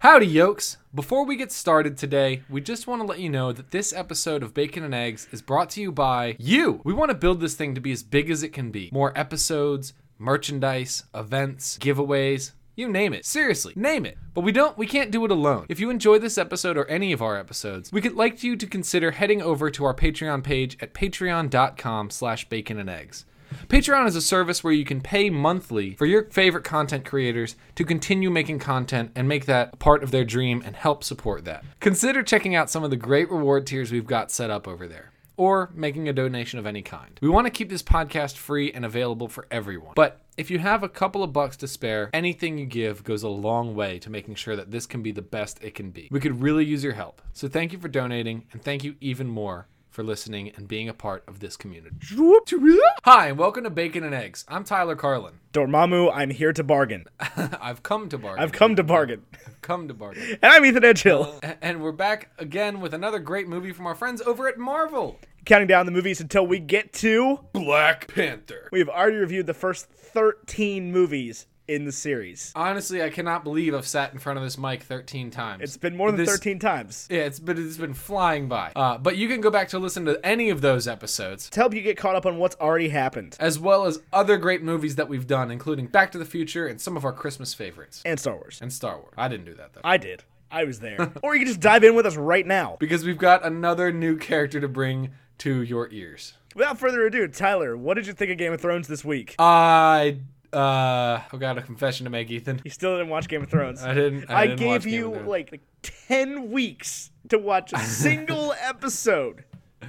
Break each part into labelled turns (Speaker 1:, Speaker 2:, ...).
Speaker 1: Howdy, yokes! Before we get started today, we just want to let you know that this episode of Bacon and Eggs is brought to you by you! We want to build this thing to be as big as it can be. More episodes, merchandise, events, giveaways. You name it. Seriously, name it. But we don't we can't do it alone. If you enjoy this episode or any of our episodes, we could like you to consider heading over to our Patreon page at patreon.com slash bacon and eggs. Patreon is a service where you can pay monthly for your favorite content creators to continue making content and make that a part of their dream and help support that. Consider checking out some of the great reward tiers we've got set up over there. Or making a donation of any kind. We want to keep this podcast free and available for everyone. But if you have a couple of bucks to spare, anything you give goes a long way to making sure that this can be the best it can be. We could really use your help. So thank you for donating, and thank you even more for listening and being a part of this community. Hi, and welcome to Bacon and Eggs. I'm Tyler Carlin.
Speaker 2: Dormammu, I'm here to bargain.
Speaker 1: I've come to bargain.
Speaker 2: I've come to bargain.
Speaker 1: come to bargain.
Speaker 2: And I'm Ethan Edgehill,
Speaker 1: A- And we're back again with another great movie from our friends over at Marvel.
Speaker 2: counting down the movies until we get to.
Speaker 1: Black Panther.
Speaker 2: We have already reviewed the first 13 movies in the series.
Speaker 1: Honestly, I cannot believe I've sat in front of this mic 13 times.
Speaker 2: It's been more than
Speaker 1: This-
Speaker 2: 13 times.
Speaker 1: Yeah, it's been it's been flying by. Uh, but you can go back to listen to any of those episodes,
Speaker 2: To help you get caught up on what's already happened,
Speaker 1: as well as other great movies that we've done, including Back to the Future and some of our Christmas favorites
Speaker 2: and Star Wars.
Speaker 1: and Star Wars. I didn't do that though.
Speaker 2: I did. I was there. or you can just dive in with us right now.
Speaker 1: because we've got another new character to bring to your ears.
Speaker 2: Without further ado, Tyler, what did you think of Game of Thrones this week?
Speaker 1: I uh I've got a confession to make, Ethan.
Speaker 2: You still didn't watch Game of Thrones.
Speaker 1: I didn't. I,
Speaker 2: I,
Speaker 1: didn't watch
Speaker 2: gave
Speaker 1: Game of
Speaker 2: you
Speaker 1: Thrones.
Speaker 2: like, like 10 weeks to watch a single episode.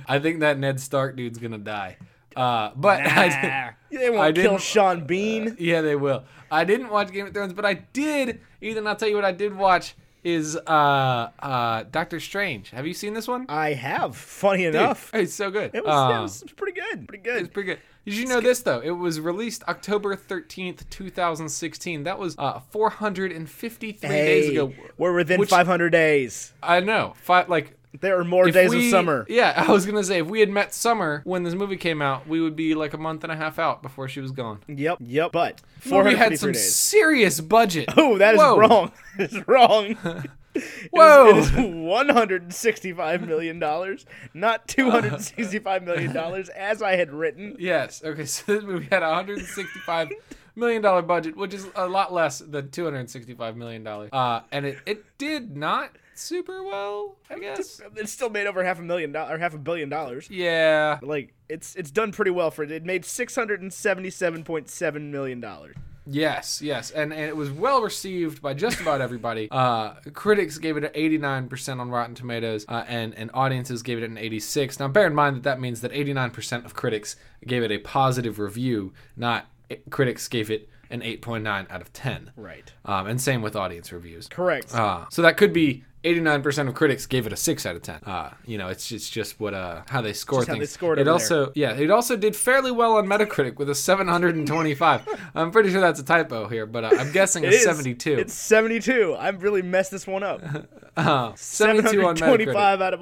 Speaker 1: I think that Ned Stark dudede's gonna die. Uh, but I did,
Speaker 2: they
Speaker 1: I
Speaker 2: won't
Speaker 1: didn't-
Speaker 2: kill Sean Bean.
Speaker 1: yeah, they will. I didn't watch Game of Thrones, but I did. Ethan, I'll tell you what I did watch is uh uh Doctor Strange. Have you seen this one?
Speaker 2: I have. Funny enough,
Speaker 1: It's so good.
Speaker 2: Uh, it, was,
Speaker 1: Uh,
Speaker 2: it was pretty good. Pretty good.
Speaker 1: It's pretty good. Did you know this though? It was released October thirteenth, two thousand sixteen. That was uh, four hundred and fifty-three days
Speaker 2: Hey,
Speaker 1: ago.
Speaker 2: We're within
Speaker 1: which-
Speaker 2: 500 days.
Speaker 1: I know. Five, like
Speaker 2: There are more
Speaker 1: if
Speaker 2: days
Speaker 1: we-
Speaker 2: of summer.
Speaker 1: Yeah, I was gonna say if we had met summer when this movie came out, we would be like a month and a half out before she was gone.
Speaker 2: Yep. Yep. But
Speaker 1: We had
Speaker 2: 453
Speaker 1: some
Speaker 2: days.
Speaker 1: serious budget.
Speaker 2: Oh, that is
Speaker 1: Whoa.
Speaker 2: wrong. It's wrong. It is-
Speaker 1: Whoa.
Speaker 2: It is, 165 million dollars, not 265 million dollars, as I had written.
Speaker 1: Yes. Okay. So this movie had a hundred and sixty-five million dollar budget, which is a lot less than two hundred and sixty-five million dollars. Uh, and it it did not super well, I guess.
Speaker 2: It still made over half a million dollars, or half a billion dollars.
Speaker 1: Yeah.
Speaker 2: Like it's it's done pretty well for it. It made 677.7 million dollars.
Speaker 1: Yes, yes, and, and it was well received by just about everybody. Uh, critics gave it an 89% on Rotten Tomatoes, uh, and and audiences gave it an 86. Now, bear in mind that that means that 89% of critics gave it a positive review, not critics gave it an 8.9 out of 10.
Speaker 2: Right.
Speaker 1: Um, and same with audience reviews.
Speaker 2: Correct.
Speaker 1: Uh, so that could be 89% of critics gave it a 6 out of 10. Uh, you know, it's just, just what uh, how they score
Speaker 2: how
Speaker 1: things.
Speaker 2: they scored
Speaker 1: it
Speaker 2: over
Speaker 1: also yeah, it also did fairly well on Metacritic with a 725. I'm pretty sure that's a typo here, but uh, I'm guessing
Speaker 2: It
Speaker 1: a
Speaker 2: is.
Speaker 1: 72.
Speaker 2: It's 72. I've really messed this one up.
Speaker 1: Uh, 72 on Metacritic.
Speaker 2: 725 out of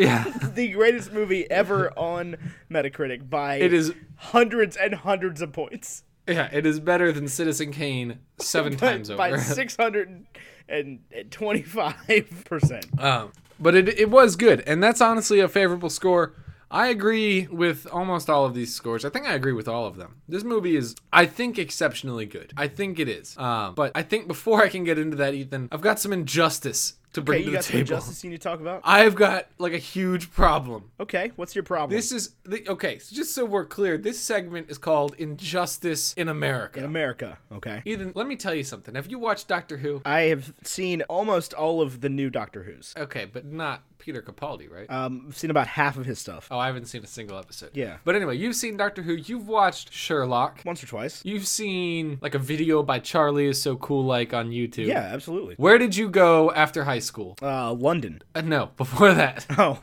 Speaker 1: Yeah.
Speaker 2: the greatest movie ever on Metacritic by
Speaker 1: It is
Speaker 2: hundreds and hundreds of points.
Speaker 1: yeah, it is better than Citizen Kane 7 times over.
Speaker 2: by 625%.
Speaker 1: Um, but it, it was good, and that's honestly a favorable score. I agree with almost all of these scores. I think I agree with all of them. This movie is, I think, exceptionally good. I think it is. Um, but I think before I can get into that, Ethan, I've got some injustice to bring
Speaker 2: Okay, you
Speaker 1: to the
Speaker 2: got some
Speaker 1: table. Uh,
Speaker 2: justice you need to talk about?
Speaker 1: I've got like a huge problem.
Speaker 2: Okay, what's your problem?
Speaker 1: This is the, okay. So just so we're clear, this segment is called "Injustice in America."
Speaker 2: America, okay.
Speaker 1: Ethan, let me tell you something. Have you watched Doctor Who?
Speaker 2: I have seen almost all of the new Doctor Who's.
Speaker 1: Okay, but not Peter Capaldi, right?
Speaker 2: Um, I've seen about half of his stuff.
Speaker 1: Oh, I haven't seen a single episode.
Speaker 2: Yeah.
Speaker 1: But anyway, you've seen Doctor Who, you've watched Sherlock,
Speaker 2: Once or twice.
Speaker 1: you've seen like a video by Charlie is so cool like on YouTube.
Speaker 2: Yeah, absolutely.
Speaker 1: Where did you go after high school?
Speaker 2: Uh, London.
Speaker 1: Uh, no, before that.
Speaker 2: Oh,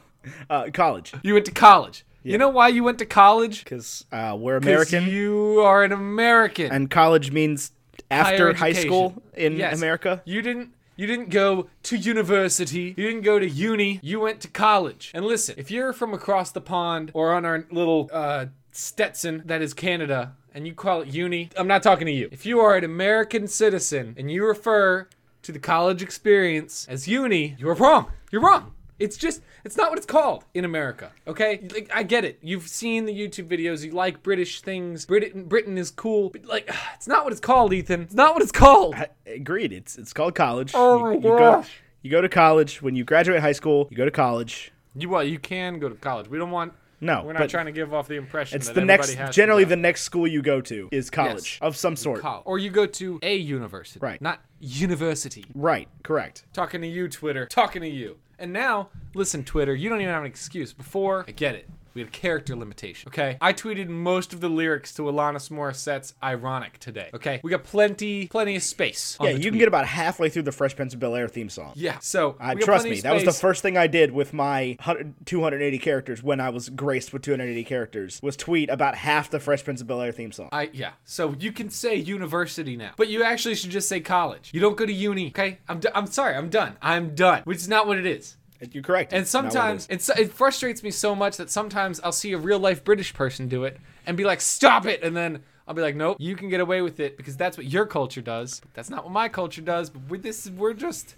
Speaker 2: uh, college.
Speaker 1: You went to college. You know why you went to college?
Speaker 2: Because uh, we're
Speaker 1: 'Cause
Speaker 2: American.
Speaker 1: You are an American.
Speaker 2: and college means
Speaker 1: Higher
Speaker 2: after high
Speaker 1: education.
Speaker 2: school in
Speaker 1: Yes.
Speaker 2: America.
Speaker 1: You didn't you didn't go to university. You didn't go to uni. You went to college. And listen, if you're from across the pond or on our little uh, Stetson that is Canada and you call it uni, I'm not talking to you. If you are an American citizen and you refer to the college experience as uni, you are wrong. You're wrong. It's just, it's not what it's called in America, okay? Like, I get it. You've seen the YouTube videos. You like British things. Britain, Britain is cool. But, like, it's not what it's called, Ethan. It's not what it's called.
Speaker 2: I- Agreed. It's it's called college.
Speaker 1: Oh my
Speaker 2: Go,
Speaker 1: gosh.
Speaker 2: you go to college when you graduate high school. You go to college.
Speaker 1: You well, you can go to college. We don't want.
Speaker 2: No,
Speaker 1: we're not
Speaker 2: but
Speaker 1: trying to give off the impression
Speaker 2: It's
Speaker 1: that
Speaker 2: the
Speaker 1: everybody
Speaker 2: next.
Speaker 1: has to
Speaker 2: Generally,
Speaker 1: go
Speaker 2: the next school you go to is college
Speaker 1: Yes.
Speaker 2: of some sort.
Speaker 1: to college. or you go to a university,
Speaker 2: Right.
Speaker 1: Not university.
Speaker 2: right. Correct.
Speaker 1: Talking to you, Twitter. Talking to you. And now, listen, Twitter, you don't even have an excuse. Before, I get it. We had a character limitation, okay? I tweeted most of the lyrics to Alanis Morissette's Ironic today, okay? We got plenty, plenty of space. on
Speaker 2: Yeah,
Speaker 1: the
Speaker 2: you can
Speaker 1: tweet.
Speaker 2: get about halfway through the Fresh Prince of Bel Air theme song.
Speaker 1: Yeah, so.
Speaker 2: Uh,
Speaker 1: we got
Speaker 2: trust
Speaker 1: plenty
Speaker 2: me,
Speaker 1: of
Speaker 2: that was the
Speaker 1: space.
Speaker 2: first thing I did with my 100, 280 characters when I was graced with 280 characters was tweet about half the Fresh Prince of Bel Air theme song.
Speaker 1: I yeah. So you can say university now, but you actually should just say college. You don't go to uni, okay? I'm d- I'm sorry. I'm done. I'm done. Which is not what it is.
Speaker 2: You're correct.
Speaker 1: And sometimes it's, it frustrates me so much that sometimes I'll see a real life British person do it and be like, "Stop it!" And then I'll be like, "Nope, you can get away with it because that's what your culture does. But that's not what my culture does. But with this, we're just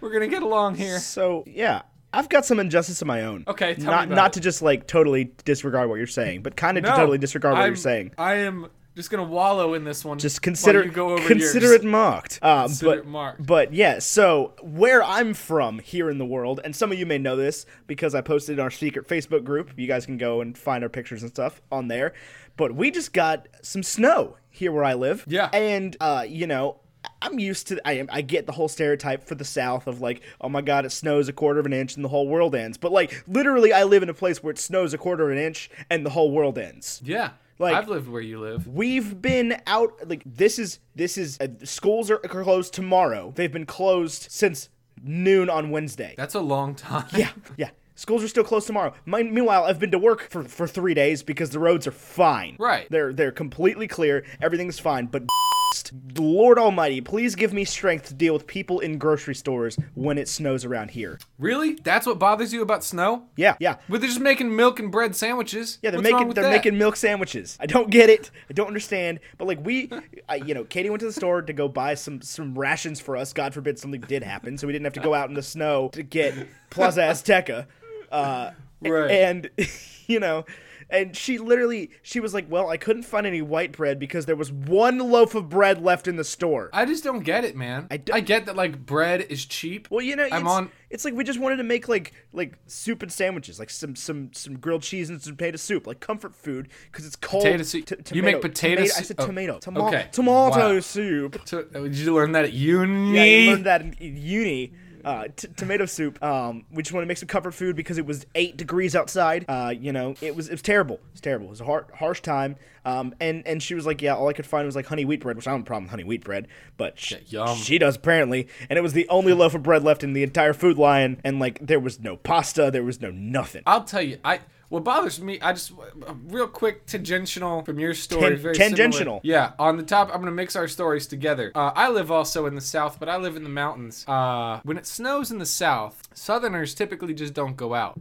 Speaker 1: we're gonna get along here."
Speaker 2: So yeah, I've got some injustice of my own.
Speaker 1: Okay, tell me
Speaker 2: not
Speaker 1: about
Speaker 2: not
Speaker 1: it.
Speaker 2: to just like totally disregard what you're saying, but kind of to
Speaker 1: No,
Speaker 2: totally disregard what
Speaker 1: I'm-
Speaker 2: you're saying.
Speaker 1: I am just gonna wallow in this one.
Speaker 2: Just consider
Speaker 1: while you go over
Speaker 2: consider
Speaker 1: yours.
Speaker 2: it mocked. Uh,
Speaker 1: Consider
Speaker 2: but,
Speaker 1: it mocked.
Speaker 2: But yeah, so where I'm from here in the world, and some of you may know this because I posted in our secret Facebook group. You guys can go and find our pictures and stuff on there. But we just got some snow here where I live.
Speaker 1: Yeah.
Speaker 2: and uh, you know. I'm used to I am I get the whole stereotype for the South of like oh my god it snows a quarter of an inch and the whole world ends but like literally I live in a place where it snows a quarter of an inch and the whole world ends
Speaker 1: Yeah,
Speaker 2: Like-
Speaker 1: I've lived where you live.
Speaker 2: We've been out like this is this is uh, schools are closed tomorrow. They've been closed since noon on Wednesday.
Speaker 1: That's a long time.
Speaker 2: yeah, yeah. Schools are still closed tomorrow. My, meanwhile, I've been to work for, for three days because the roads are fine.
Speaker 1: Right.
Speaker 2: They're they're completely clear. Everything's fine. But Lord Almighty, please give me strength to deal with people in grocery stores when it snows around here.
Speaker 1: Really? That's what bothers you about snow?
Speaker 2: Yeah, yeah.
Speaker 1: But they're just making milk and bread sandwiches.
Speaker 2: Yeah, they're
Speaker 1: What's wrong
Speaker 2: making
Speaker 1: with
Speaker 2: they're
Speaker 1: that?
Speaker 2: making milk sandwiches. I don't get it. I don't understand. But like we, I, you know, Katie went to the store to go buy some some rations for us. God forbid something did happen, so we didn't have to go out in the snow to get Plaza Azteca. Uh,
Speaker 1: Right.
Speaker 2: And you know, and she literally she was like, "Well, I couldn't find any white bread because there was one loaf of bread left in the store."
Speaker 1: I just don't get it, man. I,
Speaker 2: don't-
Speaker 1: get that like bread is cheap.
Speaker 2: Well, you know,
Speaker 1: I'm
Speaker 2: it's,
Speaker 1: on-
Speaker 2: it's like we just wanted to make like like soup and sandwiches, like some some some grilled cheese and some potato soup, like comfort food because it's cold.
Speaker 1: Potato soup.
Speaker 2: t-
Speaker 1: You make
Speaker 2: tomato-
Speaker 1: potato
Speaker 2: tomato- I
Speaker 1: sou-
Speaker 2: said
Speaker 1: oh,
Speaker 2: tomato. Tomo-
Speaker 1: okay.
Speaker 2: Tomato
Speaker 1: Wow.
Speaker 2: soup.
Speaker 1: So, did you learn that at uni?
Speaker 2: Yeah, you learned that in in uni. Uh, t- tomato soup. Um, we just wanted to make some comfort food because it was eight degrees outside. Uh, you know, it was it was terrible. It's terrible. It was a hard, harsh time. Um, and and she was like, yeah, all I could find was like honey wheat bread, which I don't have a problem with honey wheat bread, but sh-
Speaker 1: yum.
Speaker 2: she does apparently. And it was the only loaf of bread left in the entire food line, and like there was no pasta, there was no nothing.
Speaker 1: I'll tell you. I what bothers me. I just a real quick tangential from your story.
Speaker 2: Tan-
Speaker 1: very
Speaker 2: tangential.
Speaker 1: similar. Yeah. On the top, I'm gonna mix our stories together. Uh, I live also in the south, but I live in the mountains. Uh, when it snows in the south, Southerners typically just don't go out.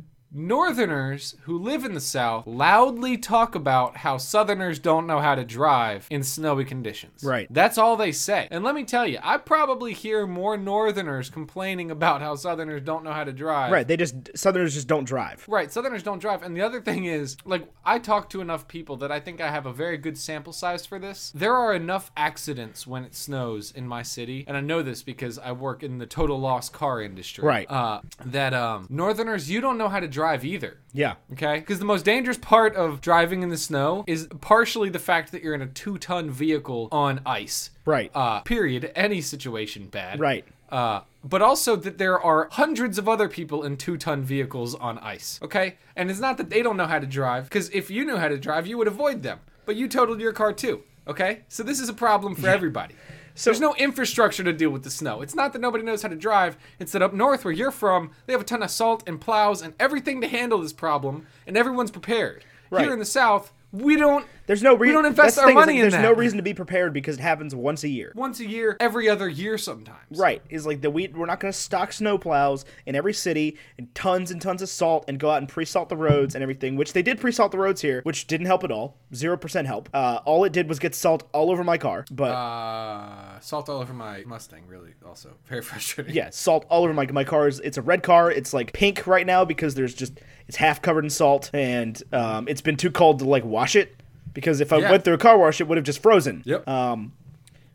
Speaker 1: Northerners who live in the South loudly talk about how Southerners don't know how to drive in snowy conditions.
Speaker 2: Right.
Speaker 1: That's all they say. And let me tell you, I probably hear more Northerners complaining about how Southerners don't know how to drive
Speaker 2: Right? They just Southerners just don't drive.
Speaker 1: Right, Southerners don't drive. And the other thing is, like, I talk to enough people that I think I have a very good sample size for this. There are enough accidents when it snows in my city, and I know this because I work in the total loss car industry.
Speaker 2: Right.
Speaker 1: Uh, that um, Northerners, you don't know how to drive either.
Speaker 2: Yeah.
Speaker 1: Okay? Because the most dangerous part of driving in the snow is partially the fact that you're in a two ton vehicle on ice.
Speaker 2: Right.
Speaker 1: Uh, period. Any situation bad.
Speaker 2: Right.
Speaker 1: Uh, but also that there are hundreds of other people in two ton vehicles on ice. Okay? And it's not that they don't know how to drive, because if you knew how to drive, you would avoid them. But you totaled your car too. Okay? So this is a problem for everybody. So, There's no infrastructure to deal with the snow. It's not that nobody knows how to drive. It's that up north where you're from, they have a ton of salt and plows and everything to handle this problem, and everyone's prepared.
Speaker 2: Right.
Speaker 1: Here in the south, we don't
Speaker 2: There's no reason.
Speaker 1: don't invest our money in
Speaker 2: There's
Speaker 1: that.
Speaker 2: no reason to be prepared because it happens once a year.
Speaker 1: Once a year, every other year sometimes.
Speaker 2: Right. Is like that we we're not going to stock snowplows in every city and tons and tons of salt and go out and pre-salt the roads and everything, which they did pre-salt the roads here, which didn't help at all. 0% help. Uh, all it did was get salt all over my car. But
Speaker 1: Uh, salt all over my Mustang, really, also. Very frustrating.
Speaker 2: yeah, salt all over my my car is it's a red car. It's like pink right now because there's just it's half covered in salt and um, it's been too cold to like wash it because if I
Speaker 1: Yeah.
Speaker 2: went through a car wash it would have just frozen.
Speaker 1: Yep.
Speaker 2: Um,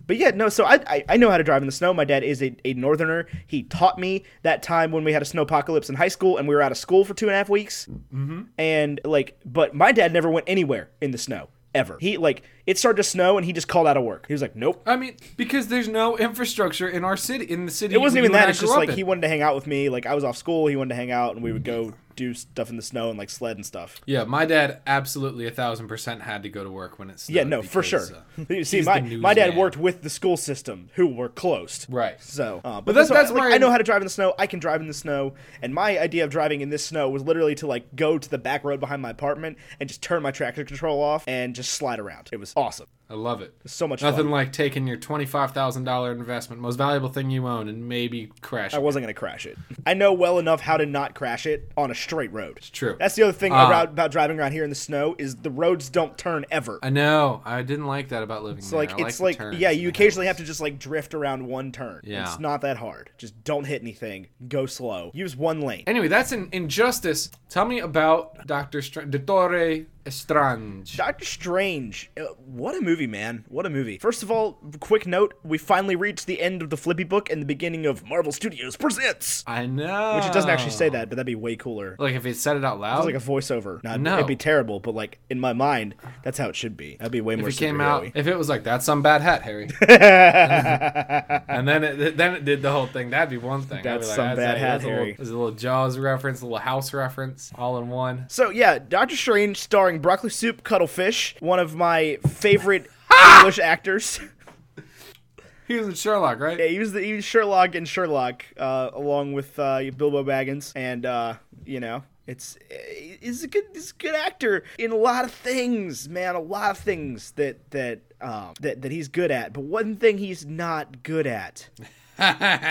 Speaker 2: But yeah, no, so I, I, I know how to drive in the snow. My dad is a, a northerner. He taught me that time when we had a snow apocalypse in high school and we were out of school for two and a half weeks. Mm-hmm. And like, but my dad never went anywhere in the snow ever. He like, it started to snow and he just called out of work. He was like, nope.
Speaker 1: I mean, because there's no infrastructure in our city, in the city.
Speaker 2: It wasn't
Speaker 1: you
Speaker 2: even
Speaker 1: and
Speaker 2: that.
Speaker 1: I
Speaker 2: It's
Speaker 1: grew
Speaker 2: just
Speaker 1: up
Speaker 2: like
Speaker 1: in.
Speaker 2: he wanted to hang out with me. Like I was off school. He wanted to hang out and we would go do stuff in the snow and like sled and stuff.
Speaker 1: Yeah, my dad absolutely a thousand percent had to go to work when it snowed.
Speaker 2: Yeah, no, for sure.
Speaker 1: because, uh,
Speaker 2: you see,
Speaker 1: he's
Speaker 2: my,
Speaker 1: the
Speaker 2: my dad
Speaker 1: newsman.
Speaker 2: worked with the school system who were closed.
Speaker 1: Right.
Speaker 2: So, uh, but,
Speaker 1: that's-
Speaker 2: that's,
Speaker 1: that's
Speaker 2: like,
Speaker 1: where I-
Speaker 2: I know how to drive in the snow. I can drive in the snow. And my idea of driving in this snow was literally to like go to the back road behind my apartment and just turn my traction control off and just slide around. It was awesome.
Speaker 1: I love it.
Speaker 2: So much
Speaker 1: Nothing
Speaker 2: fun.
Speaker 1: like taking your twenty-five thousand dollar investment, most valuable thing you own, and maybe crashing.
Speaker 2: I wasn't gonna crash it. I know well enough how to not crash it on a straight road. It's
Speaker 1: true.
Speaker 2: That's the other thing
Speaker 1: Uh,
Speaker 2: about, about driving around here in the snow is the roads don't turn ever.
Speaker 1: I know. I didn't like that about living
Speaker 2: So
Speaker 1: there.
Speaker 2: like
Speaker 1: I
Speaker 2: it's
Speaker 1: the
Speaker 2: like
Speaker 1: turns
Speaker 2: yeah,
Speaker 1: and the
Speaker 2: you occasionally
Speaker 1: hills.
Speaker 2: have to just like drift around one turn.
Speaker 1: Yeah.
Speaker 2: It's not that hard. Just don't hit anything. Go slow. Use one lane.
Speaker 1: Anyway, that's an injustice. Tell me about Doctor Str- Dottore Estrange.
Speaker 2: Doctor Strange. uh, What a movie, man. What a movie. First of all, quick note, we finally reached the end of the Flippy book and the beginning of Marvel Studios Presents.
Speaker 1: I know.
Speaker 2: Which it doesn't actually
Speaker 1: Oh.
Speaker 2: say that, but that'd be way cooler.
Speaker 1: Like if it said it out loud,
Speaker 2: It's like a voiceover. Not,
Speaker 1: No.
Speaker 2: It'd be terrible, but like in my mind, that's how it should be. That'd be way more
Speaker 1: if it came out,
Speaker 2: superhero-y.
Speaker 1: if it was like that's some bad hat, Harry, and then it then it did the whole thing, that'd be one thing. I'd be
Speaker 2: That's
Speaker 1: like,
Speaker 2: some bad
Speaker 1: a-
Speaker 2: hat,
Speaker 1: a little-
Speaker 2: Harry.
Speaker 1: There's a little Jaws reference, a little House reference, all in one.
Speaker 2: So yeah, Doctor Strange starring Broccoli Soup Cuttlefish, one of my favorite English actors.
Speaker 1: He was in Sherlock, right?
Speaker 2: Yeah, he was the he was Sherlock and Sherlock, uh, along with uh, Bilbo Baggins, and uh, you know, it's eh, he's a good he's a good actor in a lot of things, man, a lot of things that that um, that that he's good at. But one thing he's not good at. Do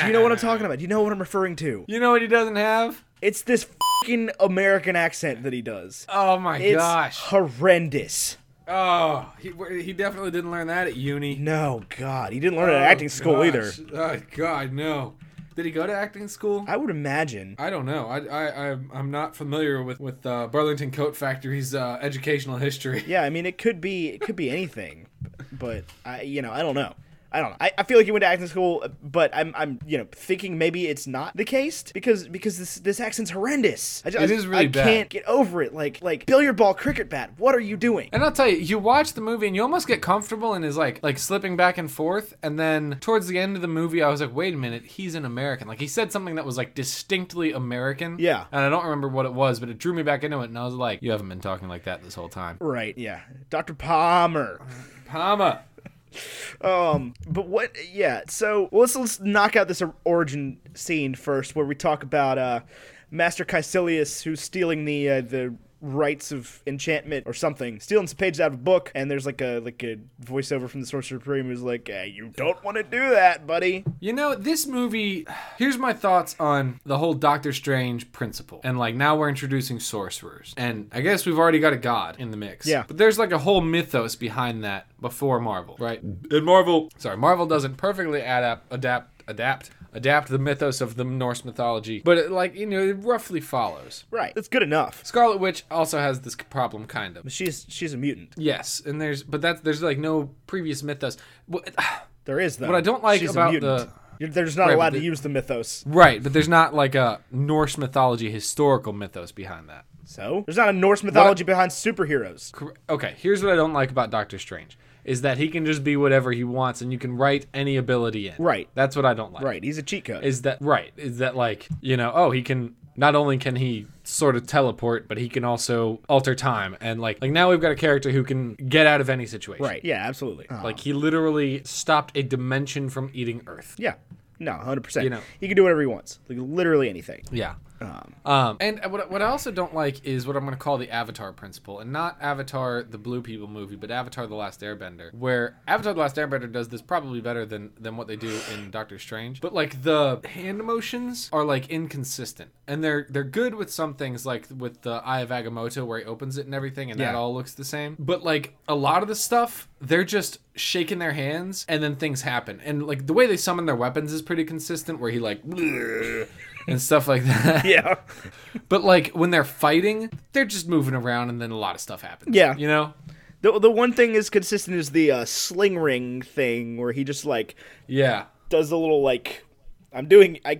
Speaker 2: you know what I'm talking about? Do you know what I'm referring to?
Speaker 1: You know what he doesn't have?
Speaker 2: It's this fucking American accent that he does.
Speaker 1: Oh my
Speaker 2: It's
Speaker 1: gosh!
Speaker 2: horrendous.
Speaker 1: Oh, he he definitely didn't learn that at uni.
Speaker 2: No, God, he didn't learn it at acting school either.
Speaker 1: Oh, Gosh. Oh God, no. Did he go to acting school?
Speaker 2: I would imagine.
Speaker 1: I don't know. I I I'm- I'm not familiar with with uh, Burlington Coat Factory's uh, educational history.
Speaker 2: Yeah, I mean, it could be it could be anything, but I you know I don't know. I don't know. I, I feel like he went to acting school, but I'm I'm you know thinking maybe it's not the case because because this this accent's horrendous. I just,
Speaker 1: It
Speaker 2: I-
Speaker 1: is really
Speaker 2: I
Speaker 1: bad.
Speaker 2: can't get over it. Like like billiard ball cricket bat. What are you doing?
Speaker 1: And I'll tell you, you watch the movie and you almost get comfortable and is like like slipping back and forth. And then towards the end of the movie, I was like, wait a minute, he's an American. Like he said something that was like distinctly American.
Speaker 2: Yeah.
Speaker 1: And I don't remember what it was, but it drew me back into it. And I was like, you haven't been talking like that this whole time.
Speaker 2: Right. Yeah. Dr. Palmer.
Speaker 1: Pama.
Speaker 2: Um, but what? Yeah. So well, let's let's knock out this or- origin scene first, where we talk about uh, Master Caecilius who's stealing the uh, the rights of enchantment or something, stealing some pages out of a book, and there's like a like a voiceover from the Sorcerer Supreme who's like, hey, "You don't want to do that, buddy."
Speaker 1: You know, this movie. Here's my thoughts on the whole Doctor Strange principle. And like now we're introducing sorcerers. And I guess we've already got a god in the mix.
Speaker 2: Yeah.
Speaker 1: But there's like a whole mythos behind that before Marvel, right? And Marvel, sorry, Marvel doesn't perfectly adapt, adapt, adapt, adapt the mythos of the Norse mythology, but it, like, you know, it roughly follows.
Speaker 2: Right. That's good enough.
Speaker 1: Scarlet Witch also has this problem, kind of.
Speaker 2: She's she's a mutant.
Speaker 1: Yes, and there's, but that's there's like no previous mythos. Well,
Speaker 2: There is though.
Speaker 1: What I don't like
Speaker 2: she's
Speaker 1: about
Speaker 2: a mutant.
Speaker 1: the-
Speaker 2: You're, they're just not
Speaker 1: Right,
Speaker 2: allowed
Speaker 1: but
Speaker 2: to
Speaker 1: the-
Speaker 2: use the mythos.
Speaker 1: Right, but there's not like a Norse mythology historical mythos behind that.
Speaker 2: So there's not a Norse mythology behind superheroes.
Speaker 1: Cor- Okay, here's what I don't like about Doctor Strange is that he can just be whatever he wants and you can write any ability in.
Speaker 2: Right.
Speaker 1: That's what I don't like.
Speaker 2: Right. He's a cheat code.
Speaker 1: Is that right? Is that like, you know, oh, he can not only can he sort of teleport, but he can also alter time and like like now we've got a character who can get out of any situation.
Speaker 2: right. Yeah. Absolutely.
Speaker 1: Like he literally stopped a dimension from eating Earth.
Speaker 2: Yeah. No, hundred percent.
Speaker 1: You know.
Speaker 2: he can do whatever he wants, like literally anything.
Speaker 1: Yeah.
Speaker 2: Um,
Speaker 1: Um, and what, what I also don't like is what I'm going to call the Avatar principle, and not Avatar the Blue People movie, but Avatar the Last Airbender, where Avatar the Last Airbender does this probably better than than what they do in Doctor Strange. But like the hand motions are like inconsistent, and they're they're good with some things like with the Eye of Agamotto where he opens it and everything, and that
Speaker 2: Yeah.
Speaker 1: all looks the same. But like a lot of the stuff, they're just shaking their hands and then things happen and like the way they summon their weapons is pretty consistent where he like and stuff like that
Speaker 2: yeah.
Speaker 1: but like when they're fighting, they're just moving around, and then a lot of stuff happens.
Speaker 2: Yeah.
Speaker 1: you know.
Speaker 2: The, the one thing is consistent is the uh, sling ring thing where he just like
Speaker 1: Yeah,
Speaker 2: does a little like I'm doing I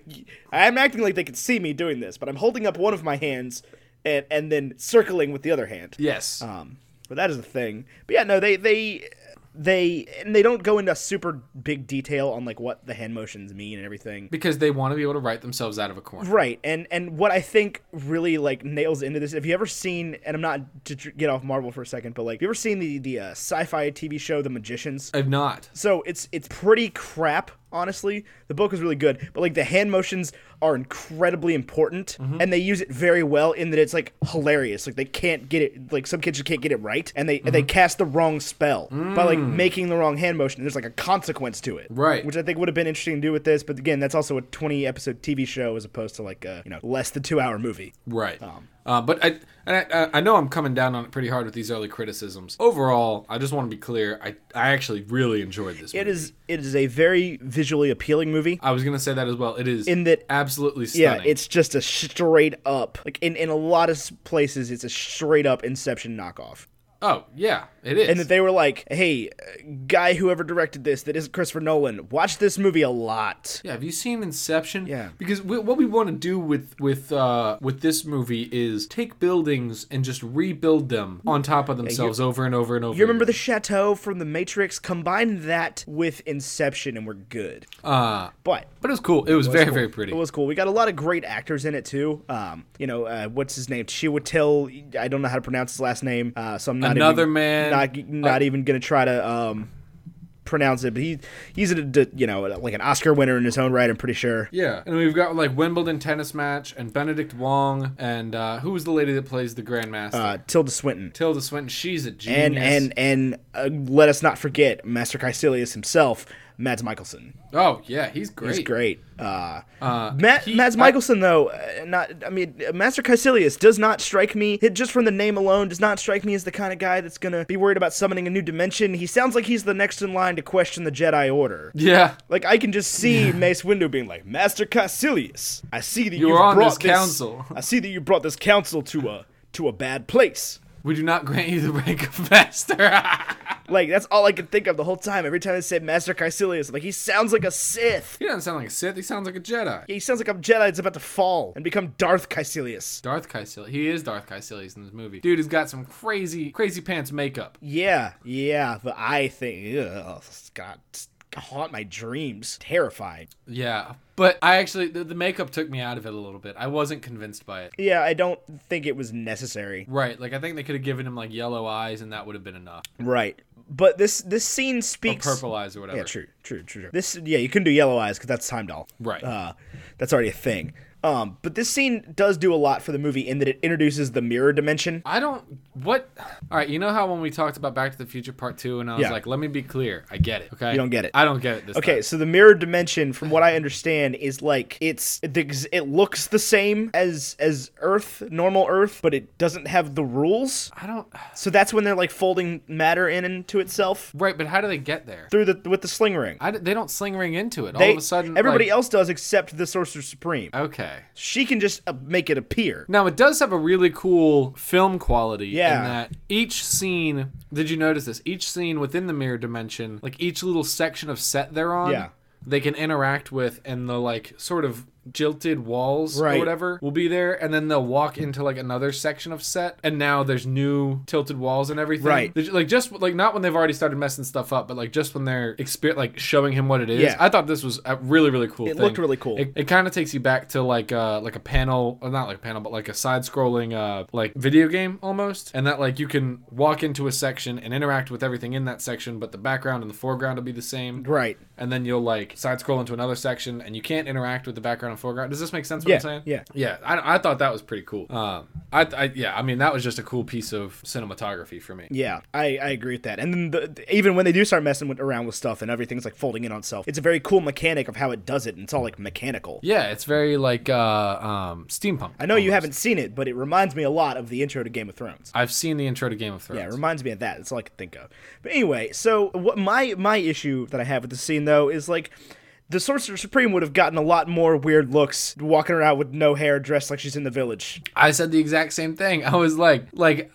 Speaker 2: I'm acting like they could see me doing this, but I'm holding up one of my hands and and then circling with the other hand.
Speaker 1: yes,
Speaker 2: Um, but that is a thing. But yeah, no, they they they and they don't go into super big detail on like what the hand motions mean and everything.
Speaker 1: because they want to be able to write themselves out of a corner.
Speaker 2: Right, and and what I think really like nails into this. If you ever seen, and I'm not to tr- get off Marvel for a second, but like, have you ever seen the the uh, sci-fi TV show The Magicians?
Speaker 1: I've not.
Speaker 2: So it's it's pretty crap, honestly. The book is really good, but like the hand motions are incredibly important, and they use it very well in that it's like hilarious. Like they can't get it, like some kids just can't get it right, and they and they cast the wrong spell by like making the wrong hand motion. There's like a consequence to it,
Speaker 1: Right.
Speaker 2: Which I think would have been interesting to do with this, but again, that's also a 20 episode TV show as opposed to like a you know less than two hour movie.
Speaker 1: Right.
Speaker 2: Um.
Speaker 1: uh, but I and I- uh, I, I know I'm coming down on it pretty hard with these early criticisms. Overall, I just want to be clear. I I actually really enjoyed this.
Speaker 2: It is it is a very visually appealing movie.
Speaker 1: I was gonna say that as well. It is
Speaker 2: In that-
Speaker 1: absolutely
Speaker 2: Yeah,
Speaker 1: stunning.
Speaker 2: it's just a straight up like in, in a lot of s- places it's a straight up Inception knockoff.
Speaker 1: oh yeah, it is.
Speaker 2: And that they were like, "Hey, uh, guy, whoever directed this, that isn't Christopher Nolan, watch this movie a lot."
Speaker 1: Yeah, have you seen Inception?
Speaker 2: Yeah.
Speaker 1: Because we, what we want to do with with uh, with this movie is take buildings and just rebuild them on top of themselves over and over and over.
Speaker 2: You remember the chateau from The Matrix? Combine that with Inception, and we're good.
Speaker 1: Uh,
Speaker 2: But
Speaker 1: but it was cool. It was, very
Speaker 2: cool.
Speaker 1: very pretty.
Speaker 2: It was cool. We got a lot of great actors in it too. Um, you know, uh, what's his name? Chiwetel. I don't know how to pronounce his last name, uh, so I'm not
Speaker 1: Another
Speaker 2: even,
Speaker 1: man. Uh,
Speaker 2: Not not even gonna try to um, pronounce it. But he he's a d- you know like an Oscar winner in his own right. I'm pretty sure.
Speaker 1: yeah, and we've got like Wimbledon tennis match and Benedict Wong and uh, who was the lady that plays the grandmaster?
Speaker 2: Uh, Tilda Swinton.
Speaker 1: Tilda Swinton. She's a genius.
Speaker 2: And and and uh, let us not forget Master Caecilius himself, Mads Mikkelsen.
Speaker 1: oh yeah, he's great.
Speaker 2: He's great. Uh,
Speaker 1: Uh,
Speaker 2: Matt,
Speaker 1: he-
Speaker 2: Mads
Speaker 1: I-
Speaker 2: Mikkelsen, though, uh, not I mean, uh, Master Caecilius does not strike me. It, just from the name alone, does not strike me as the kind of guy that's gonna be worried about summoning a new dimension. He sounds like he's the next in line to question the Jedi Order.
Speaker 1: Yeah,
Speaker 2: Like I can just see Mace Windu being like, Master Caecilius, I see that
Speaker 1: You're
Speaker 2: you've
Speaker 1: on
Speaker 2: brought
Speaker 1: this council."
Speaker 2: I see that you brought this council to a to a bad place.
Speaker 1: we do not grant you the rank of master.
Speaker 2: Like that's all I could think of the whole time. Every time I said Master Caecilius, like he sounds like a Sith.
Speaker 1: he doesn't sound like a Sith. He sounds like a Jedi.
Speaker 2: He sounds like a Jedi that's about to fall and become Darth Caecilius.
Speaker 1: Darth Kaecilius. He is Darth Kaecilius in this movie. Dude, he's got some crazy, crazy pants makeup.
Speaker 2: Yeah, yeah, the eye thing. Ugh, God, haunt my dreams. Terrifying.
Speaker 1: Yeah, but I actually the, the makeup took me out of it a little bit. I wasn't convinced by it.
Speaker 2: Yeah, I don't think it was necessary.
Speaker 1: Right, like I think they could have given him like yellow eyes, and that would have been enough.
Speaker 2: Right, but this this scene speaks.
Speaker 1: Purple eyes or whatever.
Speaker 2: Yeah, true, true, true, true. This, yeah, you couldn't do yellow eyes because that's time doll.
Speaker 1: Right.
Speaker 2: Uh, that's already a thing. Um, but this scene does do a lot for the movie in that it introduces the mirror dimension.
Speaker 1: I don't. What? All right, you know how when we talked about Back to the Future Part Two, and I was
Speaker 2: Yeah.
Speaker 1: like, let me be clear, I get it. Okay, you
Speaker 2: don't get it.
Speaker 1: I don't get it. This
Speaker 2: Okay,
Speaker 1: time.
Speaker 2: so the mirror dimension, from what I understand, is like it's the ex- it looks the same as as Earth, normal Earth, but it doesn't have the rules.
Speaker 1: I don't.
Speaker 2: So that's when they're like folding matter in into itself
Speaker 1: Right, but how do they get there?
Speaker 2: through the with the sling ring.
Speaker 1: I, don't- they don't sling ring into it.
Speaker 2: They-
Speaker 1: All of a sudden,
Speaker 2: everybody
Speaker 1: like-
Speaker 2: else does except the Sorcerer Supreme.
Speaker 1: Okay.
Speaker 2: She can just uh, make it appear.
Speaker 1: Now it does have a really cool film quality
Speaker 2: Yeah.
Speaker 1: in that each scene did you notice this? Each scene within the mirror dimension, like each little section of set they're on,
Speaker 2: Yeah.
Speaker 1: they can interact with and the like sort of jilted walls or
Speaker 2: Right.
Speaker 1: whatever will be there and then they'll walk into like another section of set and now there's new tilted walls and everything
Speaker 2: Right.
Speaker 1: They ju- like just like not when they've already started messing stuff up but like just when they're exper- like showing him what it is
Speaker 2: Yeah.
Speaker 1: i thought this was a really really cool
Speaker 2: It
Speaker 1: thing.
Speaker 2: looked really cool.
Speaker 1: It, it kind of takes you back to like uh like a panel, or not like a panel, but like a side-scrolling uh like video game almost, and that like you can walk into a section and interact with everything in that section, but the background and the foreground will be the same.
Speaker 2: Right.
Speaker 1: And then you'll like side scroll into another section, and you can't interact with the background and foreground. Does this make sense? What
Speaker 2: Yeah,
Speaker 1: I'm saying?
Speaker 2: yeah.
Speaker 1: yeah. I, I thought that was pretty cool. Um, I, I yeah, I mean that was just a cool piece of cinematography for me.
Speaker 2: Yeah, I, I agree with that. And then the, the- even when they do start messing with, around with stuff and everything's like folding in on itself, it's a very cool mechanic of how it does it, and it's all like mechanical.
Speaker 1: Yeah, it's very like uh, um, steampunk.
Speaker 2: I know you haven't seen it, but it reminds me a lot of the intro to Game of Thrones.
Speaker 1: I've seen the intro to Game of Thrones.
Speaker 2: Yeah, it reminds me of that. That's all I can think of. But anyway, so what my my issue that I have with the scene though is like the Sorcerer Supreme would have gotten a lot more weird looks walking around with no hair, dressed like she's in the village.
Speaker 1: I said the exact same thing. I was like, like,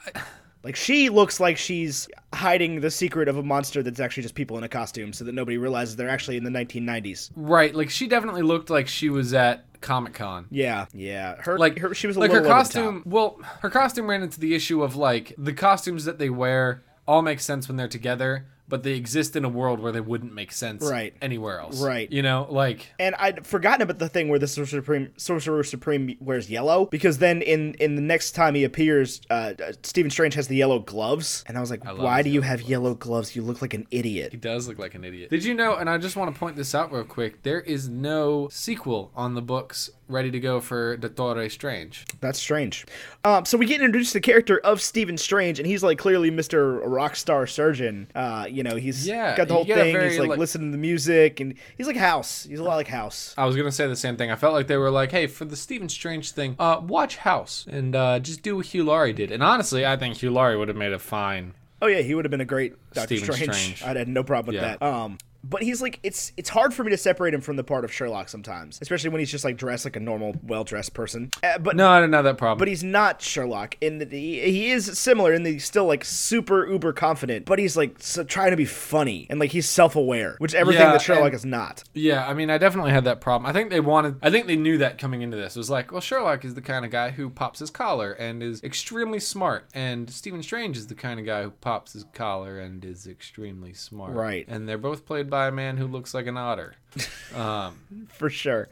Speaker 2: Like she looks like she's hiding the secret of a monster that's actually just people in a costume, so that nobody realizes they're actually in the 1990s.
Speaker 1: right, like she definitely looked like she was at Comic Con.
Speaker 2: Yeah, yeah. Her,
Speaker 1: Like
Speaker 2: her she was a
Speaker 1: like her
Speaker 2: little over the top.
Speaker 1: costume. Well, her costume ran into the issue of like the costumes that they wear all make sense when they're together, but they exist in a world where they wouldn't make sense
Speaker 2: Right.
Speaker 1: anywhere else.
Speaker 2: Right.
Speaker 1: You know, like
Speaker 2: And I'd forgotten about the thing where the Sorcerer Supreme, Sorcerer Supreme wears yellow because then in in the next time he appears, uh, uh, Stephen Strange has the yellow gloves, and I was like,
Speaker 1: love
Speaker 2: why
Speaker 1: his
Speaker 2: do you have yellow gloves? You look like an
Speaker 1: He
Speaker 2: idiot.
Speaker 1: does look like an idiot. Did you know? And I just want to point this out real quick. There is no sequel on the books ready to go for Dottore Strange.
Speaker 2: That's strange. Um, so we get introduced to the character of Stephen Strange, and he's like clearly Mister Rock Star Surgeon. Uh, you know, he's
Speaker 1: Yeah,
Speaker 2: got the whole
Speaker 1: you get a
Speaker 2: thing.
Speaker 1: very,
Speaker 2: he's like,
Speaker 1: like-
Speaker 2: listening to the music, and he's like House. He's a lot like House.
Speaker 1: I was gonna say the same thing. I felt like they were like, "Hey, for the Stephen Strange thing, uh, watch House and uh, just do what Hugh Laurie did." And honestly, I think Hugh Laurie would have made a fine.
Speaker 2: Oh yeah, he would have been a great Doctor
Speaker 1: Stephen
Speaker 2: Strange.
Speaker 1: Strange.
Speaker 2: I'd had no problem with
Speaker 1: Yeah.
Speaker 2: that. Um, but he's like, it's it's hard for me to separate him from the part of Sherlock sometimes, especially when he's just like dressed like a normal, well dressed person. Uh, but
Speaker 1: No, I didn't have that problem.
Speaker 2: but he's not Sherlock in that he, he is similar in that he's still like super uber confident, but he's like so, trying to be funny and like he's self aware, which everything
Speaker 1: Yeah,
Speaker 2: that Sherlock
Speaker 1: and-
Speaker 2: is not.
Speaker 1: Yeah, I mean, I definitely had that problem. I think they wanted, I think they knew that coming into this. It was like, well, Sherlock is the kind of guy who pops his collar and is extremely smart, and Stephen Strange is the kind of guy who pops his collar and is extremely smart.
Speaker 2: Right.
Speaker 1: And they're both played by a man who looks like an otter.
Speaker 2: for sure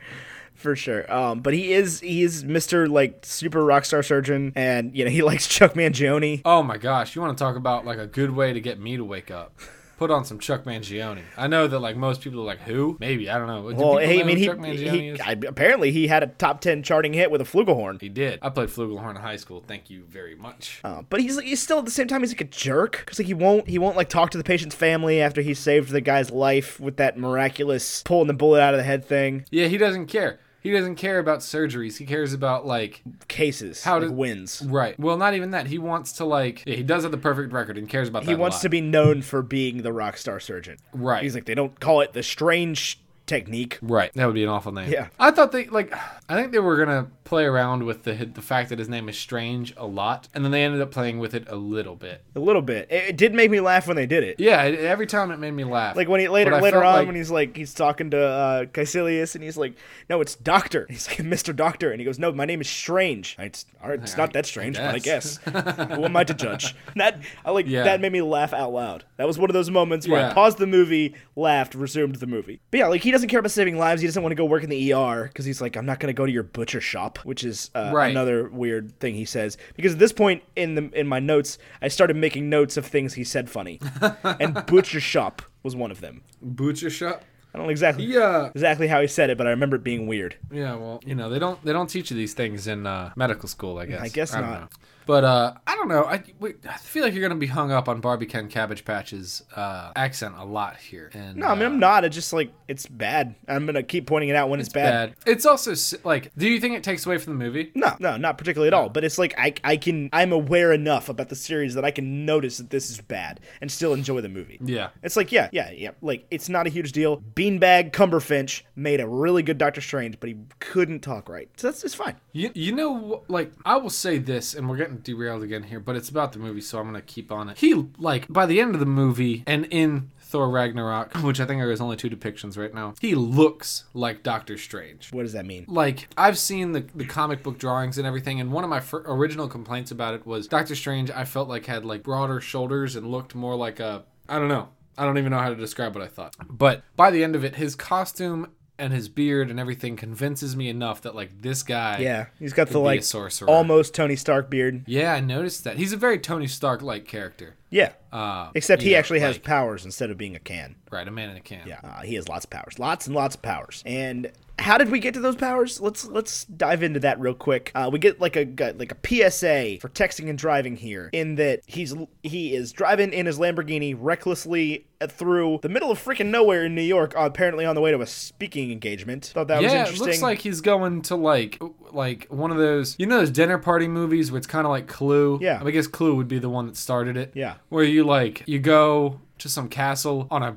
Speaker 2: for sure um but he is he is mr like super rockstar surgeon and you know he likes chuck mangione
Speaker 1: Oh my gosh, you want to talk about like a good way to get me to wake up? Put on some Chuck Mangione. I know that like most people are like, who? Maybe I don't know. Do
Speaker 2: Well,
Speaker 1: people
Speaker 2: hey,
Speaker 1: know
Speaker 2: I
Speaker 1: who
Speaker 2: mean, he,
Speaker 1: Chuck Mangione
Speaker 2: he
Speaker 1: is?
Speaker 2: I, apparently he had a top ten charting hit with a flugelhorn.
Speaker 1: He did. I played flugelhorn in high school. Thank you very much.
Speaker 2: Uh, but he's like, he's still at the same time he's like a jerk because like he won't he won't like talk to the patient's family after he saved the guy's life with that miraculous pulling the bullet out of the head thing.
Speaker 1: Yeah, he doesn't care. He doesn't care about surgeries. He cares about like
Speaker 2: Cases,
Speaker 1: How
Speaker 2: like,
Speaker 1: did-
Speaker 2: wins.
Speaker 1: right. Well, not even that. He wants to like. Yeah, he does have the perfect record and cares about that.
Speaker 2: He wants to be known for being the rock star surgeon.
Speaker 1: Right.
Speaker 2: He's like they don't call it the strange technique.
Speaker 1: Right. That would be an awful name.
Speaker 2: Yeah.
Speaker 1: I thought they like. I think they were gonna play around with the the fact that his name is Strange a lot, and then they ended up playing with it a little bit.
Speaker 2: A little bit. It, it did make me laugh when they did it.
Speaker 1: Yeah. It, every time it made me laugh.
Speaker 2: Like when he later
Speaker 1: But I
Speaker 2: later
Speaker 1: felt
Speaker 2: on
Speaker 1: like-
Speaker 2: when he's like he's talking to uh Caecilius and he's like, No, it's Doctor. And he's like, Mr. Doctor and he goes, No, my name is Strange. And It's all right, it's not that strange, but I guess.
Speaker 1: guess.
Speaker 2: Who am I to judge? And That I like
Speaker 1: Yeah.
Speaker 2: that made me laugh out loud. That was one of those moments where I
Speaker 1: Yeah.
Speaker 2: paused the movie, laughed, resumed the movie. But yeah, like he doesn't care about saving lives, he doesn't want to go work in the ER because he's like, I'm not gonna go to your butcher shop, which is uh,
Speaker 1: Right.
Speaker 2: another weird thing he says. Because at this point in the in my notes, I started making notes of things he said funny. and butcher shop was one of them.
Speaker 1: butcher shop.
Speaker 2: I don't know exactly
Speaker 1: Yeah.
Speaker 2: exactly how he said it, but I remember it being weird.
Speaker 1: Yeah, well, you know, they don't they don't teach you these things in uh, medical school, I guess.
Speaker 2: I guess
Speaker 1: don't
Speaker 2: not.
Speaker 1: know. But uh, I don't know. I, wait, I feel like you're gonna be hung up on Barbie Ken Cabbage Patch's uh, accent a lot here. And, uh,
Speaker 2: No, I mean I'm not. It's just like it's bad. I'm gonna keep pointing it out when it's, bad.
Speaker 1: bad. It's also s- like, do you think it takes away from the movie?
Speaker 2: No, no, not particularly at all. But it's like I, I can I'm aware enough about the series that I can notice that this is bad and still enjoy the movie.
Speaker 1: Yeah.
Speaker 2: It's like yeah, yeah, yeah. Like it's not a huge deal. Beanbag Cumberfinch made a really good Doctor Strange, but he couldn't talk right, so that's it's fine.
Speaker 1: You, you know, wh- like, I will say this, and we're getting derailed again here, but it's about the movie, so I'm going to keep on it. He, like, by the end of the movie and in Thor Ragnarok, which I think are his only two depictions right now, he looks like Doctor Strange.
Speaker 2: What does that mean?
Speaker 1: like I've seen the, the comic book drawings and everything, and one of my fir- original complaints about it was Doctor Strange. I felt like had like broader shoulders and looked more like a I don't know. I don't even know how to describe what I thought. But by the end of it, his costume and his beard and everything convinces me enough that like this guy.
Speaker 2: Yeah, he's got the
Speaker 1: be a
Speaker 2: like
Speaker 1: sorcerer.
Speaker 2: almost Tony Stark beard.
Speaker 1: Yeah, I noticed that. He's a very Tony Stark like character.
Speaker 2: Yeah.
Speaker 1: Uh,
Speaker 2: Except
Speaker 1: you
Speaker 2: he
Speaker 1: know,
Speaker 2: actually has
Speaker 1: like-
Speaker 2: powers instead of being a can.
Speaker 1: right, a man in a can.
Speaker 2: Yeah, uh, he has lots of powers, lots and lots of powers. And how did we get to those powers? Let's let's dive into that real quick. Uh, we get like a got like a PSA for texting and driving here, in that he's he is driving in his Lamborghini recklessly through the middle of freaking nowhere in New York, uh, apparently on the way to a speaking engagement. Thought that was
Speaker 1: Yeah, it
Speaker 2: interesting.
Speaker 1: looks like he's going to like like one of those you know those dinner party movies where it's kind of like Clue.
Speaker 2: Yeah.
Speaker 1: I guess Clue would be the one that started it.
Speaker 2: Yeah.
Speaker 1: where you like you go to some castle on a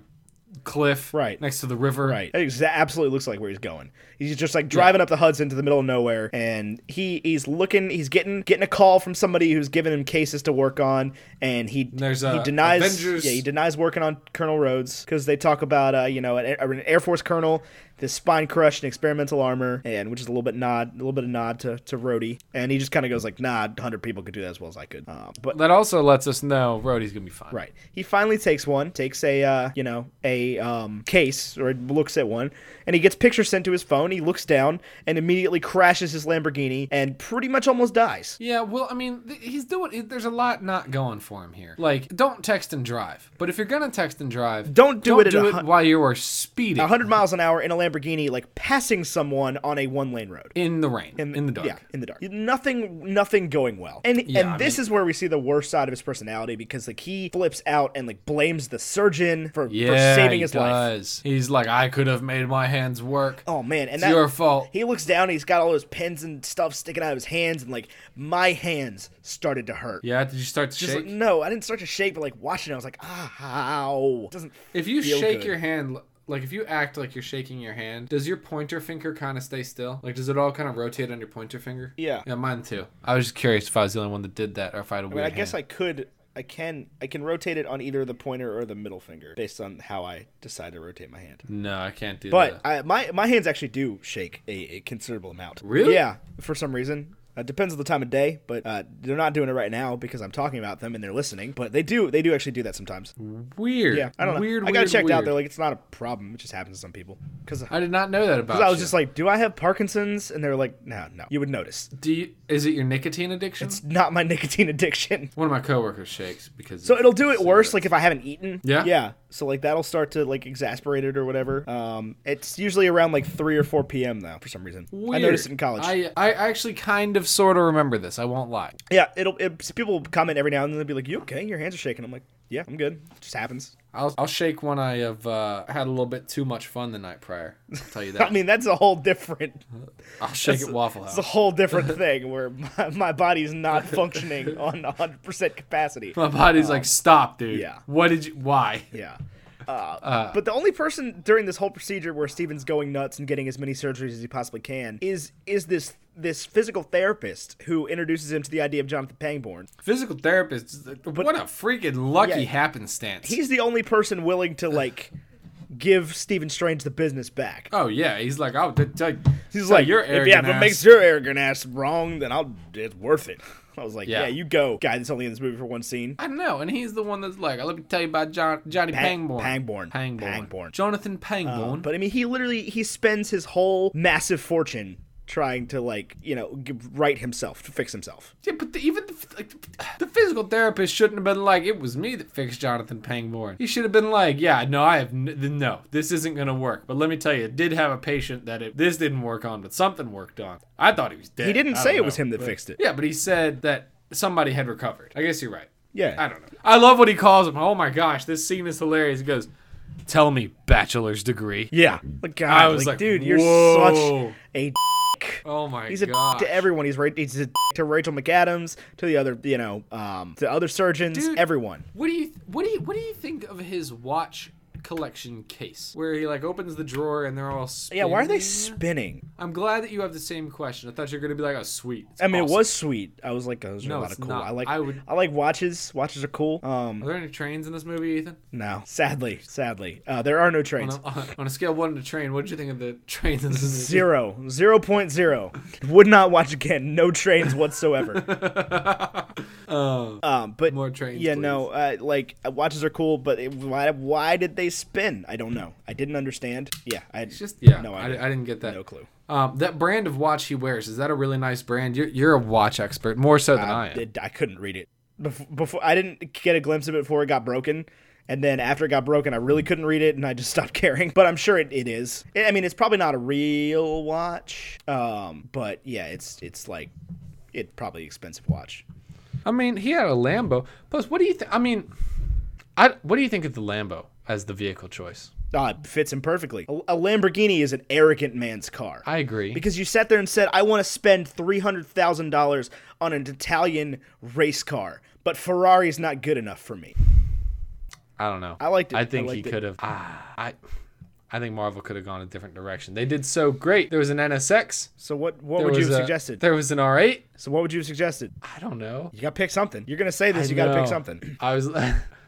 Speaker 1: cliff
Speaker 2: Right.
Speaker 1: next to the river.
Speaker 2: Right. That exa- absolutely looks like where he's going. He's just like driving up the Hudson to the middle of nowhere, and he he's looking, he's getting getting a call from somebody who's giving him cases to work on, and he
Speaker 1: There's
Speaker 2: he
Speaker 1: a
Speaker 2: denies
Speaker 1: Avengers-
Speaker 2: yeah he denies working on Colonel Rhodes because they talk about uh you know an, an Air Force Colonel, this spine crush and experimental armor, and which is a little bit nod a little bit of nod to to Rhodey, and he just kind of goes like nah, hundred people could do that as well as I could, uh, but
Speaker 1: That also lets us know Rhodey's gonna be fine.
Speaker 2: Right. He finally takes one, takes a uh, you know a um, case or looks at one, and he gets pictures sent to his phone. He looks down and immediately crashes his Lamborghini and pretty much almost dies.
Speaker 1: Yeah, well, I mean, th- he's doing. it- There's a lot not going for him here. Like, don't text and drive. But if you're gonna text and drive,
Speaker 2: Don't do it at a hun-
Speaker 1: while you are speeding
Speaker 2: 100 miles an hour in a Lamborghini, like passing someone on a one-lane road.
Speaker 1: in the rain, in, the dark.
Speaker 2: Yeah, in the dark. Nothing, nothing going well. And
Speaker 1: Yeah,
Speaker 2: and
Speaker 1: I
Speaker 2: this
Speaker 1: mean-
Speaker 2: is where we see the worst side of his personality because like he flips out and like blames the surgeon for,
Speaker 1: Yeah,
Speaker 2: for saving
Speaker 1: he
Speaker 2: his life.
Speaker 1: does. He's like, I could have made my hands work.
Speaker 2: Oh man, and
Speaker 1: it's
Speaker 2: that,
Speaker 1: your fault.
Speaker 2: He looks down. and He's got all those pins and stuff sticking out of his hands, and like my hands started to hurt.
Speaker 1: yeah, did you start to
Speaker 2: Just
Speaker 1: shake?
Speaker 2: like no, I didn't start to shake, but like watching, it, I was like, ah, ow. Doesn't
Speaker 1: if you
Speaker 2: feel
Speaker 1: shake
Speaker 2: good.
Speaker 1: your hand, like if you act like you're shaking your hand, does your pointer finger kind of stay still? Like, does it all kind of rotate on your pointer finger?
Speaker 2: Yeah.
Speaker 1: Yeah, mine too. I was just curious if I was the only one that did that, or if I had a
Speaker 2: I, mean,
Speaker 1: weird
Speaker 2: I guess
Speaker 1: hand.
Speaker 2: I could, I can, I can rotate it on either the pointer or the middle finger based on how I decide to rotate my hand.
Speaker 1: no, I can't do
Speaker 2: But
Speaker 1: that.
Speaker 2: I, my my hands actually do shake a, a considerable amount.
Speaker 1: Really?
Speaker 2: Yeah, for some reason. It depends on the time of day, but uh, they're not doing it right now because I'm talking about them and they're listening. But they do, they do actually do that sometimes.
Speaker 1: Weird.
Speaker 2: Yeah, I don't know.
Speaker 1: Weird.
Speaker 2: I got
Speaker 1: weird,
Speaker 2: it checked
Speaker 1: weird.
Speaker 2: out. They're like, it's not a problem. It just happens to some people. Because
Speaker 1: I did not know that about
Speaker 2: I was
Speaker 1: you.
Speaker 2: just like, do I have Parkinson's? And they're like, no, no. You would notice.
Speaker 1: Do you, is it your nicotine addiction?
Speaker 2: It's not my nicotine addiction.
Speaker 1: One of my coworkers shakes because
Speaker 2: So it'll do it worse, like if I haven't eaten.
Speaker 1: Yeah?
Speaker 2: Yeah. So like that'll start to like exasperate it or whatever. Um, it's usually around like three or four p.m. though for some reason. I noticed it in college.
Speaker 1: I I actually kind of sort of remember this. I won't lie.
Speaker 2: yeah, it'll it, people comment every now and then. They'll be like, "You okay? Your hands are shaking." I'm like, "Yeah, I'm good. It just happens."
Speaker 1: I'll I'll shake when I have uh, had a little bit too much fun the night prior. I'll tell you
Speaker 2: I
Speaker 1: that.
Speaker 2: mean, that's a whole different
Speaker 1: I'll shake at Waffle
Speaker 2: It's a
Speaker 1: House.
Speaker 2: whole different thing where my, my body's not functioning on 100% capacity.
Speaker 1: My body's like, stop, dude.
Speaker 2: oh. yeah.
Speaker 1: What did you? Why?
Speaker 2: Yeah. Uh, but the only person during this whole procedure where Steven's going nuts and getting as many surgeries as he possibly can is is this this physical therapist who introduces him to the idea of Jonathan Pangborn.
Speaker 1: Physical therapist. what a freaking lucky
Speaker 2: Yeah.
Speaker 1: happenstance.
Speaker 2: He's the only person willing to like give Stephen Strange the business back.
Speaker 1: oh yeah. He's like, oh, th- th-
Speaker 2: He's
Speaker 1: so
Speaker 2: like,
Speaker 1: you're
Speaker 2: if, yeah,
Speaker 1: arrogant
Speaker 2: if it
Speaker 1: ass."
Speaker 2: makes your arrogant ass wrong, then I'll it's worth it. I was like, yeah,
Speaker 1: Yeah.
Speaker 2: you go, guy. That's only in this movie for one scene.
Speaker 1: I know, and he's the one that's like, let me tell you about John, Johnny
Speaker 2: Pang-
Speaker 1: Pangborn.
Speaker 2: Pangborn.
Speaker 1: Pangborn.
Speaker 2: Pangborn. Um,
Speaker 1: Jonathan Pangborn.
Speaker 2: But I mean, he literally he spends his whole massive fortune trying to like you know g- right himself to fix himself.
Speaker 1: Yeah, but the, even the, like, the physical therapist shouldn't have been like, it was me that fixed Jonathan Pangborn. He should have been like, yeah, no, I have, n- th- no, this isn't going to work. But let me tell you, it did have a patient that it, this didn't work on, but something worked on. I thought he was dead.
Speaker 2: He didn't
Speaker 1: Eh, I
Speaker 2: say
Speaker 1: don't
Speaker 2: it was
Speaker 1: know.
Speaker 2: him that
Speaker 1: But-
Speaker 2: fixed it.
Speaker 1: Yeah, but he said that somebody had recovered. I guess you're right.
Speaker 2: Yeah.
Speaker 1: I don't know. I love what he calls him. Oh my gosh, this scene is hilarious. He goes, tell me, bachelor's degree.
Speaker 2: Yeah, like God,
Speaker 1: I was
Speaker 2: like,
Speaker 1: like,
Speaker 2: dude, you're
Speaker 1: whoa.
Speaker 2: such a. D-
Speaker 1: Oh my
Speaker 2: he's a d-
Speaker 1: gosh.
Speaker 2: to everyone. He's right. He's a d- to Rachel McAdams, to the other, you know, um, to other surgeons,
Speaker 1: Dude.
Speaker 2: everyone.
Speaker 1: What do you what do you what do you think of his watch collection case where he like opens the drawer and they're all spinning?
Speaker 2: Yeah, why are they spinning?
Speaker 1: I'm glad that you have the same question. I thought you were gonna be like, oh sweet. it's
Speaker 2: I mean,
Speaker 1: awesome."
Speaker 2: it was sweet. I was like, those are
Speaker 1: No,
Speaker 2: a lot
Speaker 1: it's
Speaker 2: of cool.
Speaker 1: not.
Speaker 2: I like.
Speaker 1: I would-
Speaker 2: I like watches. Watches are cool.
Speaker 1: Are
Speaker 2: Um,
Speaker 1: there any trains in this movie, Ethan?
Speaker 2: no, sadly, sadly, uh, there are no trains.
Speaker 1: On a, on a scale of one to train, what did you think of the trains in this movie?
Speaker 2: Zero. Zero point zero. Would not watch again. No trains whatsoever.
Speaker 1: Oh,
Speaker 2: Um, but
Speaker 1: More trains,
Speaker 2: Yeah, no. Uh, like uh, watches are cool, but it, why? Why did they spin? I don't know. I didn't understand. Yeah, I
Speaker 1: it's just yeah.
Speaker 2: No,
Speaker 1: I,
Speaker 2: I
Speaker 1: I
Speaker 2: didn't.
Speaker 1: didn't get that.
Speaker 2: no clue.
Speaker 1: Um, that brand of watch he wears is that a really nice brand? You're, you're a watch expert more so than I am.
Speaker 2: It- I couldn't read it. before, before I didn't get a glimpse of it before it got broken. And then after it got broken, I really couldn't read it, and I just stopped caring. But I'm sure it, it is. I mean, it's probably not a real watch, um, but yeah, it's it's like it probably expensive watch.
Speaker 1: I mean, he had a Lambo. Plus, what do you think? I mean, I what do you think of the Lambo as the vehicle choice?
Speaker 2: Ah, it fits him perfectly. A, a Lamborghini is an arrogant man's car.
Speaker 1: I agree.
Speaker 2: because you sat there and said, "I want to spend three hundred thousand dollars on an Italian race car," but Ferrari's not good enough for me.
Speaker 1: I don't know.
Speaker 2: I liked it.
Speaker 1: I think
Speaker 2: I
Speaker 1: he
Speaker 2: liked it.
Speaker 1: could have. Ah, I, I think Marvel could have gone a different direction. They did so great. There was an NSX.
Speaker 2: So what what
Speaker 1: There
Speaker 2: would you
Speaker 1: was
Speaker 2: have
Speaker 1: a-
Speaker 2: suggested?
Speaker 1: There was an R8.
Speaker 2: So what would you have suggested?
Speaker 1: I don't know.
Speaker 2: You got to pick something. You're gonna say this. you got to
Speaker 1: No.
Speaker 2: pick something.
Speaker 1: I was.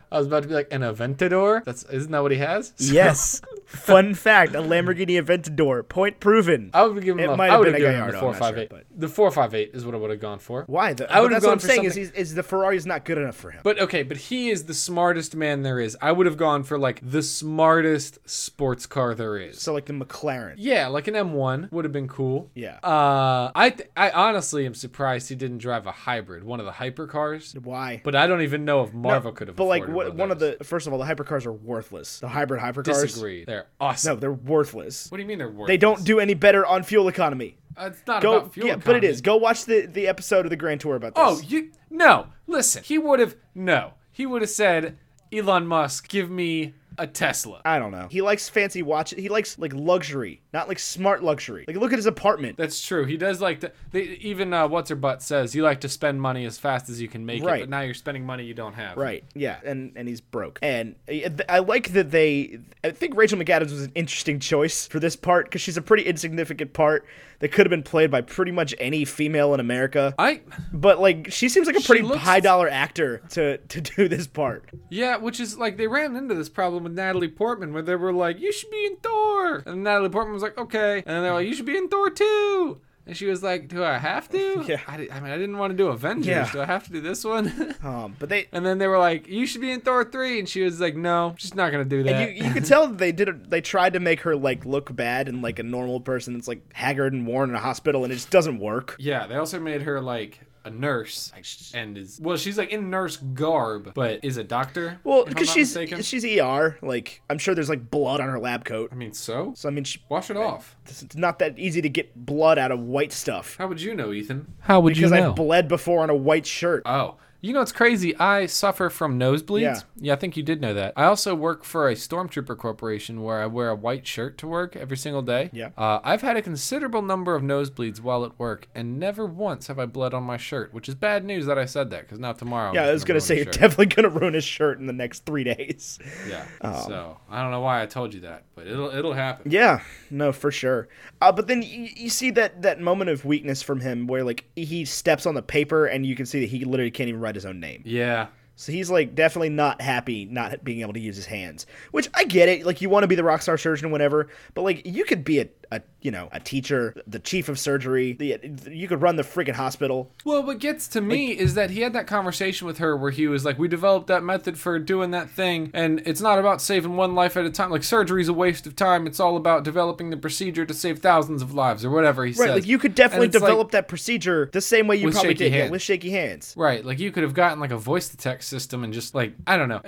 Speaker 1: I was about to be like an Aventador. That's isn't that what he has? So,
Speaker 2: Yes. Fun fact: a Lamborghini Aventador. Point proven.
Speaker 1: I would have given
Speaker 2: It
Speaker 1: him. A,
Speaker 2: might
Speaker 1: I
Speaker 2: have
Speaker 1: would have
Speaker 2: been a
Speaker 1: given him the
Speaker 2: Gallardo, I'm
Speaker 1: four
Speaker 2: not sure,
Speaker 1: five eight.
Speaker 2: but-
Speaker 1: The four five eight is what I would have gone for.
Speaker 2: Why? The,
Speaker 1: I
Speaker 2: but
Speaker 1: would have
Speaker 2: that's what
Speaker 1: gone
Speaker 2: I'm
Speaker 1: for
Speaker 2: saying is,
Speaker 1: something-
Speaker 2: he's, is the Ferrari's not good enough for him.
Speaker 1: But okay, but he is the smartest man there is. I would have gone for like the smartest sports car there is.
Speaker 2: so like the McLaren.
Speaker 1: Yeah, like an M1 would have been cool.
Speaker 2: Yeah.
Speaker 1: Uh, I th- I honestly am surprised he didn't drive a hybrid, one of the hypercars.
Speaker 2: Why?
Speaker 1: But I don't even know if Marvel could have.
Speaker 2: But like
Speaker 1: afforded
Speaker 2: what, one of
Speaker 1: those.
Speaker 2: the first of all, the hypercars are worthless. The hybrid hypercars.
Speaker 1: disagree. They're awesome.
Speaker 2: No, they're worthless.
Speaker 1: What do you mean they're worthless?
Speaker 2: They don't do any better on fuel economy.
Speaker 1: Uh, it's not
Speaker 2: Go,
Speaker 1: about fuel.
Speaker 2: yeah, but it
Speaker 1: economy.
Speaker 2: is. Go watch the the episode of the Grand Tour about this.
Speaker 1: Oh, you no. Listen, he would have no. He would have said, Elon Musk, give me a Tesla.
Speaker 2: I don't know. He likes fancy watches. He likes like luxury, not like smart luxury. Like look at his apartment.
Speaker 1: That's true. He does like to. They, even uh, what's her butt says you like to spend money as fast as you can make it,
Speaker 2: Right.
Speaker 1: but now you're spending money you don't have.
Speaker 2: Right. Yeah, and and he's broke. And uh, I like that they. I think Rachel McAdams was an interesting choice for this part because she's a pretty insignificant part that could have been played by pretty much any female in America.
Speaker 1: I,
Speaker 2: But like she seems like a pretty
Speaker 1: looks-
Speaker 2: high dollar actor to to do this part.
Speaker 1: yeah, which is like they ran into this problem with Natalie Portman where they were like, you should be in Thor, and Natalie Portman was like, okay, and then they're like, you should be in Thor too. And she was like, "Do I have to?
Speaker 2: Yeah.
Speaker 1: I, di- I mean, I didn't want to do Avengers.
Speaker 2: Yeah.
Speaker 1: Do I have to do this one?"
Speaker 2: Um, but they
Speaker 1: and then they were like, "You should be in Thor 3. and she was like, "No, she's not gonna do that."
Speaker 2: you, you could tell that they did. A, they tried to make her like look bad and like a normal person that's like haggard and worn in a hospital, and it just doesn't work.
Speaker 1: Yeah, they also made her like a nurse and is well, she's like in nurse garb, but is a doctor.
Speaker 2: Well,
Speaker 1: if I'm
Speaker 2: because
Speaker 1: not
Speaker 2: she's
Speaker 1: mistaken.
Speaker 2: she's ER. Like I'm sure there's like blood on her lab coat.
Speaker 1: I mean, so
Speaker 2: So I mean, she,
Speaker 1: wash it off.
Speaker 2: it's not that easy to get blood out of white stuff
Speaker 1: How would you know, Ethan? How would
Speaker 2: because I've bled before on a white shirt.
Speaker 1: oh, you know it's crazy. I suffer from nosebleeds.
Speaker 2: Yeah.
Speaker 1: I think you did know that. I also work for a stormtrooper corporation where I wear a white shirt to work every single day.
Speaker 2: Yeah.
Speaker 1: Uh, I've had a considerable number of nosebleeds while at work, and never once have I bled on my shirt, which is bad news that I said that because now tomorrow. I'm
Speaker 2: yeah,
Speaker 1: just
Speaker 2: I was gonna
Speaker 1: ruin
Speaker 2: say
Speaker 1: the
Speaker 2: you're
Speaker 1: shirt.
Speaker 2: definitely gonna ruin his shirt in the next three days.
Speaker 1: Yeah. so I don't know why I told you that, but it'll it'll happen.
Speaker 2: Oh. Yeah, no, for sure. Uh, but then you, you see that that moment of weakness from him, where like he steps on the paper, and you can see that he literally can't even write his own name.
Speaker 1: Yeah.
Speaker 2: So he's like definitely not happy not being able to use his hands, which I get it. Like you want to be the rock star surgeon, whatever, but like you could be a, a you know a teacher, the chief of surgery. The, you could run the freaking hospital.
Speaker 1: Well, what gets to me is that he had that conversation with her where he was like, "We developed that method for doing that thing, and it's not about saving one life at a time. Like surgery's a waste of time. It's all about developing the procedure to save thousands of lives or whatever he
Speaker 2: Right,
Speaker 1: says."
Speaker 2: like you could definitely
Speaker 1: And it's like-
Speaker 2: develop that procedure the same way you
Speaker 1: With
Speaker 2: probably
Speaker 1: shaky
Speaker 2: did yeah,
Speaker 1: hands.
Speaker 2: with shaky hands.
Speaker 1: Right, like you could have gotten like a voice to text system and just like I don't know.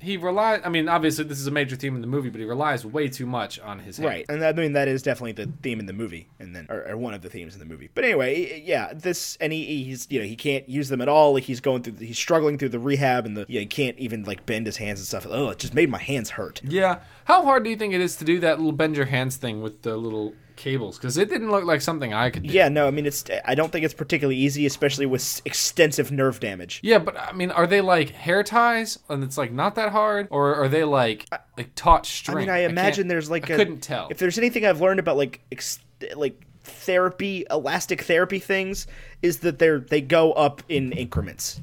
Speaker 1: He relies. I mean, obviously this is a major theme in the movie, but he relies way too much on his hand.
Speaker 2: Right, and I mean that is definitely the theme in the movie, and then or, or one of the themes in the movie. But anyway, y- yeah, this and he, he's you know he can't use them at all. Like he's going through, he's struggling through the rehab, and the yeah, he can't even like bend his hands and stuff. Oh, it just made my hands hurt.
Speaker 1: Yeah. How hard do you think it is to do that little bend your hands thing with the little cables? Because it didn't look like something I could do.
Speaker 2: Yeah, no, I mean it's. I don't think it's particularly easy, especially with s- extensive nerve damage.
Speaker 1: Yeah, but I mean, are they like hair ties and it's like not that hard, or are they like like taut string?
Speaker 2: I mean, I
Speaker 1: can't-
Speaker 2: imagine there's like
Speaker 1: I
Speaker 2: a-
Speaker 1: couldn't tell.
Speaker 2: If there's anything I've learned about like ex- like therapy, elastic therapy things, is that they're they go up in increments.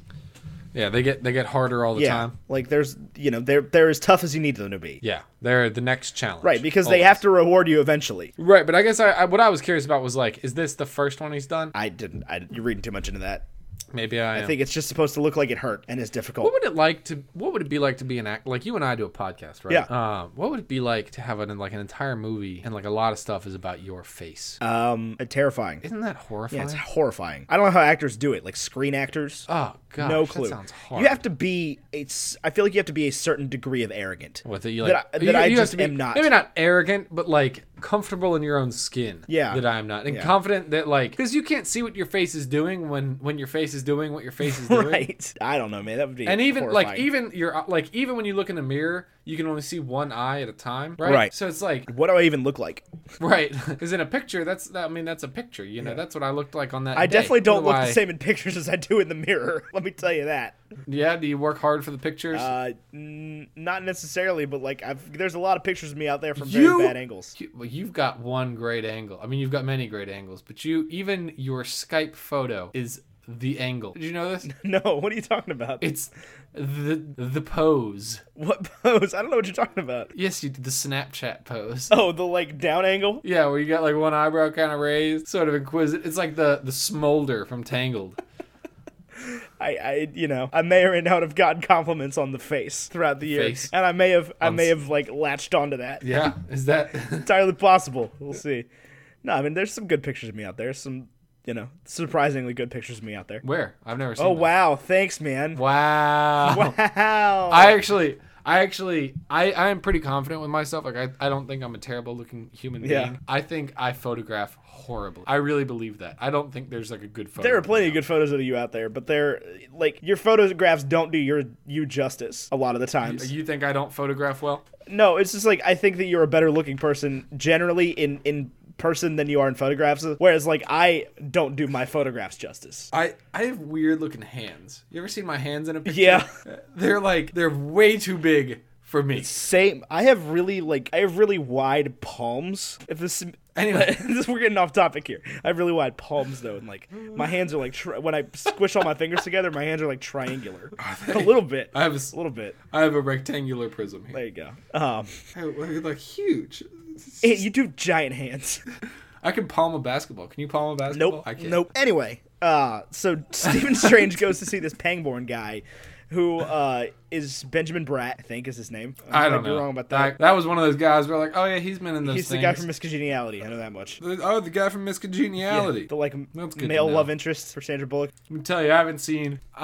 Speaker 1: yeah, they get they get harder all the
Speaker 2: Yeah,
Speaker 1: time.
Speaker 2: like there's you know they're they're as tough as you need them to be.
Speaker 1: Yeah, they're the next challenge.
Speaker 2: Right, because they have to reward you eventually.
Speaker 1: to. Right, but I guess I, I what I was curious about was like, is this the first one he's done?
Speaker 2: I didn't. I, you're reading too much into that.
Speaker 1: Maybe I,
Speaker 2: I
Speaker 1: am.
Speaker 2: think it's just supposed to look like it hurt and is difficult.
Speaker 1: What would it like to? What would it be like to be an act? Like you and I do a podcast, right?
Speaker 2: Yeah.
Speaker 1: Uh, what would it be like to have an like an entire movie and like a lot of stuff is about your face?
Speaker 2: Um, uh, terrifying.
Speaker 1: Isn't that
Speaker 2: Yeah,
Speaker 1: horrifying?
Speaker 2: it's horrifying. I don't know how actors do it, like screen actors.
Speaker 1: oh god,
Speaker 2: no clue.
Speaker 1: That sounds hard.
Speaker 2: You have to be. It's. I feel like you have to be a certain degree of arrogant.
Speaker 1: with it, you like
Speaker 2: that I-
Speaker 1: you-
Speaker 2: that I
Speaker 1: you have
Speaker 2: just
Speaker 1: to be-
Speaker 2: am not.
Speaker 1: Maybe not arrogant, but like comfortable in your own skin.
Speaker 2: Yeah.
Speaker 1: that I'm not, and
Speaker 2: Yeah.
Speaker 1: confident that like because you can't see what your face is doing when when your face is doing what your face is doing.
Speaker 2: Right. I don't know, man. That would be.
Speaker 1: and even like
Speaker 2: horrifying.
Speaker 1: even your like even when you look in a mirror you can only see one eye at a time right,
Speaker 2: Right.
Speaker 1: so it's like
Speaker 2: What do I even look like?
Speaker 1: right because in a picture that's that, i mean that's a picture you know that's what i looked like on that
Speaker 2: I
Speaker 1: day.
Speaker 2: definitely don't
Speaker 1: What
Speaker 2: look
Speaker 1: do
Speaker 2: the
Speaker 1: I-
Speaker 2: same in pictures as I do in the mirror. Let me tell you that.
Speaker 1: yeah do you work hard for the pictures
Speaker 2: Uh, n- not necessarily, but like I've there's a lot of pictures of me out there from
Speaker 1: You-
Speaker 2: very bad angles.
Speaker 1: You- well, you've got one great angle i mean you've got many great angles but you even your skype photo is the angle did you know this
Speaker 2: No, what are you talking about?
Speaker 1: it's the the pose
Speaker 2: what pose? I don't know what you're talking about.
Speaker 1: yes you did the snapchat pose
Speaker 2: Oh, the like down angle.
Speaker 1: Yeah, where you got like one eyebrow kind of raised, sort of inquisitive. It's like the the smolder from Tangled.
Speaker 2: I, I, you know, I may or may not have gotten compliments on the face throughout the year,
Speaker 1: Face.
Speaker 2: and I may have, I
Speaker 1: On
Speaker 2: may
Speaker 1: s-
Speaker 2: have like latched onto that.
Speaker 1: Yeah, is that?
Speaker 2: Entirely possible. We'll see. No, I mean, there's some good pictures of me out there. Some, you know, surprisingly good pictures of me out there.
Speaker 1: Where? I've never seen.
Speaker 2: Oh
Speaker 1: that.
Speaker 2: wow! Thanks, man.
Speaker 1: Wow!
Speaker 2: Wow.
Speaker 1: I actually, I actually, I I am pretty confident with myself. Like I, I don't think I'm a terrible looking human being.
Speaker 2: Yeah.
Speaker 1: I think I photograph horribly. I really believe that. I don't think there's like a good photo.
Speaker 2: there are plenty of good photos of you out there, but they're like your photographs don't do your you justice a lot of the times.
Speaker 1: You think I don't photograph well?
Speaker 2: No, it's just like I think that you're a better looking person generally in in person than you are in photographs. Whereas like I don't do my photographs justice.
Speaker 1: I I have weird looking hands. You ever seen my hands in a picture?
Speaker 2: Yeah.
Speaker 1: They're like they're way too big for me.
Speaker 2: Same. I have really like I have really wide palms. If this
Speaker 1: Anyway.
Speaker 2: this, we're getting off topic here. I have really wide palms though, and like my hands are like tri- when I squish all my fingers together, my hands are like triangular. A little bit.
Speaker 1: I have a
Speaker 2: a
Speaker 1: s-
Speaker 2: little bit.
Speaker 1: I have a rectangular prism here.
Speaker 2: There you go. Um,
Speaker 1: Oh, well, you're, like huge.
Speaker 2: eh, you do have giant hands.
Speaker 1: I can palm a basketball. Can you palm a basketball?
Speaker 2: Nope.
Speaker 1: I can't.
Speaker 2: Nope. Anyway, uh, so Stephen Strange goes to see this Pangborn guy, who uh, is Benjamin Bratt, I think is his name.
Speaker 1: I
Speaker 2: might
Speaker 1: don't
Speaker 2: be
Speaker 1: know.
Speaker 2: wrong about that.
Speaker 1: That was one of those guys where like, oh yeah, he's been in those
Speaker 2: He's the
Speaker 1: things.
Speaker 2: guy from Miss Congeniality. I know that much.
Speaker 1: The- oh, the guy from Miss Congeniality.
Speaker 2: The like
Speaker 1: That's good to
Speaker 2: male
Speaker 1: know.
Speaker 2: love interest for Sandra Bullock.
Speaker 1: Let me tell you, I haven't seen.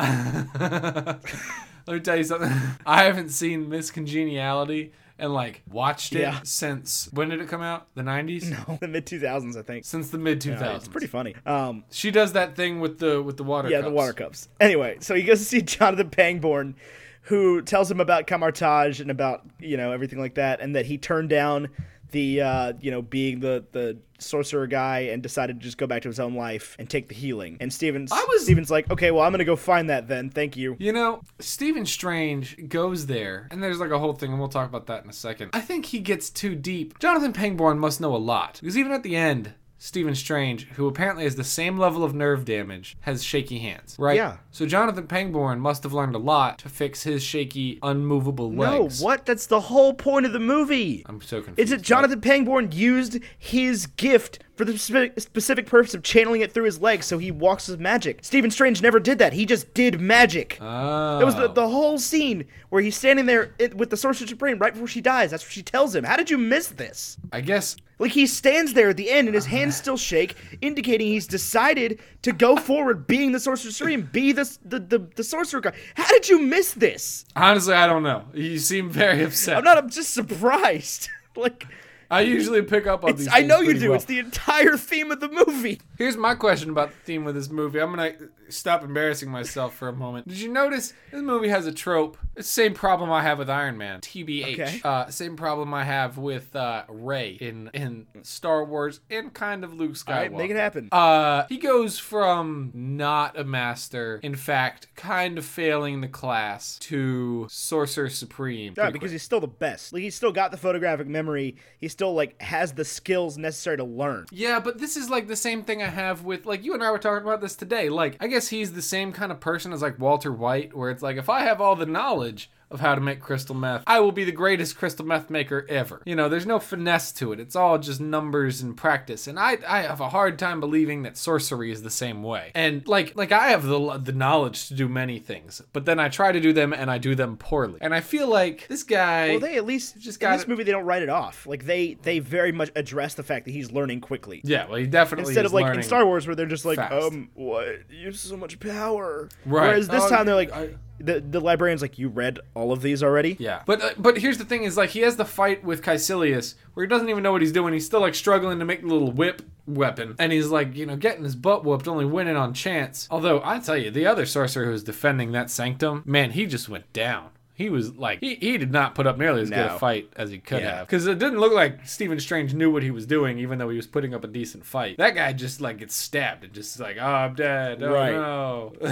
Speaker 1: Let me tell you something. I haven't seen Miss Congeniality and like watched it
Speaker 2: Yeah.
Speaker 1: since when did it come out? The '90s.
Speaker 2: No, the mid two thousands, I think.
Speaker 1: Since the mid
Speaker 2: Uh,
Speaker 1: 2000s.
Speaker 2: It's pretty funny. Um,
Speaker 1: She does that thing with the with the water.
Speaker 2: yeah, the
Speaker 1: cups.
Speaker 2: water cups. Anyway, so he goes to see Jonathan Pangborn, who tells him about Camartage and about you know everything like that, and that he turned down the uh, you know being the the sorcerer guy and decided to just go back to his own life and take the healing. And Stevens,
Speaker 1: I was-
Speaker 2: Stevens like, okay, well I'm gonna go find that then. Thank you.
Speaker 1: You know, Stephen Strange goes there, and there's like a whole thing, and we'll talk about that in a second. I think he gets too deep. Jonathan Pangborn must know a lot, because even at the end, Stephen Strange, who apparently has the same level of nerve damage, has shaky hands, right?
Speaker 2: Yeah.
Speaker 1: So Jonathan Pangborn must have learned a lot to fix his shaky, unmovable legs.
Speaker 2: No, what? That's the whole point of the movie.
Speaker 1: I'm so confused.
Speaker 2: It's that Jonathan Pangborn used his gift for the spe- specific purpose of channeling it through his legs so he walks with magic. Stephen Strange never did that. He just did magic.
Speaker 1: Oh.
Speaker 2: That was the, the whole scene where he's standing there it, with the Sorcerer Supreme right before she dies. That's what she tells him. How did you miss this?
Speaker 1: I guess
Speaker 2: Like he stands there at the end and his
Speaker 1: Uh-huh.
Speaker 2: hands still shake, indicating he's decided to go forward being the Sorcerer Supreme, be the, the, the, the Sorcerer guy. How did you miss this?
Speaker 1: honestly, I don't know. You seem very upset.
Speaker 2: I'm not, I'm just surprised. like,
Speaker 1: I usually pick up on these.
Speaker 2: I
Speaker 1: things
Speaker 2: know you
Speaker 1: pretty
Speaker 2: do.
Speaker 1: well.
Speaker 2: It's the entire theme of the movie.
Speaker 1: Here's my question about the theme of this movie. I'm gonna stop embarrassing myself for a moment. Did you notice this movie has a trope? It's the same problem I have with Iron Man. TBH.
Speaker 2: Okay.
Speaker 1: Uh, same problem I have with uh, Ray in in Star Wars and kind of Luke Skywalker.
Speaker 2: Alright, make it happen.
Speaker 1: Uh, he goes from not a master, in fact, kind of failing the class, to sorcerer supreme.
Speaker 2: Yeah,
Speaker 1: pretty
Speaker 2: because
Speaker 1: quick.
Speaker 2: he's still the best. Like he's still got the photographic memory. He still like has the skills necessary to learn.
Speaker 1: Yeah, but this is like the same thing I have with like you and I were talking about this today. Like I guess he's the same kind of person as like Walter White, where it's like if I have all the knowledge, of how to make crystal meth. I will be the greatest crystal meth maker ever. You know, there's no finesse to it. It's all just numbers and practice. And I I have a hard time believing that sorcery is the same way. And like like I have the the knowledge to do many things, but then I try to do them and I do them poorly. And I feel like this guy
Speaker 2: Well, they at least
Speaker 1: Just
Speaker 2: just
Speaker 1: got
Speaker 2: in this
Speaker 1: it-
Speaker 2: movie they don't write it off. Like they they very much address the fact that he's learning quickly.
Speaker 1: Yeah, well, he definitely
Speaker 2: Instead
Speaker 1: is
Speaker 2: of like in
Speaker 1: learning.
Speaker 2: Star Wars where they're just like,
Speaker 1: fast.
Speaker 2: um, what? You have so much power.
Speaker 1: Right.
Speaker 2: Whereas this
Speaker 1: Oh,
Speaker 2: time they're like,
Speaker 1: I-
Speaker 2: the the librarian's like, you read all of these already.
Speaker 1: Yeah, but uh, but here's the thing: is like he has the fight with Caecilius, where he doesn't even know what he's doing. He's still like struggling to make the little whip weapon, and he's like you know getting his butt whooped, only winning on chance. Although I tell you, the other sorcerer who was defending that sanctum, man, he just went down. He was like he, he did not put up nearly as good a
Speaker 2: No.
Speaker 1: fight as he could
Speaker 2: Yeah.
Speaker 1: have because it didn't look like Stephen Strange knew what he was doing, even though he was putting up a decent fight. That guy just like gets stabbed and just like oh I'm dead, oh
Speaker 2: Right.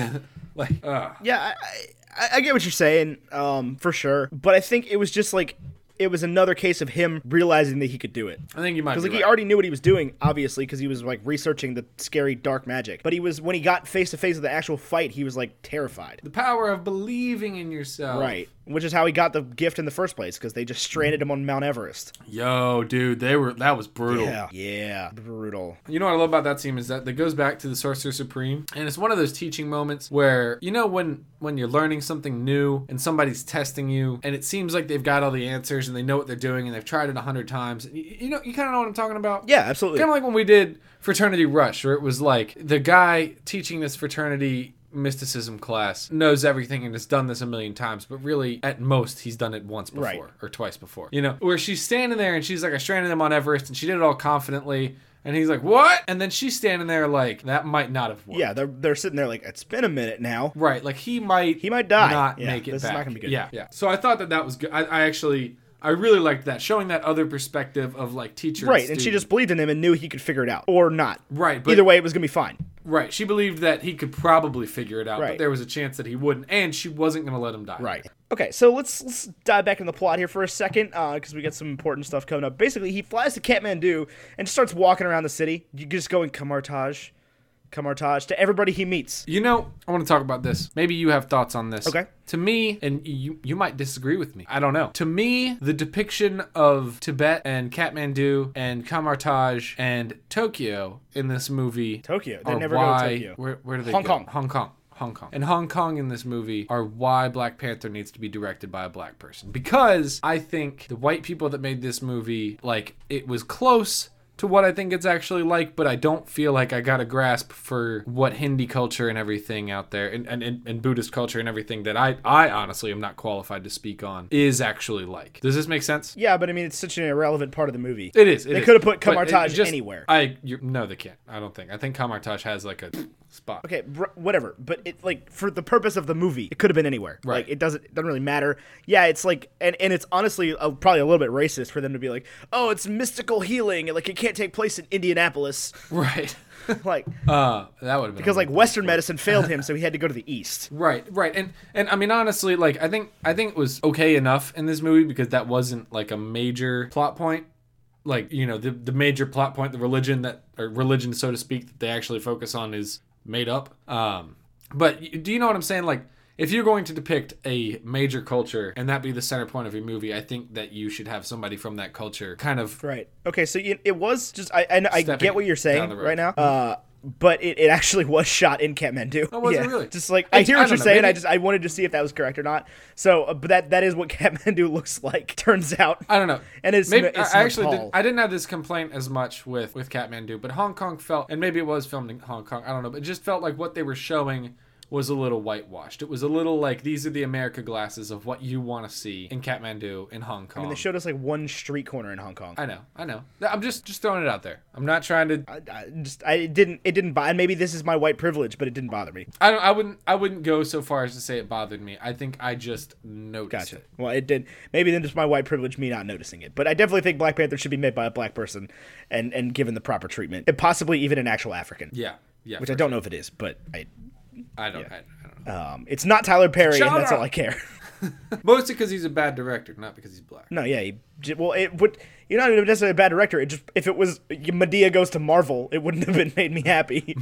Speaker 1: no, like uh,
Speaker 2: Yeah, I, I, I get what you're saying, um, for sure. But I think it was just like it was another case of him realizing that he could do it.
Speaker 1: I think you might be
Speaker 2: Because like
Speaker 1: right.
Speaker 2: he already knew what he was doing, obviously, because he was like researching the scary dark magic. But he was when he got face to face with the actual fight, he was like terrified.
Speaker 1: the power of believing in yourself.
Speaker 2: Right, which is how he got the gift in the first place, because they just stranded him on Mount Everest.
Speaker 1: Yo, dude, they were that was brutal.
Speaker 2: yeah, brutal.
Speaker 1: You know what I love about that scene is that that goes back to the Sorcerer Supreme, and it's one of those teaching moments where you know when when you're learning something new and somebody's testing you, and it seems like they've got all the answers and they know what they're doing and they've tried it a hundred times. You, you know, you kind of know what I'm talking about.
Speaker 2: Yeah, absolutely.
Speaker 1: Kind of like when we did Fraternity Rush, where it was like the guy teaching this fraternity mysticism class knows everything and has done this a million times, but really, at most, he's done it once before
Speaker 2: Right.
Speaker 1: or twice before. You know, where she's standing there and she's like, I stranded them on Everest, and she did it all confidently. And he's like, What? And then she's standing there like, That might not have worked.
Speaker 2: Yeah, they're they're sitting there like it's been a minute now.
Speaker 1: Right, like he might
Speaker 2: He might die.
Speaker 1: not
Speaker 2: Yeah,
Speaker 1: make it
Speaker 2: this is
Speaker 1: back.
Speaker 2: not gonna be good.
Speaker 1: Yeah, yeah. So I thought that that was good. I, I actually, I really liked that, showing that other perspective of like teacher.
Speaker 2: Right, and she
Speaker 1: student.
Speaker 2: just believed in him and knew he could figure it out or not.
Speaker 1: right. But
Speaker 2: Either way, it was gonna be fine.
Speaker 1: Right. She believed that he could probably figure it out, but
Speaker 2: Right.
Speaker 1: there was a chance that he wouldn't, and she wasn't going to let him die.
Speaker 2: Right. Okay, so let's let's dive back into the plot here for a second, because we got some important stuff coming up. Basically, he flies to Kathmandu and starts walking around the city, You just going Kamartaj, Kamartaj to everybody he meets.
Speaker 1: You know, I want to talk about this. Maybe you have thoughts on this.
Speaker 2: Okay.
Speaker 1: To me, and you you might disagree with me. I don't know. To me, the depiction of Tibet and Kathmandu and Kamartaj and Tokyo in this movie
Speaker 2: Tokyo. They
Speaker 1: are
Speaker 2: never go to
Speaker 1: why,
Speaker 2: Tokyo.
Speaker 1: Where, where do they
Speaker 2: Hong
Speaker 1: go?
Speaker 2: Kong.
Speaker 1: Hong Kong. Hong Kong. And Hong Kong in this movie are why Black Panther needs to be directed by a black person. Because I think the white people that made this movie, like, it was close to what I think it's actually like, but I don't feel like I got a grasp for what Hindi culture and everything out there and, and, and, and Buddhist culture and everything that I, I honestly am not qualified to speak on is actually like. Does this make sense?
Speaker 2: Yeah, but I mean, it's such an irrelevant part of the movie.
Speaker 1: It is. it
Speaker 2: They
Speaker 1: is.
Speaker 2: coulda put
Speaker 1: But it-
Speaker 2: Kamartaj
Speaker 1: it just-
Speaker 2: anywhere.
Speaker 1: I you, no, they can't. I don't think. I think Kamartaj has like a spot.
Speaker 2: okay, br- whatever. But it like for the purpose of the movie, it could have been anywhere.
Speaker 1: Right.
Speaker 2: Like it doesn't it doesn't really matter. Yeah, it's like and and it's honestly uh, probably a little bit racist for them to be like, oh, it's mystical healing, and like it can't take place in Indianapolis,
Speaker 1: Right.
Speaker 2: like
Speaker 1: Uh, that would have been
Speaker 2: because like Western medicine failed him, so he had to go to the East.
Speaker 1: right, right, and and I mean honestly, like I think I think it was okay enough in this movie because that wasn't like a major plot point, like you know the the major plot point, the religion that or religion so to speak that they actually focus on is made up. Um, but y- do you know what I'm saying? Like if you're going to depict a major culture and that be the center point of your movie, I think that you should have somebody from that culture kind of
Speaker 2: Right. Okay. So you, it was just I I, I
Speaker 1: Stepping
Speaker 2: get what you're
Speaker 1: down
Speaker 2: saying
Speaker 1: the road.
Speaker 2: right now. Uh. But it, it actually was shot in Kathmandu. Oh,
Speaker 1: was it really?
Speaker 2: Just like
Speaker 1: I-
Speaker 2: I hear
Speaker 1: I
Speaker 2: what
Speaker 1: don't
Speaker 2: you're
Speaker 1: know,
Speaker 2: saying. I
Speaker 1: maybe-
Speaker 2: just I wanted to see if that was correct or not. So, uh, but that that is what Kathmandu looks like. Turns out.
Speaker 1: I don't know.
Speaker 2: And it's
Speaker 1: maybe
Speaker 2: Ne- it's
Speaker 1: I actually
Speaker 2: Nepal.
Speaker 1: did, I didn't have this complaint as much with with Kathmandu, but Hong Kong felt, and maybe it was filmed in Hong Kong. I don't know, but it just felt like what they were showing was a little whitewashed. It was a little like these are the America glasses of what you want to see in Kathmandu in Hong Kong. I,
Speaker 2: They showed us like one street corner in Hong Kong. I,
Speaker 1: know, I know. Th- I'm just just throwing it out there. I'm not trying to.
Speaker 2: I just I it didn't it didn't bother. Maybe this is my white privilege, but it didn't bother me.
Speaker 1: I don't. I wouldn't. I wouldn't go so far as to say it bothered me. I think I just noticed
Speaker 2: Gotcha.
Speaker 1: it.
Speaker 2: Well, it did. Maybe then just my white privilege, me not noticing it. But I definitely think Black Panther should be made by a black person, and and given the proper treatment, and possibly even an actual African.
Speaker 1: Yeah, yeah.
Speaker 2: Which
Speaker 1: for
Speaker 2: I don't know if it is, but I
Speaker 1: sure. I don't. I, I don't know.
Speaker 2: um it's not Tyler Perry, and that's
Speaker 1: T'Challa!
Speaker 2: all I care.
Speaker 1: Mostly because he's a bad director, not because he's black.
Speaker 2: no, yeah. He, j- well, it would. You're not even necessarily a bad director. It just if it was Medea goes to Marvel, it wouldn't have been made me happy.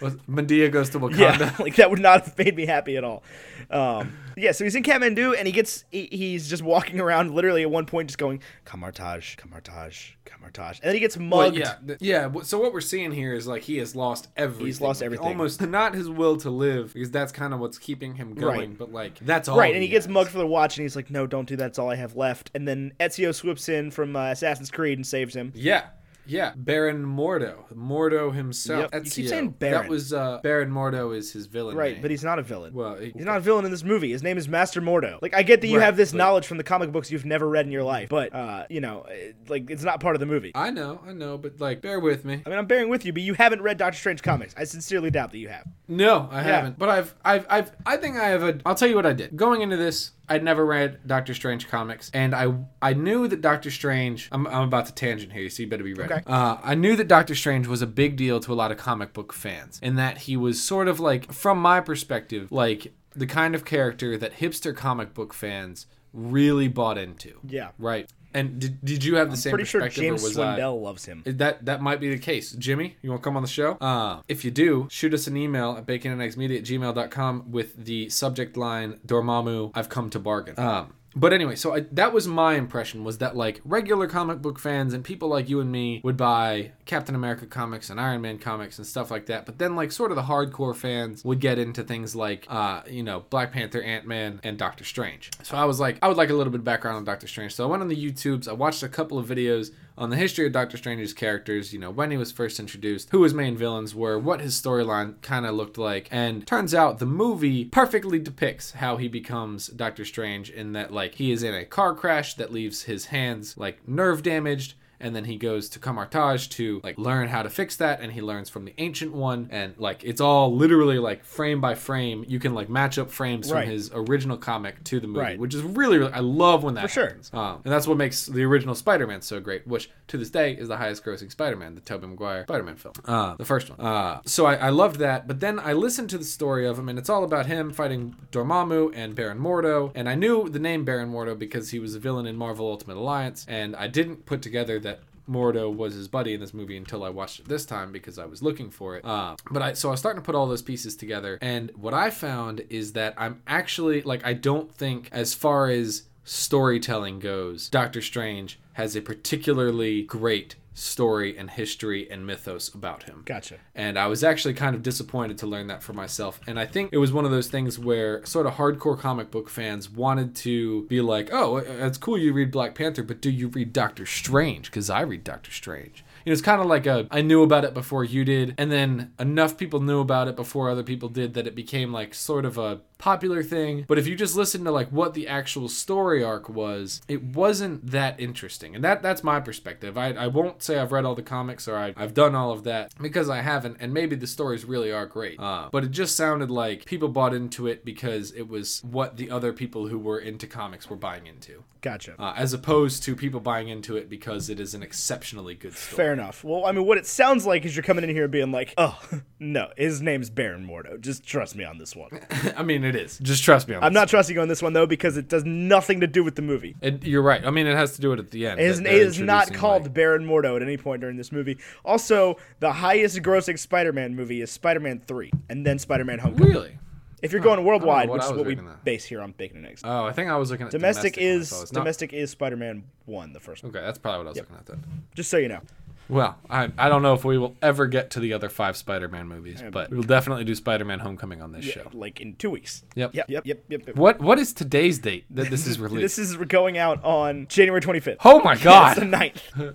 Speaker 1: Was- Medea goes to Wakanda.
Speaker 2: Yeah, like that would not have made me happy at all. Um, yeah, so he's in Kathmandu and he gets he, he's just walking around literally at one point just going Kamartaj, Kamartaj, Kamartaj, and then he gets
Speaker 1: Well,
Speaker 2: mugged.
Speaker 1: yeah, th- yeah. w- So what we're seeing here is like he has lost everything.
Speaker 2: He's lost
Speaker 1: Like,
Speaker 2: everything.
Speaker 1: Almost not his will to live because that's kind of what's keeping him going.
Speaker 2: Right.
Speaker 1: But like that's all.
Speaker 2: Right, and he gets
Speaker 1: has.
Speaker 2: mugged for the watch, and he's like, "No, don't do that. That's all I have left." And then Ezio swoops in from uh, Assassin's Creed and saves him.
Speaker 1: Yeah. Yeah, Baron Mordo, Mordo himself.
Speaker 2: Yep. You keep
Speaker 1: Ezio.
Speaker 2: saying Baron.
Speaker 1: That was uh, Baron Mordo is his villain.
Speaker 2: Right,
Speaker 1: name.
Speaker 2: but he's not a villain.
Speaker 1: well, he-
Speaker 2: He's not a villain in this movie. His name is Master Mordo. Like I get that you
Speaker 1: Right,
Speaker 2: have this
Speaker 1: but-
Speaker 2: knowledge from the comic books you've never read in your life, but uh, you know, it- like it's not part of the movie.
Speaker 1: I know, I know, but like, bear with me.
Speaker 2: I mean, I'm bearing with you, but you haven't read Doctor Strange comics. I sincerely doubt that you have.
Speaker 1: No, I haven't. But I've, I've, I've, I think I have a. I'll tell you what I did. Going into this, I'd never read Doctor Strange comics, and I, I knew that Doctor Strange. I'm, I'm about to tangent here, so you better be ready.
Speaker 2: Okay.
Speaker 1: Uh, I knew that Doctor Strange was a big deal to a lot of comic book fans, and that he was sort of like, from my perspective, like the kind of character that hipster comic book fans really bought into.
Speaker 2: Yeah.
Speaker 1: Right. And did, did you have the same
Speaker 2: Pretty sure
Speaker 1: perspective,
Speaker 2: James
Speaker 1: or was I?
Speaker 2: Swindell loves him.
Speaker 1: That that might be the case. Jimmy, you want to come on the show? Mm. Uh, if you do, shoot us an email at baconandeggsmedia at gmail.com with the subject line, Dormammu, I've come to bargain. Um, but anyway, so I, that was my impression was that like regular comic book fans and people like you and me would buy Captain America comics and Iron Man comics and stuff like that. But then like sort of the hardcore fans would get into things like uh, you know Black Panther, Ant Man, and Doctor Strange. So I was like, I would like a little bit of background on Doctor Strange. So I went on the YouTubes, I watched a couple of videos on the history of Doctor Strange's characters, you know, when he was first introduced, who his main villains were, what his storyline kind of looked like. And turns out the movie perfectly depicts how he becomes Doctor Strange in that, like, he is in a car crash that leaves his hands, like, nerve damaged. And then he goes to Kamartaj to like learn how to fix that, and he learns from the ancient one, and like it's all literally like frame by frame. You can like match up frames
Speaker 2: Right.
Speaker 1: from his original comic to the movie,
Speaker 2: Right.
Speaker 1: which is really, really I love when that
Speaker 2: sure.
Speaker 1: happens. Um, and that's what makes the original Spider-Man so great, which to this day is the highest-grossing Spider-Man, the Tobey Maguire Spider-Man film, uh, the first one. Uh, so I, I loved that, but then I listened to the story of him, and it's all about him fighting Dormammu and Baron Mordo, and I knew the name Baron Mordo because he was a villain in Marvel Ultimate Alliance, and I didn't put together that Mordo was his buddy in this movie until I watched it this time because I was looking for it. Uh, but I so I was starting to put all those pieces together, and what I found is that I'm actually like I don't think as far as storytelling goes, Doctor Strange has a particularly great story and history and mythos about him.
Speaker 2: Gotcha.
Speaker 1: And I was actually kind of disappointed to learn that for myself. And I think it was one of those things where sort of hardcore comic book fans wanted to be like, oh, it's cool you read Black Panther, but do you read Doctor Strange? Because I read Doctor Strange. You know, it's kind of like a I knew about it before you did, and then enough people knew about it before other people did that it became like sort of a popular thing. But if you just listen to like what the actual story arc was, it wasn't that interesting. And that that's my perspective. I, I won't say I've read all the comics or I, I've done all of that because I haven't. And maybe the stories really are great. Uh, but it just sounded like people bought into it because it was what the other people who were into comics were buying into,
Speaker 2: Gotcha.
Speaker 1: uh, as opposed to people buying into it because it is an exceptionally good story.
Speaker 2: Fair enough. Well, I mean, what it sounds like is you're coming in here being like, "Oh, no, his name's Baron Mordo. Just trust me on this one."
Speaker 1: I mean, it is. Just trust me. On
Speaker 2: I'm not trusting you on this one though because it does nothing to do with the movie.
Speaker 1: It, you're right. I mean, it has to do it at the end.
Speaker 2: It is,
Speaker 1: that
Speaker 2: it
Speaker 1: they're
Speaker 2: is not
Speaker 1: introducing,
Speaker 2: called
Speaker 1: like-
Speaker 2: Baron Mordo at any point during this movie. Also, the highest grossing Spider-Man movie is Spider-Man 3 and then Spider-Man Homecoming.
Speaker 1: really.
Speaker 2: If you're going worldwide,
Speaker 1: what
Speaker 2: which
Speaker 1: I
Speaker 2: is
Speaker 1: was
Speaker 2: what we
Speaker 1: reading that.
Speaker 2: base here on Bacon and Eggs.
Speaker 1: Oh, I think I was looking at
Speaker 2: domestic,
Speaker 1: one,
Speaker 2: is
Speaker 1: so it's not-
Speaker 2: domestic is Spider-Man 1, the first one.
Speaker 1: Okay, that's probably what I was looking at then.
Speaker 2: Just so you know.
Speaker 1: Well, I, I don't know if we will ever get to the other five Spider-Man movies,
Speaker 2: Um,
Speaker 1: but we'll definitely do Spider-Man: Homecoming on this show.
Speaker 2: Like in 2 weeks.
Speaker 1: Yep.
Speaker 2: Yep, yep, yep, yep. yep.
Speaker 1: What What is today's date that this is released?
Speaker 2: This is going out on January 25th.
Speaker 1: oh my
Speaker 2: That's
Speaker 1: God,
Speaker 2: the 9th.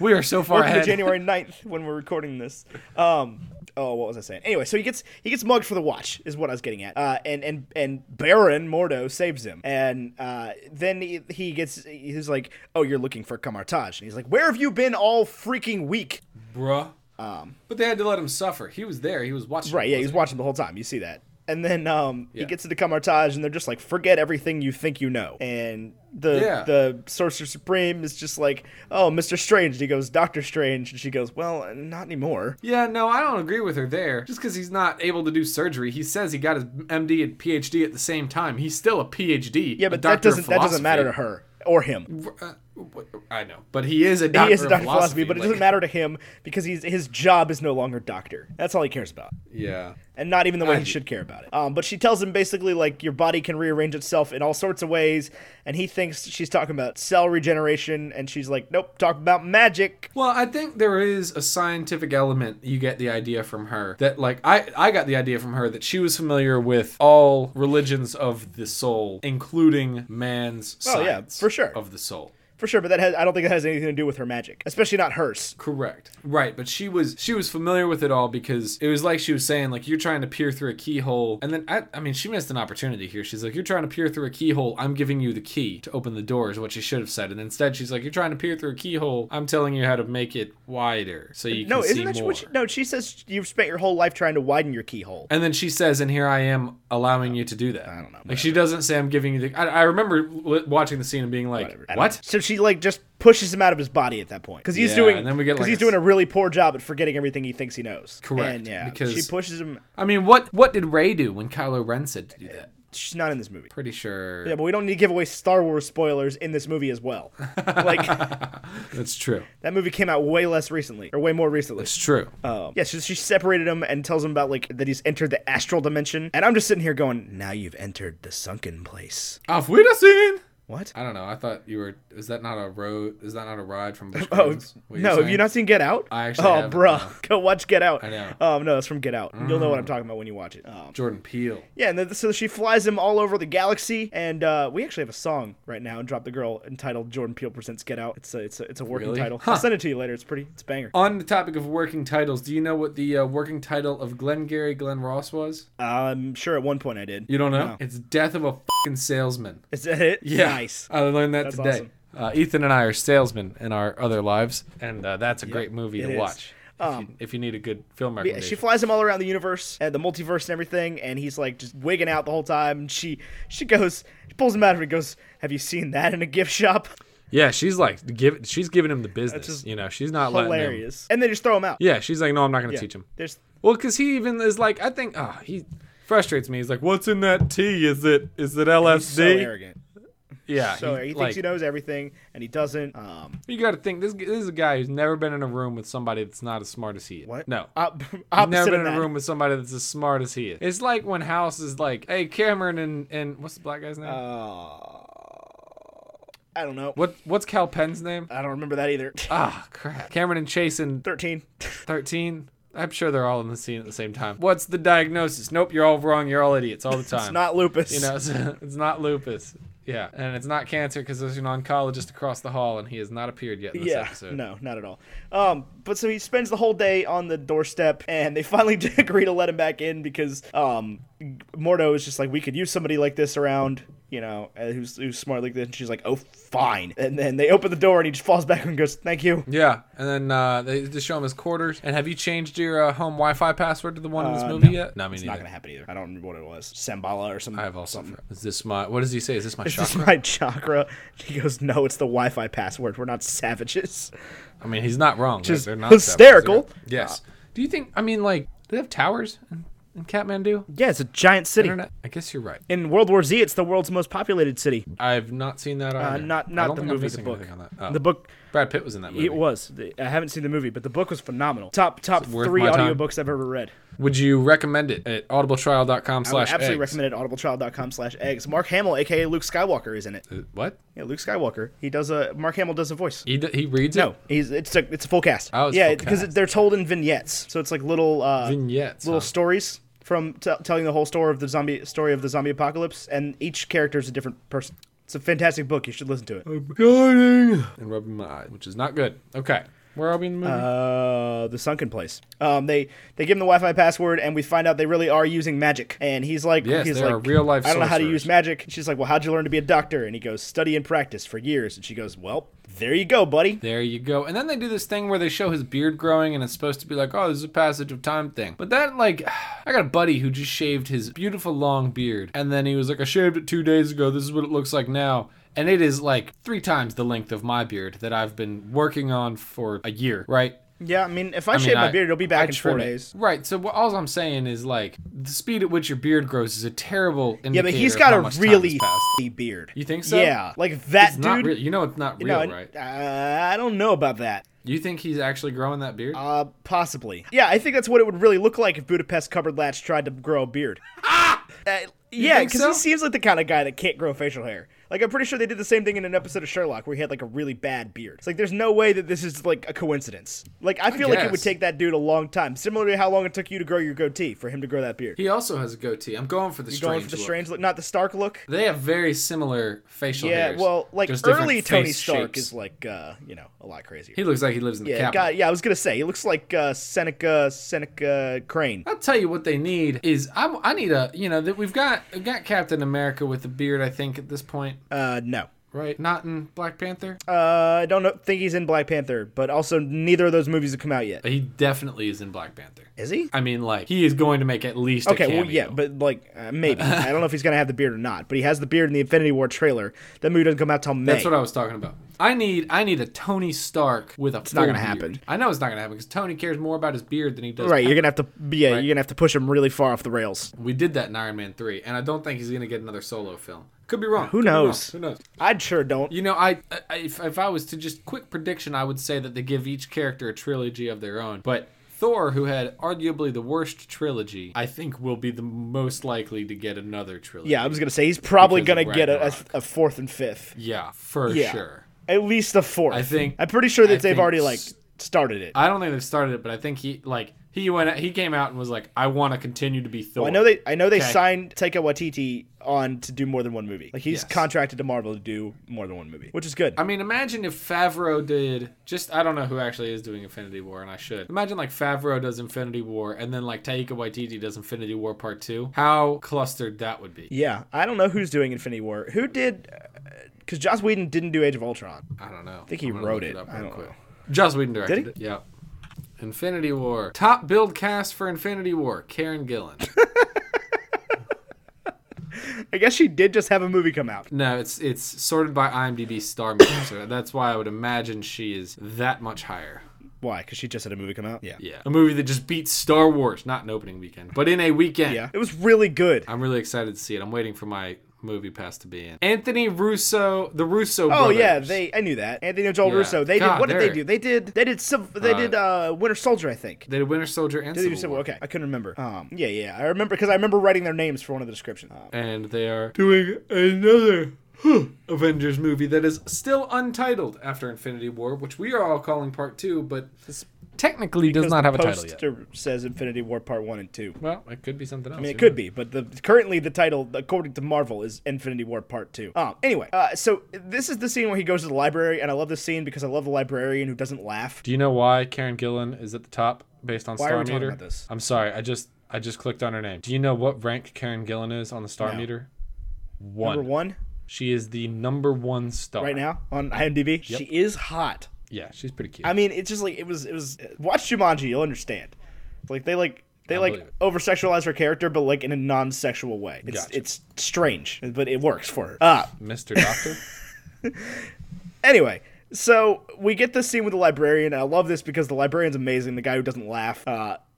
Speaker 1: we are so far
Speaker 2: Welcome to
Speaker 1: ahead.
Speaker 2: January 9th when we're recording this. Um, oh, what was I saying? Anyway, so he gets he gets mugged for the watch is what I was getting at. Uh, and and and Baron Mordo saves him, and uh, then he, he gets he's like, "Oh, you're looking for Kamartaj," and he's like, "Where have you been all freaking week?"
Speaker 1: bruh. Um, but they had to let him suffer. He was there. He was watching.
Speaker 2: Right? Yeah, he's
Speaker 1: wasn't
Speaker 2: watching the whole time. You see that. And then um, he
Speaker 1: Yeah.
Speaker 2: gets into Kamartaj, and they're just like, "Forget everything you think you know." And the
Speaker 1: Yeah.
Speaker 2: the Sorcerer Supreme is just like, "Oh, Mister Strange." And he goes, "Doctor Strange," and she goes, "Well, not anymore."
Speaker 1: he? yeah, no, I don't agree with her there. Just because he's not able to do surgery, he says he got his MD and PhD at the same time. He's still a PhD.
Speaker 2: Yeah,
Speaker 1: a
Speaker 2: but that
Speaker 1: doctor of
Speaker 2: doesn't that doesn't matter
Speaker 1: philosophy.
Speaker 2: to her or him.
Speaker 1: Uh, I know, but he is a doctor,
Speaker 2: He is a
Speaker 1: of
Speaker 2: doctor of
Speaker 1: philosophy,
Speaker 2: philosophy, but it doesn't
Speaker 1: like-
Speaker 2: matter to him because he's, his job is no longer doctor. That's all he cares about.
Speaker 1: Yeah.
Speaker 2: and not even the way
Speaker 1: I-
Speaker 2: he should care about it. Um, but she tells him basically like your body can rearrange itself in all sorts of ways, and he thinks she's talking about cell regeneration, and she's like, nope, talk about magic.
Speaker 1: Well, I think there is a scientific element. You get the idea from her that, like, I I got the idea from her that she was familiar with all religions of the soul, including man's
Speaker 2: Oh, yeah,
Speaker 1: science
Speaker 2: for sure.
Speaker 1: of the soul.
Speaker 2: For sure, but that has, I don't think that has anything to do with her magic, especially not hers.
Speaker 1: Correct. Right, but she was she was familiar with it all because it was like she was saying like you're trying to peer through a keyhole and then I I mean she missed an opportunity here. She's like you're trying to peer through a keyhole. I'm giving you the key to open the door is what she should have said. And instead she's like you're trying to peer through a keyhole. I'm telling you how to make it wider so you can
Speaker 2: No,
Speaker 1: see
Speaker 2: isn't that
Speaker 1: more.
Speaker 2: what? She, no, she says you've spent your whole life trying to widen your keyhole.
Speaker 1: And then she says, "And here I am allowing you to do that." I
Speaker 2: don't know.
Speaker 1: Like she doesn't say, "I'm giving you the." I, I remember li- watching the scene and being like,
Speaker 2: I don't-
Speaker 1: Uh, "What?"
Speaker 2: So she like just pushes him out of his body at that point because he's
Speaker 1: Yeah,
Speaker 2: doing
Speaker 1: and then we get,
Speaker 2: 'cause
Speaker 1: like,
Speaker 2: he's
Speaker 1: a
Speaker 2: doing
Speaker 1: s-
Speaker 2: a really poor job at forgetting everything he thinks he knows.
Speaker 1: Correct,
Speaker 2: And yeah,
Speaker 1: because-
Speaker 2: she pushes him.
Speaker 1: I mean, what what did Ray do when Kylo Ren said to do that?
Speaker 2: She's not in this movie.
Speaker 1: Pretty sure
Speaker 2: Yeah, but we don't need to give away Star Wars spoilers in this movie as well. Like
Speaker 1: that's true.
Speaker 2: that movie came out way less recently, or way more recently.
Speaker 1: It's true.
Speaker 2: Um, yeah, so she separated him and tells him about like that he's entered the astral dimension, and I'm just sitting here going, "Now you've entered the sunken place."
Speaker 1: Auf Wiedersehen.
Speaker 2: What?
Speaker 1: I don't know. I thought you were. Is that not a road? Is that not a ride from? Busch
Speaker 2: Oh
Speaker 1: Gardens? What you're
Speaker 2: no! Have
Speaker 1: saying?
Speaker 2: you not seen Get Out?
Speaker 1: I actually
Speaker 2: oh,
Speaker 1: haven't,
Speaker 2: bruh,
Speaker 1: no.
Speaker 2: go watch Get Out. I
Speaker 1: know.
Speaker 2: Um, no, it's from Get Out. You'll know what I'm talking about when you watch it. Um,
Speaker 1: Jordan Peele.
Speaker 2: yeah, and then, so she flies him all over the galaxy, and uh, we actually have a song right now. And drop the girl entitled "Jordan Peele Presents Get Out." It's a it's a, it's a working
Speaker 1: Really?
Speaker 2: title.
Speaker 1: Huh.
Speaker 2: I'll send it to you later. It's pretty. It's a banger.
Speaker 1: On the topic of working titles, do you know what the uh, working title of Glengarry Glen Ross was?
Speaker 2: I'm Um, sure at one point I did.
Speaker 1: You don't know?
Speaker 2: No.
Speaker 1: It's Death of a Fucking Salesman.
Speaker 2: Is that it?
Speaker 1: Yeah.
Speaker 2: Nice.
Speaker 1: I learned that
Speaker 2: That's
Speaker 1: today.
Speaker 2: awesome.
Speaker 1: Uh, Ethan and I are salesmen in our other lives, and uh, that's a great movie to
Speaker 2: it is. Um,
Speaker 1: watch if, you, if you need a good film
Speaker 2: Yeah, she
Speaker 1: recommendation.
Speaker 2: flies him all around the universe and the multiverse and everything, and he's like just wigging out the whole time. And she she goes, she pulls him out and goes, "Have you seen that in a gift shop?"
Speaker 1: yeah, she's like, give, she's giving him the business.
Speaker 2: just
Speaker 1: You know, she's not letting him.
Speaker 2: Hilarious. And they just throw him out.
Speaker 1: Yeah, she's like, no, I'm not going to
Speaker 2: Yeah.
Speaker 1: teach him.
Speaker 2: There's
Speaker 1: Well, because he even is like, I think, oh, he frustrates me. He's like, what's in that tea? Is it is it LSD?
Speaker 2: so arrogant.
Speaker 1: Yeah,
Speaker 2: So he, thinks
Speaker 1: like-
Speaker 2: he knows everything, and he doesn't. Um,
Speaker 1: You got to think this, this is a guy who's never been in a room with somebody that's not as smart as he is.
Speaker 2: what?
Speaker 1: No,
Speaker 2: Op-
Speaker 1: I've
Speaker 2: opposite
Speaker 1: never been
Speaker 2: of
Speaker 1: in a
Speaker 2: that.
Speaker 1: room with somebody that's as smart as he is. It's like when House is like, "Hey, Cameron and and what's the black guy's name?
Speaker 2: Uh, I don't know.
Speaker 1: what what's Cal Penn's name?
Speaker 2: I don't remember that either.
Speaker 1: Ah, crap. Cameron and Chase in
Speaker 2: Thirteen.
Speaker 1: thirteen. I'm sure they're all in the scene at the same time. What's the diagnosis? Nope, you're all wrong. You're all idiots all the time.
Speaker 2: It's not lupus.
Speaker 1: You know, it's, it's not lupus. Yeah, and it's not cancer because there's an oncologist across the hall, and he has not appeared yet in this
Speaker 2: yeah,
Speaker 1: episode.
Speaker 2: no, not at all. Um, but so he spends the whole day on the doorstep, and they finally do agree to let him back in because um, Mordo is just like, we could use somebody like this around, you know, uh, who's who's smart like this. And she's like, oh, fine. And then they open the door, and he just falls back and goes, thank you.
Speaker 1: Yeah, and then uh, they just show him his quarters. And have you changed your uh, home Wi-Fi password to the one in this movie yet? No, I mean,
Speaker 2: Uh, It's not gonna happen either. I don't remember what it was. Sambala or something.
Speaker 1: I have also. forgot- Is this my? What does he say? Is this my
Speaker 2: Is this
Speaker 1: chakra?
Speaker 2: my chakra? He goes, no, it's the Wi-Fi password. We're not savages.
Speaker 1: I mean, he's not wrong.
Speaker 2: Just
Speaker 1: They're not
Speaker 2: hysterical. Uh,
Speaker 1: savages. They're- Yes. Do you think? I mean, like, do they have towers in, in Kathmandu?
Speaker 2: Yeah, it's a giant city.
Speaker 1: Internet? I guess you're right.
Speaker 2: In World War Z, it's the world's most populated city.
Speaker 1: I've not seen that.
Speaker 2: Uh,
Speaker 1: Either.
Speaker 2: not
Speaker 1: I
Speaker 2: not
Speaker 1: don't think
Speaker 2: the
Speaker 1: I'm
Speaker 2: movie, the
Speaker 1: missing
Speaker 2: book.
Speaker 1: anything on that. Oh,
Speaker 2: The book
Speaker 1: Brad Pitt was in that movie.
Speaker 2: it was. The- I haven't seen the movie, but the book was phenomenal. Top top
Speaker 1: worth
Speaker 2: three
Speaker 1: my time?
Speaker 2: audiobooks I've ever read.
Speaker 1: Would you recommend it at
Speaker 2: I would
Speaker 1: audibletrial.com/slash?
Speaker 2: absolutely
Speaker 1: eggs?
Speaker 2: recommend it. audibletrial.com slash eggs. Mark Hamill, aka Luke Skywalker, is in it.
Speaker 1: Uh, What?
Speaker 2: Yeah, Luke Skywalker. He does a Mark Hamill does a voice.
Speaker 1: He, d- he reads
Speaker 2: No,
Speaker 1: it.
Speaker 2: he's it's a it's a full cast.
Speaker 1: Oh, it's
Speaker 2: yeah,
Speaker 1: full
Speaker 2: because
Speaker 1: cast.
Speaker 2: they're told in vignettes, so it's like little uh,
Speaker 1: Vignettes,
Speaker 2: little
Speaker 1: huh?
Speaker 2: stories from t- telling the whole story of the zombie story of the zombie apocalypse, and each character is a different person. It's a fantastic book. You should listen to it.
Speaker 1: and rubbing my eye, which is not good. Okay, where are we in the movie?
Speaker 2: Uh, the sunken place. Um, they they give him the Wi-Fi password, and we find out they really are using magic. And he's like,
Speaker 1: Yes,
Speaker 2: he's
Speaker 1: they
Speaker 2: like,
Speaker 1: are real-life
Speaker 2: I don't know how to
Speaker 1: sorcerers.
Speaker 2: use magic. She's like, well, how'd you learn to be a doctor? And he goes, study and practice for years. And she goes, well, there you go, buddy.
Speaker 1: There you go. And then they do this thing where they show his beard growing and it's supposed to be like, oh, this is a passage of time thing. But that, like, I got a buddy who just shaved his beautiful long beard. And then he was like, I shaved it two days ago. This is what it looks like now. And it is like three times the length of my beard that I've been working on for a year, right?
Speaker 2: Yeah, I mean, if I,
Speaker 1: mean,
Speaker 2: shave my
Speaker 1: I-
Speaker 2: beard, it'll be back
Speaker 3: I
Speaker 2: in four
Speaker 3: trim it.
Speaker 2: days.
Speaker 1: Right. So what, all I'm saying is like the speed at which your beard grows is a terrible indicator.
Speaker 2: Yeah, but he's
Speaker 1: of
Speaker 2: got
Speaker 1: how
Speaker 2: a
Speaker 1: much time
Speaker 2: really
Speaker 1: has passed.
Speaker 2: f***y beard.
Speaker 1: You think so?
Speaker 2: Yeah, like that
Speaker 1: It's
Speaker 2: dude.
Speaker 1: not real. You know it's not real,
Speaker 2: no,
Speaker 1: right?
Speaker 2: I, I don't know about that.
Speaker 1: You think he's actually growing that beard?
Speaker 2: Uh, possibly. Yeah, I think that's what it would really look like if Budapest Covered Latch tried to grow a beard. Uh, yeah,
Speaker 1: Ah! think
Speaker 2: because
Speaker 1: so?
Speaker 2: he seems like the kind of guy that can't grow facial hair. Like, I'm pretty sure they did the same thing in an episode of Sherlock where he had, like, a really bad beard. It's like, there's no way that this is, like, a coincidence. Like, I feel like it would
Speaker 1: guess.
Speaker 2: take that dude a long time, similar to how long it took you to grow your goatee for him to grow that beard.
Speaker 1: he also has a goatee. I'm going for the strange.
Speaker 2: Going for the
Speaker 1: look.
Speaker 2: strange look, not the Stark look.
Speaker 1: They have very similar facial
Speaker 2: Yeah,
Speaker 1: hairs.
Speaker 2: well, like,
Speaker 1: just Oh, different
Speaker 2: early Tony
Speaker 1: face
Speaker 2: Stark
Speaker 1: shapes.
Speaker 2: is, like, uh, you know, a lot crazier.
Speaker 1: He looks like he lives in the
Speaker 2: yeah,
Speaker 1: capital.
Speaker 2: God, yeah, I was gonna say, he looks like, uh, Seneca, Seneca Crane.
Speaker 1: I'll tell you what they need is I, I need a you know that we've got we've got Captain America with a beard I think at this point
Speaker 2: Uh, no.
Speaker 1: right not in Black Panther
Speaker 2: Uh, I don't know, think he's in Black Panther, but also neither of those movies have come out yet.
Speaker 1: he definitely is in Black Panther
Speaker 2: Is he?
Speaker 1: I mean like he is going to make at least a
Speaker 2: Okay, well, yeah,
Speaker 1: cameo.
Speaker 2: but like uh, maybe I don't know if he's gonna have the beard or not, but he has the beard in the Infinity War trailer. That movie doesn't come out till May.
Speaker 1: That's what I was talking about. I need I need a Tony Stark with a. It's
Speaker 2: not gonna happen.
Speaker 1: I know it's not gonna happen because Tony cares more about his beard than he does.
Speaker 2: right, you're gonna have to, yeah, you're gonna have to push him really far off the rails.
Speaker 1: We did that in Iron Man three, and I don't think he's gonna get another solo film. Could be wrong.
Speaker 2: Who
Speaker 1: Could be wrong.
Speaker 2: knows?
Speaker 1: Who knows?
Speaker 2: I sure don't.
Speaker 1: You know, I, I if, if I was to just quick prediction, I would say that they give each character a trilogy of their own. But Thor, who had arguably the worst trilogy, I think will be the most likely to get another trilogy.
Speaker 2: Yeah, I was gonna say he's probably
Speaker 1: Because
Speaker 2: gonna
Speaker 1: of
Speaker 2: get a, a,
Speaker 1: Ragnarok.
Speaker 2: a fourth and fifth,
Speaker 1: yeah, for
Speaker 2: Yeah.
Speaker 1: sure.
Speaker 2: at least a fourth.
Speaker 1: I think-
Speaker 2: I'm pretty sure that
Speaker 1: I
Speaker 2: they've
Speaker 1: think
Speaker 2: already
Speaker 1: s-
Speaker 2: like started it.
Speaker 1: I
Speaker 2: I,
Speaker 1: don't think they've started it, but I think he like he went he came out and was like, I want to continue to be Thor.
Speaker 2: know they, I know they
Speaker 1: Okay.
Speaker 2: signed Taika Waititi on to do more than one movie. Like he's
Speaker 1: Yes.
Speaker 2: contracted to Marvel to do more than one movie, which is good.
Speaker 1: I mean, imagine if Favreau did just I don't know who actually is doing Infinity War, and I should imagine like Favreau does Infinity War, and then like Taika Waititi does Infinity War Part Two. How clustered that would be.
Speaker 2: Yeah, I don't know who's doing Infinity War. Who did? Because Joss Whedon didn't do Age of Ultron. I
Speaker 1: I don't know. I
Speaker 2: think he wrote it. I don't know.
Speaker 1: Joss Whedon directed
Speaker 2: Did
Speaker 1: it. Yeah. Infinity War. Top build cast for Infinity War. Karen Gillan.
Speaker 2: I guess she did just have a movie come out.
Speaker 1: no, it's it's sorted by IMDb star meter, so that's why I would imagine she is that much higher.
Speaker 2: Why? Because she just had a movie come out. Yeah.
Speaker 1: Yeah. A movie that just beats Star Wars, not an opening weekend, but in a weekend.
Speaker 2: Yeah. It was really good.
Speaker 1: I'm really excited to see it. I'm waiting for my movie pass to be in. Anthony Russo, the Russo
Speaker 2: Oh
Speaker 1: brothers.
Speaker 2: yeah, they. I knew that. Anthony and Joel
Speaker 1: Yeah.
Speaker 2: Russo. They
Speaker 1: God,
Speaker 2: did. What did they
Speaker 1: they're-
Speaker 2: do? They did. They did. Civ- they did uh, Winter Soldier, I think.
Speaker 1: They did Winter Soldier and
Speaker 2: They did
Speaker 1: Civil,
Speaker 2: Civil
Speaker 1: War.
Speaker 2: War. Okay, I couldn't remember. Um, yeah, yeah, I remember because I remember writing their names for one of the descriptions. Um,
Speaker 1: And they are doing another huh, Avengers movie that is still untitled after Infinity War, which we are all calling Part Two, but this technically does not have a title yet.
Speaker 2: poster Says Infinity War Part One and Two.
Speaker 1: Well, it could be something else.
Speaker 2: I mean, it could be, but the currently the title, according to Marvel, is Infinity War Part Two. Um, anyway, uh, so this is the scene where he goes to the library, and I love this scene because I love the librarian who doesn't laugh.
Speaker 1: Do you know why Karen Gillan is at the top based on
Speaker 2: are
Speaker 1: Star
Speaker 2: we talking
Speaker 1: Meter?
Speaker 2: about this?
Speaker 1: I'm sorry, I just I just clicked on her name. Do you know what rank Karen Gillan is on the Star
Speaker 2: No.
Speaker 1: Meter? One.
Speaker 2: Number one
Speaker 1: She is the number one star
Speaker 2: right now on IMDb. She is hot.
Speaker 1: Yeah, she's pretty cute.
Speaker 2: I mean, it's just like it was. It was watch Jumanji, you'll understand. Like they like they
Speaker 1: believe
Speaker 2: like
Speaker 1: it.
Speaker 2: over sexualize her character, but like in a non sexual way. It's
Speaker 1: Gotcha.
Speaker 2: it's strange, but it works for her. Uh,
Speaker 1: Mr. Doctor.
Speaker 2: Anyway, so we get this scene with the librarian. I love this because the librarian's amazing. The guy who doesn't laugh,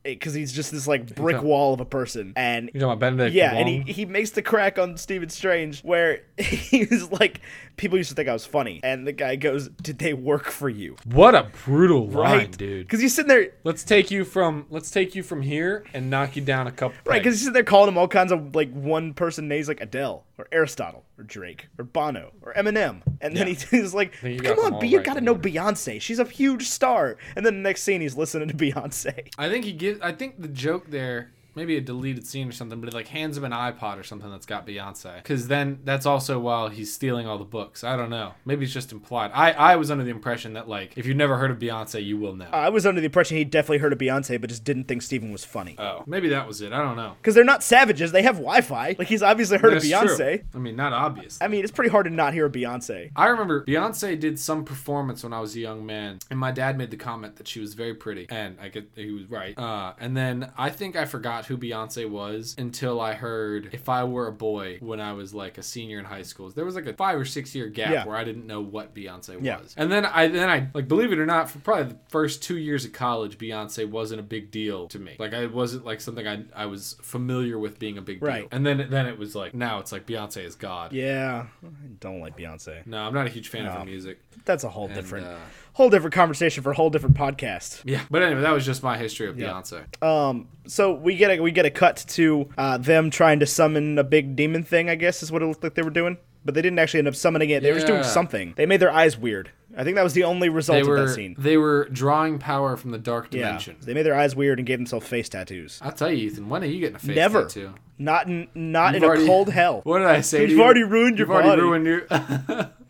Speaker 2: because he's just this like brick
Speaker 1: Yeah.
Speaker 2: wall of a person, and
Speaker 1: You know about Benedict?
Speaker 2: yeah,
Speaker 1: Wong?
Speaker 2: and he, he makes the crack on Stephen Strange where he was like, people used to think I was funny, and the guy goes, "Did they work for you?"
Speaker 1: what a brutal line, dude.
Speaker 2: Because he's sitting there.
Speaker 1: Let's take you from let's take you from here and knock you down a couple.
Speaker 2: Right,
Speaker 1: pegs.
Speaker 2: because he's sitting there calling him all kinds of like one person names like Adele or Aristotle or Drake or Bono or Eminem, and then
Speaker 1: Yeah.
Speaker 2: he- he's like,
Speaker 1: think you got
Speaker 2: "Come
Speaker 1: them
Speaker 2: on,
Speaker 1: all
Speaker 2: B, you
Speaker 1: right
Speaker 2: gotta
Speaker 1: in
Speaker 2: know Beyonce. She's a huge star." And then the next scene, he's listening to Beyonce.
Speaker 1: I think he gives. I think the joke there, maybe a deleted scene or something, but he like hands him an iPod or something that's got Beyonce. Because then that's also while he's stealing all the books. I don't know. Maybe it's just implied. I I was under the impression that like if you've never heard of Beyonce, you will know.
Speaker 2: I was under the impression he definitely heard of Beyonce, but just didn't think Steven was funny.
Speaker 1: oh, maybe that was it. I don't know.
Speaker 2: Because they're not savages; they have Wi-Fi. Like he's obviously heard
Speaker 1: That's
Speaker 2: of
Speaker 1: true.
Speaker 2: Beyonce.
Speaker 1: I mean, not obvious.
Speaker 2: I mean, it's pretty hard to not hear of Beyonce.
Speaker 1: I remember Beyonce did some performance when I was a young man, and my dad made the comment that she was very pretty, and I get he was right. Uh, and then I think I forgot out who Beyonce was until I heard If I Were a Boy when I was like a senior in high school. There was like a five or six year gap
Speaker 2: Yeah.
Speaker 1: where I didn't know what Beyonce
Speaker 2: Yeah.
Speaker 1: was. And then I then I like believe it or not, for probably the first two years of college, Beyonce wasn't a big deal to me. Like I wasn't like something I I was familiar with being a big deal.
Speaker 2: Right.
Speaker 1: And then then it was like now it's like Beyonce is God.
Speaker 2: Yeah, I don't like Beyonce.
Speaker 1: No, I'm not a huge fan of her music.
Speaker 2: That's a whole different,
Speaker 1: uh,
Speaker 2: whole different conversation for a whole different podcast.
Speaker 1: Yeah. But anyway, that was just my history of Beyonce.
Speaker 2: Um, so we get a we get a cut to uh, them trying to summon a big demon thing. I guess is what it looked like they were doing, but they didn't actually end up summoning it. They were just doing
Speaker 1: Yeah.
Speaker 2: something. They made their eyes weird. I think that was the only result
Speaker 1: They
Speaker 2: of that
Speaker 1: were
Speaker 2: scene.
Speaker 1: they were drawing power from the dark
Speaker 2: Yeah,
Speaker 1: dimension.
Speaker 2: they made their eyes weird and gave themselves face tattoos.
Speaker 1: I'll tell you, Ethan, when are you getting a face
Speaker 2: Never,
Speaker 1: tattoo?
Speaker 2: not in not
Speaker 1: You've
Speaker 2: in
Speaker 1: already-
Speaker 2: a cold hell.
Speaker 1: What did I say? to
Speaker 2: You've already ruined your
Speaker 1: You've already
Speaker 2: body.
Speaker 1: ruined your.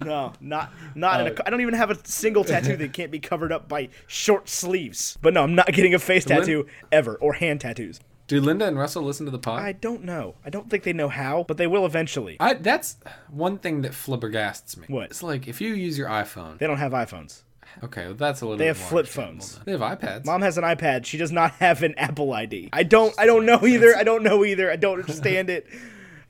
Speaker 2: No, not not
Speaker 1: Oh.
Speaker 2: in a. co- I don't even have a single tattoo that can't be covered up by short sleeves. But no, I'm not getting a face
Speaker 1: lin-
Speaker 2: tattoo ever or hand tattoos.
Speaker 1: Do Linda and Russell listen to the pod?
Speaker 2: I don't know. I don't think they know how, but they will eventually.
Speaker 1: I, that's one thing that flabbergasts me.
Speaker 2: What?
Speaker 1: It's like if you use your iPhone.
Speaker 2: They don't have iPhones.
Speaker 1: Okay, well, that's a little.
Speaker 2: They
Speaker 1: bit
Speaker 2: have
Speaker 1: more
Speaker 2: flip
Speaker 1: understandable
Speaker 2: phones.
Speaker 1: then. They have iPads.
Speaker 2: Mom has an iPad. She does not have an Apple ID. I don't. I don't know either. I don't know either. I don't understand it.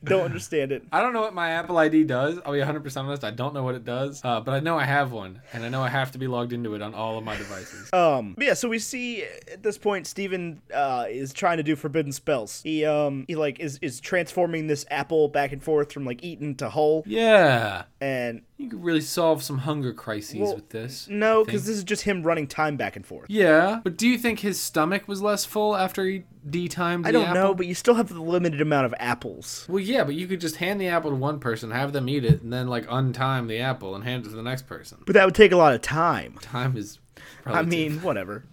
Speaker 2: Don't understand it.
Speaker 1: I don't know what my Apple ID does. I'll be 100% honest. I don't know what it does, uh, but I know I have one, and I know I have to be logged into it on all of my devices.
Speaker 2: Um, but yeah, so we see at this point Steven uh, is trying to do forbidden spells. He um he like is is transforming this apple back and forth from like Eaton to Hull,
Speaker 1: yeah,
Speaker 2: and
Speaker 1: you could really solve some hunger crises
Speaker 2: Well,
Speaker 1: with this.
Speaker 2: No,
Speaker 1: I think.
Speaker 2: because this is just him running time back and forth.
Speaker 1: Yeah, but do you think his stomach was less full after he d-timed?
Speaker 2: I don't know, but you still have the limited amount of apples.
Speaker 1: Well, yeah, but you could just hand the apple to one person, have them eat it, and then like untime the apple and hand it to the next person.
Speaker 2: But that would take a lot of time.
Speaker 1: Time is.
Speaker 2: I
Speaker 1: Probably
Speaker 2: mean, whatever.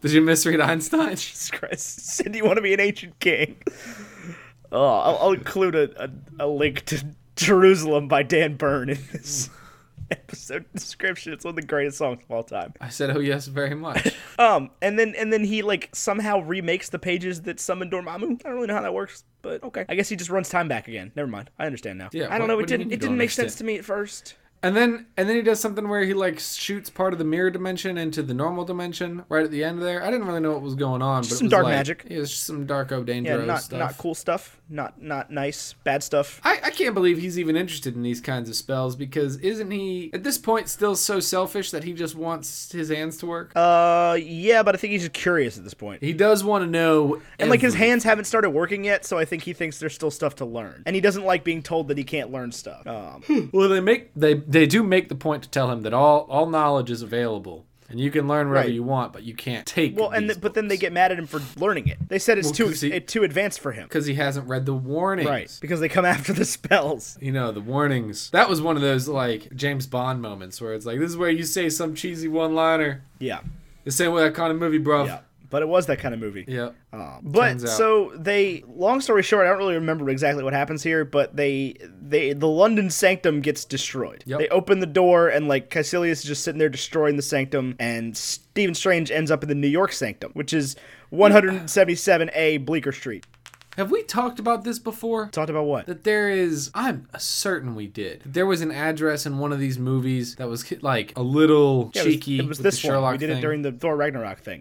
Speaker 1: did you misread Einstein?
Speaker 2: Jesus Christ. Cindy, you want to be an ancient king? Oh, I'll, I'll include a, a, a link to Jerusalem by Dan Byrne in this episode description. It's one of the greatest songs of all time.
Speaker 1: I said, "Oh yes, very much."
Speaker 2: Um, and then and then he like somehow remakes the pages that summon Dormammu. I don't really know how that works, but okay. I guess he just runs time back again. Never mind. I understand now.
Speaker 1: Yeah,
Speaker 2: I don't
Speaker 1: what-
Speaker 2: know. It
Speaker 1: what do you mean
Speaker 2: didn't.
Speaker 1: you
Speaker 2: It
Speaker 1: don't
Speaker 2: didn't make
Speaker 1: understand?
Speaker 2: sense to me at first.
Speaker 1: and then and then he does something where he like shoots part of the mirror dimension into the normal dimension right at the end there. I didn't really know what was going on, but it
Speaker 2: some
Speaker 1: was
Speaker 2: dark
Speaker 1: like-
Speaker 2: magic.
Speaker 1: Yeah, it's just some dark, oh,
Speaker 2: Yeah,
Speaker 1: dangerous
Speaker 2: not
Speaker 1: stuff.
Speaker 2: not cool stuff. Not not nice. Bad stuff.
Speaker 1: I, I can't believe he's even interested in these kinds of spells because isn't he at this point still so selfish that he just wants his hands to work?
Speaker 2: Uh, yeah, but I think he's just curious at this point.
Speaker 1: he does want to know,
Speaker 2: And like his hands haven't started working yet, so I think he thinks there's still stuff to learn. And he doesn't like being told that he can't learn stuff. Um,
Speaker 1: Well, they make they they do make the point to tell him that all all knowledge is available and you can learn whatever
Speaker 2: Right.
Speaker 1: you want, but you can't take.
Speaker 2: well, and th- but then they get mad at him for learning it. They said it's
Speaker 1: Well,
Speaker 2: too
Speaker 1: 'cause he-
Speaker 2: it, too advanced for him.
Speaker 1: because he hasn't read the warnings.
Speaker 2: Right, because they come after the spells.
Speaker 1: You know the warnings. That was one of those like James Bond moments where it's like this is where you say some cheesy one liner.
Speaker 2: Yeah,
Speaker 1: The same way that kind of movie, bro.
Speaker 2: yeah. But it was that kind of movie.
Speaker 1: Yeah.
Speaker 2: Um,
Speaker 1: Turns
Speaker 2: but
Speaker 1: out-
Speaker 2: so they long story short, I don't really remember exactly what happens here, but they they the London Sanctum gets destroyed.
Speaker 1: Yep.
Speaker 2: They open the door and like Caecilius is just sitting there destroying the sanctum and Stephen Strange ends up in the New York Sanctum, which is 177A Bleecker Street.
Speaker 1: Have we talked about this before?
Speaker 2: Talked about what?
Speaker 1: that there is i'm certain we did there was an address in one of these movies that was like a little
Speaker 2: Yeah, it was-
Speaker 1: cheeky
Speaker 2: It was,
Speaker 1: with
Speaker 2: this
Speaker 1: the
Speaker 2: one.
Speaker 1: Sherlock
Speaker 2: We did
Speaker 1: thing.
Speaker 2: it during the Thor Ragnarok thing.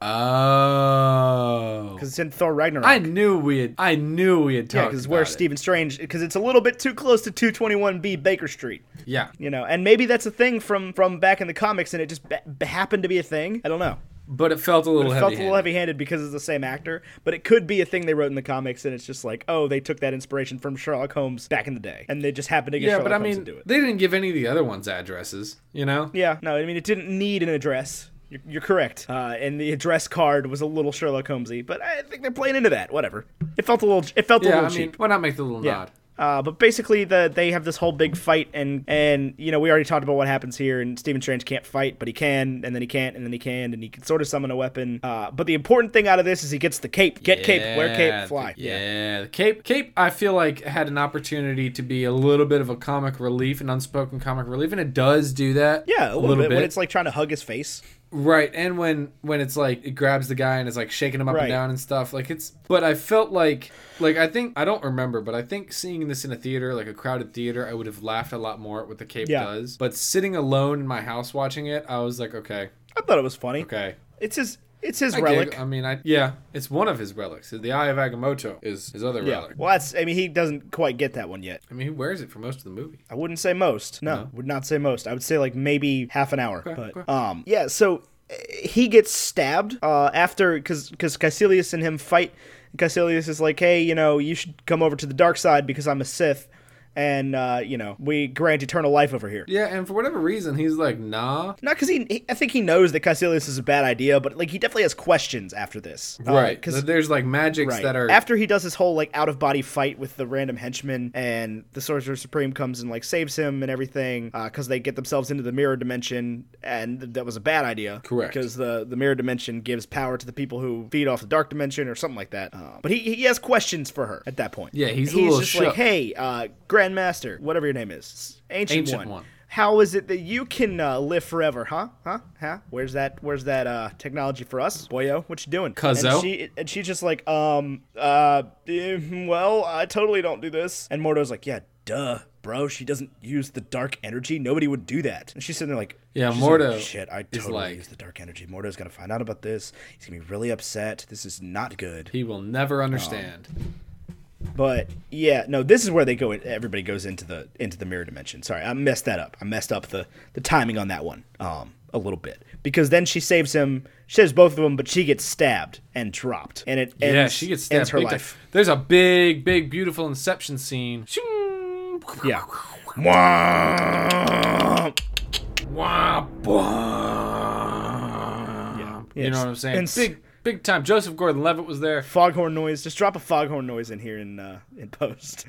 Speaker 1: oh
Speaker 2: Because it's in Thor Ragnarok.
Speaker 1: i knew we had i knew we had
Speaker 2: yeah,
Speaker 1: talked
Speaker 2: because
Speaker 1: about
Speaker 2: where
Speaker 1: it.
Speaker 2: Stephen Strange, because it's a little bit too close to 221B Baker Street.
Speaker 1: yeah
Speaker 2: you know and maybe that's a thing from from back in the comics and it just ba- ba- happened to be a thing i don't know
Speaker 1: but it felt a little
Speaker 2: it
Speaker 1: heavy
Speaker 2: felt a little heavy-handed because it's the same actor but it could be a thing they wrote in the comics and it's just like oh they took that inspiration from sherlock holmes back in the day and they just happened to get
Speaker 1: yeah
Speaker 2: sherlock
Speaker 1: but i
Speaker 2: holmes
Speaker 1: mean
Speaker 2: to do it
Speaker 1: they didn't give any of the other ones addresses you know
Speaker 2: yeah no i mean it didn't need an address you're, you're correct uh, and the address card was a little sherlock holmesy but i think they're playing into that whatever it felt a little it felt a
Speaker 1: yeah i
Speaker 2: little
Speaker 1: mean
Speaker 2: cheap
Speaker 1: why not make the little
Speaker 2: Yeah.
Speaker 1: nod
Speaker 2: Uh, but basically, the they have this whole big fight, and and you know we already talked about what happens here, and Stephen Strange can't fight, but he can, and then he can't, and then he can, and he can sort of summon a weapon. Uh, but the important thing out of this is he gets the cape. Get cape, wear
Speaker 1: Yeah,
Speaker 2: cape,
Speaker 1: the-
Speaker 2: fly.
Speaker 1: yeah. the cape. Cape, I feel like had an opportunity to be a little bit of a comic relief, an unspoken comic relief, and it does do that.
Speaker 2: yeah, a little, bit, when it's like trying to hug his face.
Speaker 1: Right, and when when it's like it grabs the guy and is like shaking him up
Speaker 2: Right.
Speaker 1: and down and stuff, like it's. But I felt like like I think I don't remember, but I think seeing this in a theater, like a crowded theater, I would have laughed a lot more at what the cape
Speaker 2: Yeah.
Speaker 1: does. But sitting alone in my house watching it, I was like, okay,
Speaker 2: I thought it was funny.
Speaker 1: okay,
Speaker 2: It's his It's his
Speaker 1: I Uh,
Speaker 2: relic.
Speaker 1: gig- I mean, I yeah, it's one of his relics. The Eye of Agamotto is his other
Speaker 2: yeah.
Speaker 1: relic.
Speaker 2: Well, that's. I mean, he doesn't quite get that one yet.
Speaker 1: I mean, he wears it for most of the movie.
Speaker 2: I wouldn't say most. No, would not say most. I would say like maybe half an hour. but
Speaker 1: okay.
Speaker 2: um, yeah. So uh, he gets stabbed uh, after because because Caecilius and him fight. Caecilius is like, hey, you know, you should come over to the dark side because I'm a Sith, and uh, you know, we grant eternal life over here.
Speaker 1: Yeah, and for whatever reason, he's like, nah.
Speaker 2: Not because he, he, I think he knows that Caecilius is a bad idea, but like he definitely has questions after this, Uh,
Speaker 1: right.
Speaker 2: Because
Speaker 1: Because there's like magics
Speaker 2: Right.
Speaker 1: that are.
Speaker 2: after he does his whole like out of body fight with the random henchman and the sorcerer supreme comes and like saves him and everything because they get themselves into the mirror dimension and th- that was a bad idea
Speaker 1: Correct.
Speaker 2: because the the mirror dimension gives power to the people who feed off the dark dimension or something like that Uh, but he, he has questions for her at that point
Speaker 1: Yeah, he's a
Speaker 2: he's
Speaker 1: little
Speaker 2: just
Speaker 1: shook.
Speaker 2: like hey uh, grandmaster whatever your name is ancient,
Speaker 1: Ancient
Speaker 2: one
Speaker 1: One.
Speaker 2: how is it that you can uh, live forever, huh? Huh? Huh? Where's that? Where's that uh, technology for us, boyo? What you doing?
Speaker 1: Cuzzo.
Speaker 2: And she and she's just like, um, uh, eh, well, I totally don't do this. And Mordo's like, yeah, duh, bro. She doesn't use the dark energy. Nobody would do that. And she's sitting there like,
Speaker 1: Yeah,
Speaker 2: she's like,
Speaker 1: Mordo
Speaker 2: Shit, I
Speaker 1: is
Speaker 2: totally
Speaker 1: like-
Speaker 2: use the dark energy. Mordo's gonna find out about this. He's gonna be really upset. This is not good.
Speaker 1: he will never understand.
Speaker 2: But yeah, no, this is where they go. Everybody goes into the into the mirror dimension. Sorry, I messed that up. I messed up the the timing on that one um, a little bit because then she saves him. She saves both of them, but she gets stabbed and dropped, and it ends,
Speaker 1: yeah, she gets stabbed.
Speaker 2: ends her
Speaker 1: big time.
Speaker 2: life.
Speaker 1: There's a big, big, beautiful inception scene. Shing!
Speaker 2: Yeah. Wah!
Speaker 1: Wah, bah. You
Speaker 2: Yes.
Speaker 1: know what I'm saying?
Speaker 2: And s-
Speaker 1: big, big time. Joseph Gordon-Levitt was there.
Speaker 2: Foghorn noise. Just drop a foghorn noise in here in uh, in post.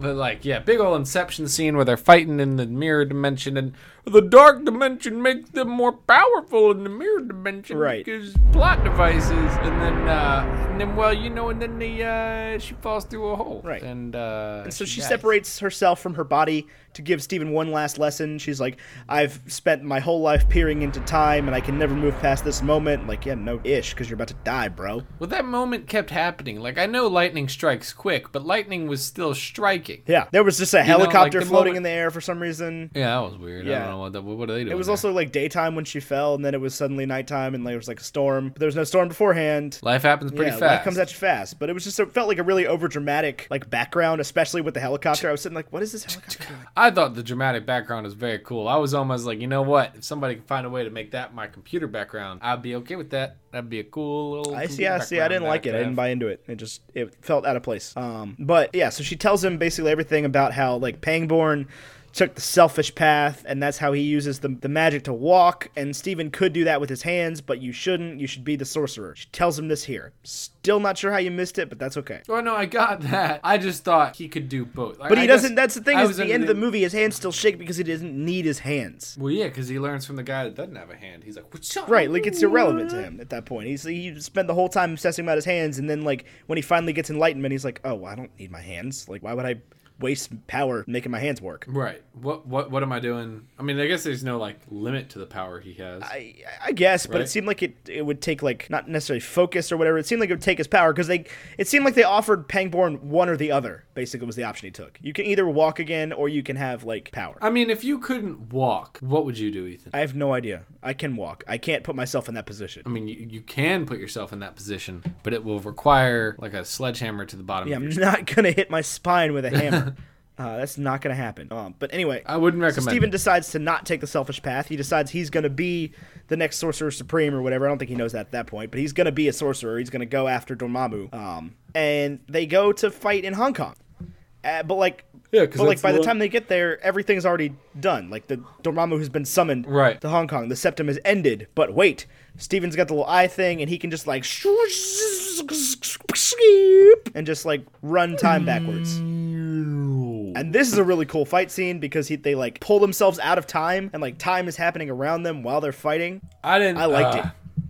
Speaker 1: But like, yeah, big old Inception scene where they're fighting in the mirror dimension, and the dark dimension makes them more powerful in the mirror dimension,
Speaker 2: Right.
Speaker 1: Because plot devices, and then, uh, and then, well, you know, and then the uh, she falls through a hole,
Speaker 2: Right.
Speaker 1: And, uh,
Speaker 2: So she
Speaker 1: dies.
Speaker 2: separates herself from her body to give Stephen one last lesson. She's like, I've spent my whole life peering into time and I can never move past this moment. Like, yeah, no ish, because you're about to die, bro.
Speaker 1: Well, that moment kept happening. Like I know lightning strikes quick, but lightning was still striking.
Speaker 2: Yeah. There was just a
Speaker 1: know, like,
Speaker 2: helicopter
Speaker 1: the
Speaker 2: floating
Speaker 1: moment-
Speaker 2: in the air for some reason.
Speaker 1: Yeah, that was weird. I
Speaker 2: Yeah.
Speaker 1: don't know what, that, what are they doing.
Speaker 2: It was
Speaker 1: there?
Speaker 2: also like daytime when she fell, and then it was suddenly nighttime, and there was like a storm. But there was no storm beforehand.
Speaker 1: life happens pretty
Speaker 2: yeah, life
Speaker 1: fast.
Speaker 2: comes at you fast, but it was just it felt like a really overdramatic like background, especially with the helicopter. I was sitting like, what is this helicopter? doing?
Speaker 1: I thought the dramatic background was very cool. I was almost like, you know what? If somebody could find a way to make that my computer background, I'd be okay with that. That'd be a cool little.
Speaker 2: I see.
Speaker 1: computer
Speaker 2: I see. I
Speaker 1: background
Speaker 2: didn't like
Speaker 1: that
Speaker 2: it.
Speaker 1: could
Speaker 2: I didn't
Speaker 1: have.
Speaker 2: buy into it. It just it felt out of place. Um, but yeah, so she tells him basically everything about how like Pangborn took the selfish path, and that's how he uses the, the magic to walk. And Steven could do that with his hands, but you shouldn't. You should be the sorcerer. She tells him this here. Still not sure how you missed it, but that's okay.
Speaker 1: Oh no, I got that. I just thought he could do both. Like,
Speaker 2: But he
Speaker 1: I guess
Speaker 2: doesn't. That's the thing.
Speaker 1: I
Speaker 2: Is
Speaker 1: was
Speaker 2: at the
Speaker 1: under
Speaker 2: end of the movie, his hands still shake because he doesn't need his hands.
Speaker 1: Well, yeah, because he learns from the guy that doesn't have a hand. He's like, what's up?
Speaker 2: Right, like it's irrelevant
Speaker 1: Uh.
Speaker 2: to him at that point. He's he spent the whole time obsessing about his hands, and then like when he finally gets enlightenment, he's like, "Oh, well, I don't need my hands. Like, why would I waste power making my hands work?"
Speaker 1: Right. What what what am I doing? I mean, I guess there's no like limit to the power he has.
Speaker 2: I, I guess, but it
Speaker 1: Right.
Speaker 2: seemed like it, it would take like not necessarily focus or whatever. It seemed like it would take his power because they it seemed like they offered Pangborn one or the other. Basically, was the option he took. You can either walk again or you can have like power.
Speaker 1: I mean, if you couldn't walk, what would you do, Ethan?
Speaker 2: I have no idea. I can walk. I can't put myself in that position.
Speaker 1: I mean, you, you can put yourself in that position, but it will require like a sledgehammer to the bottom.
Speaker 2: Yeah,
Speaker 1: of
Speaker 2: I'm
Speaker 1: your
Speaker 2: not gonna hit my spine with a hammer. Uh, that's not going to happen. Um, but anyway,
Speaker 1: I wouldn't recommend
Speaker 2: So Steven decides to not take the selfish path. He decides he's going to be the next sorcerer supreme or whatever. I don't think he knows that at that point, but he's going to be a sorcerer. He's going to go after Dormammu. Um, and they go to fight in Hong Kong. Uh, but like,
Speaker 1: Yeah, 'cause
Speaker 2: but like
Speaker 1: that's
Speaker 2: by
Speaker 1: the
Speaker 2: the
Speaker 1: one-
Speaker 2: time they get there, everything's already done. Like the Dormammu has been summoned
Speaker 1: Right.
Speaker 2: to Hong Kong. The septum has ended. But wait, Steven's got the little eye thing, and he can just like and just like run time backwards. And this is a really cool fight scene because he, they like pull themselves out of time and like time is happening around them while they're fighting.
Speaker 1: I didn't.
Speaker 2: I liked
Speaker 1: uh,
Speaker 2: it.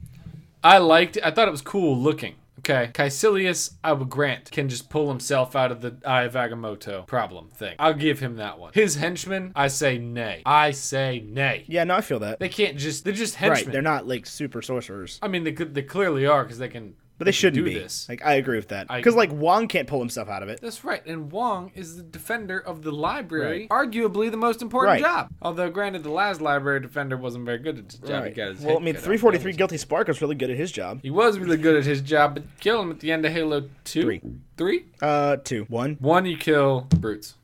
Speaker 1: I liked it. I thought it was cool looking. Okay, Caecilius, I will grant, can just pull himself out of the Eye of Agamotto problem thing. I'll give him that one. His henchmen, I say nay. I say nay.
Speaker 2: Yeah, no, I feel that.
Speaker 1: They can't just. They're just
Speaker 2: right,
Speaker 1: henchmen.
Speaker 2: they're not like super sorcerers.
Speaker 1: I mean, they could. They clearly are because they can
Speaker 2: But they
Speaker 1: can
Speaker 2: shouldn't
Speaker 1: do
Speaker 2: be.
Speaker 1: this.
Speaker 2: Like I agree with that because like Wong can't pull himself out of it.
Speaker 1: That's right. And Wong is the defender of the library, arguably the most important
Speaker 2: Right.
Speaker 1: job. Although, granted, the last library defender wasn't very good at his job. He got his
Speaker 2: Well, I
Speaker 1: head
Speaker 2: mean,
Speaker 1: cut off.
Speaker 2: 343 Guilty Spark was really good at his job.
Speaker 1: He was really good at his job, but you kill him at the end of Halo 2.
Speaker 2: Three.
Speaker 1: Three?
Speaker 2: Uh, two, one.
Speaker 1: One, you kill Brutes.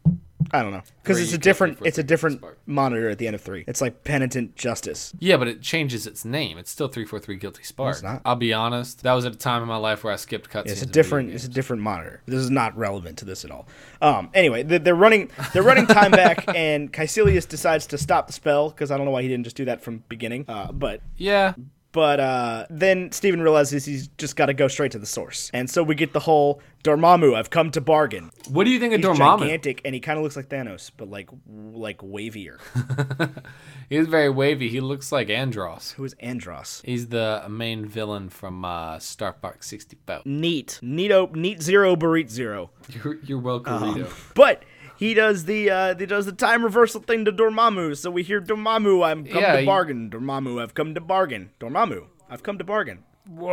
Speaker 2: I don't know because
Speaker 1: Three,
Speaker 2: it's
Speaker 1: you
Speaker 2: a
Speaker 1: can't
Speaker 2: different.
Speaker 1: keep with
Speaker 2: It's a
Speaker 1: Guilty
Speaker 2: different
Speaker 1: Spark.
Speaker 2: monitor at the end of three. It's like Penitent Justice.
Speaker 1: Yeah, but it changes its name. It's still 343 Guilty Spark.
Speaker 2: it's not.
Speaker 1: I'll be honest. That was at a time in my life where I skipped cutscenes.
Speaker 2: It's a
Speaker 1: of video
Speaker 2: different.
Speaker 1: games.
Speaker 2: It's a different monitor. This is not relevant to this at all. Um. Anyway, they're, they're running. They're running time back, and Caecilius decides to stop the spell because I don't know why he didn't just do that from beginning. Uh, but
Speaker 1: Yeah.
Speaker 2: But uh, then Steven realizes he's just got to go straight to the source. And so we get the whole Dormammu, I've come to bargain.
Speaker 1: What do you think of
Speaker 2: He's
Speaker 1: Dormammu?
Speaker 2: gigantic and he kind of looks like Thanos, but like like wavier.
Speaker 1: He's very wavy. He looks like Andros.
Speaker 2: Who is Andros?
Speaker 1: He's the main villain from uh, Starbucks 64.
Speaker 2: Neat. Neato, neat zero, burrito zero.
Speaker 1: You're, you're welcome, Rito.
Speaker 2: But he does the uh, he does the time reversal thing to Dormammu. So we hear Dormammu, I'm come
Speaker 1: Yeah,
Speaker 2: to
Speaker 1: he-
Speaker 2: bargain. Dormammu, I've come to bargain. Dormammu, I've come to bargain.
Speaker 1: I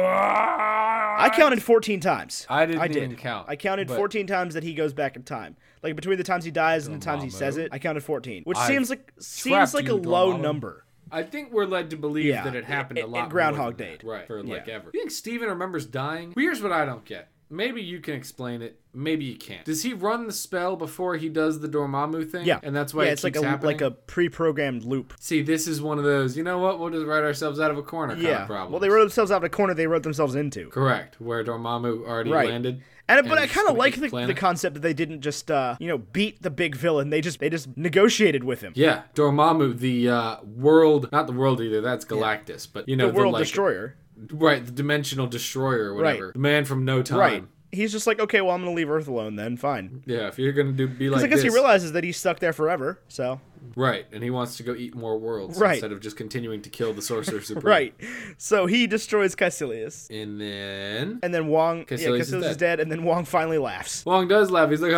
Speaker 2: I counted 14 times.
Speaker 1: I didn't
Speaker 2: I did.
Speaker 1: even count,
Speaker 2: I counted
Speaker 1: but-
Speaker 2: 14 times that he goes back in time. Like between the times he dies and the times he
Speaker 1: Dormammu.
Speaker 2: says it, I counted 14, which
Speaker 1: I've
Speaker 2: seems like seems
Speaker 1: trapped
Speaker 2: like
Speaker 1: you,
Speaker 2: a low
Speaker 1: Dormammu.
Speaker 2: number.
Speaker 1: I think we're led to believe
Speaker 2: Yeah,
Speaker 1: that it happened
Speaker 2: it-
Speaker 1: a
Speaker 2: it-
Speaker 1: lot.
Speaker 2: Groundhog
Speaker 1: more than
Speaker 2: Day.
Speaker 1: that. right? For like
Speaker 2: Yeah.
Speaker 1: ever. You think Steven remembers dying? Here's what I don't get. Maybe you can explain it. Maybe you can't. Does he run the spell before he does the Dormammu thing?
Speaker 2: Yeah,
Speaker 1: and that's why
Speaker 2: yeah,
Speaker 1: it
Speaker 2: it's
Speaker 1: keeps
Speaker 2: like a
Speaker 1: happening.
Speaker 2: like a pre-programmed loop.
Speaker 1: See, this is one of those. You know what? We'll just write ourselves out of a corner. Kind
Speaker 2: Yeah.
Speaker 1: of problem.
Speaker 2: Well, they wrote themselves out of a corner they wrote themselves into.
Speaker 1: correct where Dormammu already
Speaker 2: Right.
Speaker 1: landed.
Speaker 2: And, but
Speaker 1: and
Speaker 2: I
Speaker 1: it's
Speaker 2: kind of
Speaker 1: gonna
Speaker 2: like
Speaker 1: eat
Speaker 2: the, the
Speaker 1: planet.
Speaker 2: concept that they didn't just uh, you know beat the big villain. They just they just negotiated with him.
Speaker 1: yeah, Dormammu, the uh, world, not the world either. That's Galactus, but you know
Speaker 2: the world
Speaker 1: like,
Speaker 2: destroyer.
Speaker 1: right? The dimensional destroyer, or
Speaker 2: Right.
Speaker 1: whatever. The man from no time.
Speaker 2: Right. He's just like, okay, well, I'm gonna leave Earth alone then. Fine.
Speaker 1: Yeah, if you're gonna do be like
Speaker 2: Because I guess
Speaker 1: this,
Speaker 2: he realizes that he's stuck there forever. So
Speaker 1: right? And he wants to go eat more worlds
Speaker 2: Right.
Speaker 1: instead of just continuing to kill the sorcerer supreme.
Speaker 2: right. So he destroys Caecilius.
Speaker 1: And then
Speaker 2: And then Wong, yeah,
Speaker 1: Caecilius is
Speaker 2: Caecilius is, dead, and then Wong finally laughs.
Speaker 1: Wong does laugh. He's like,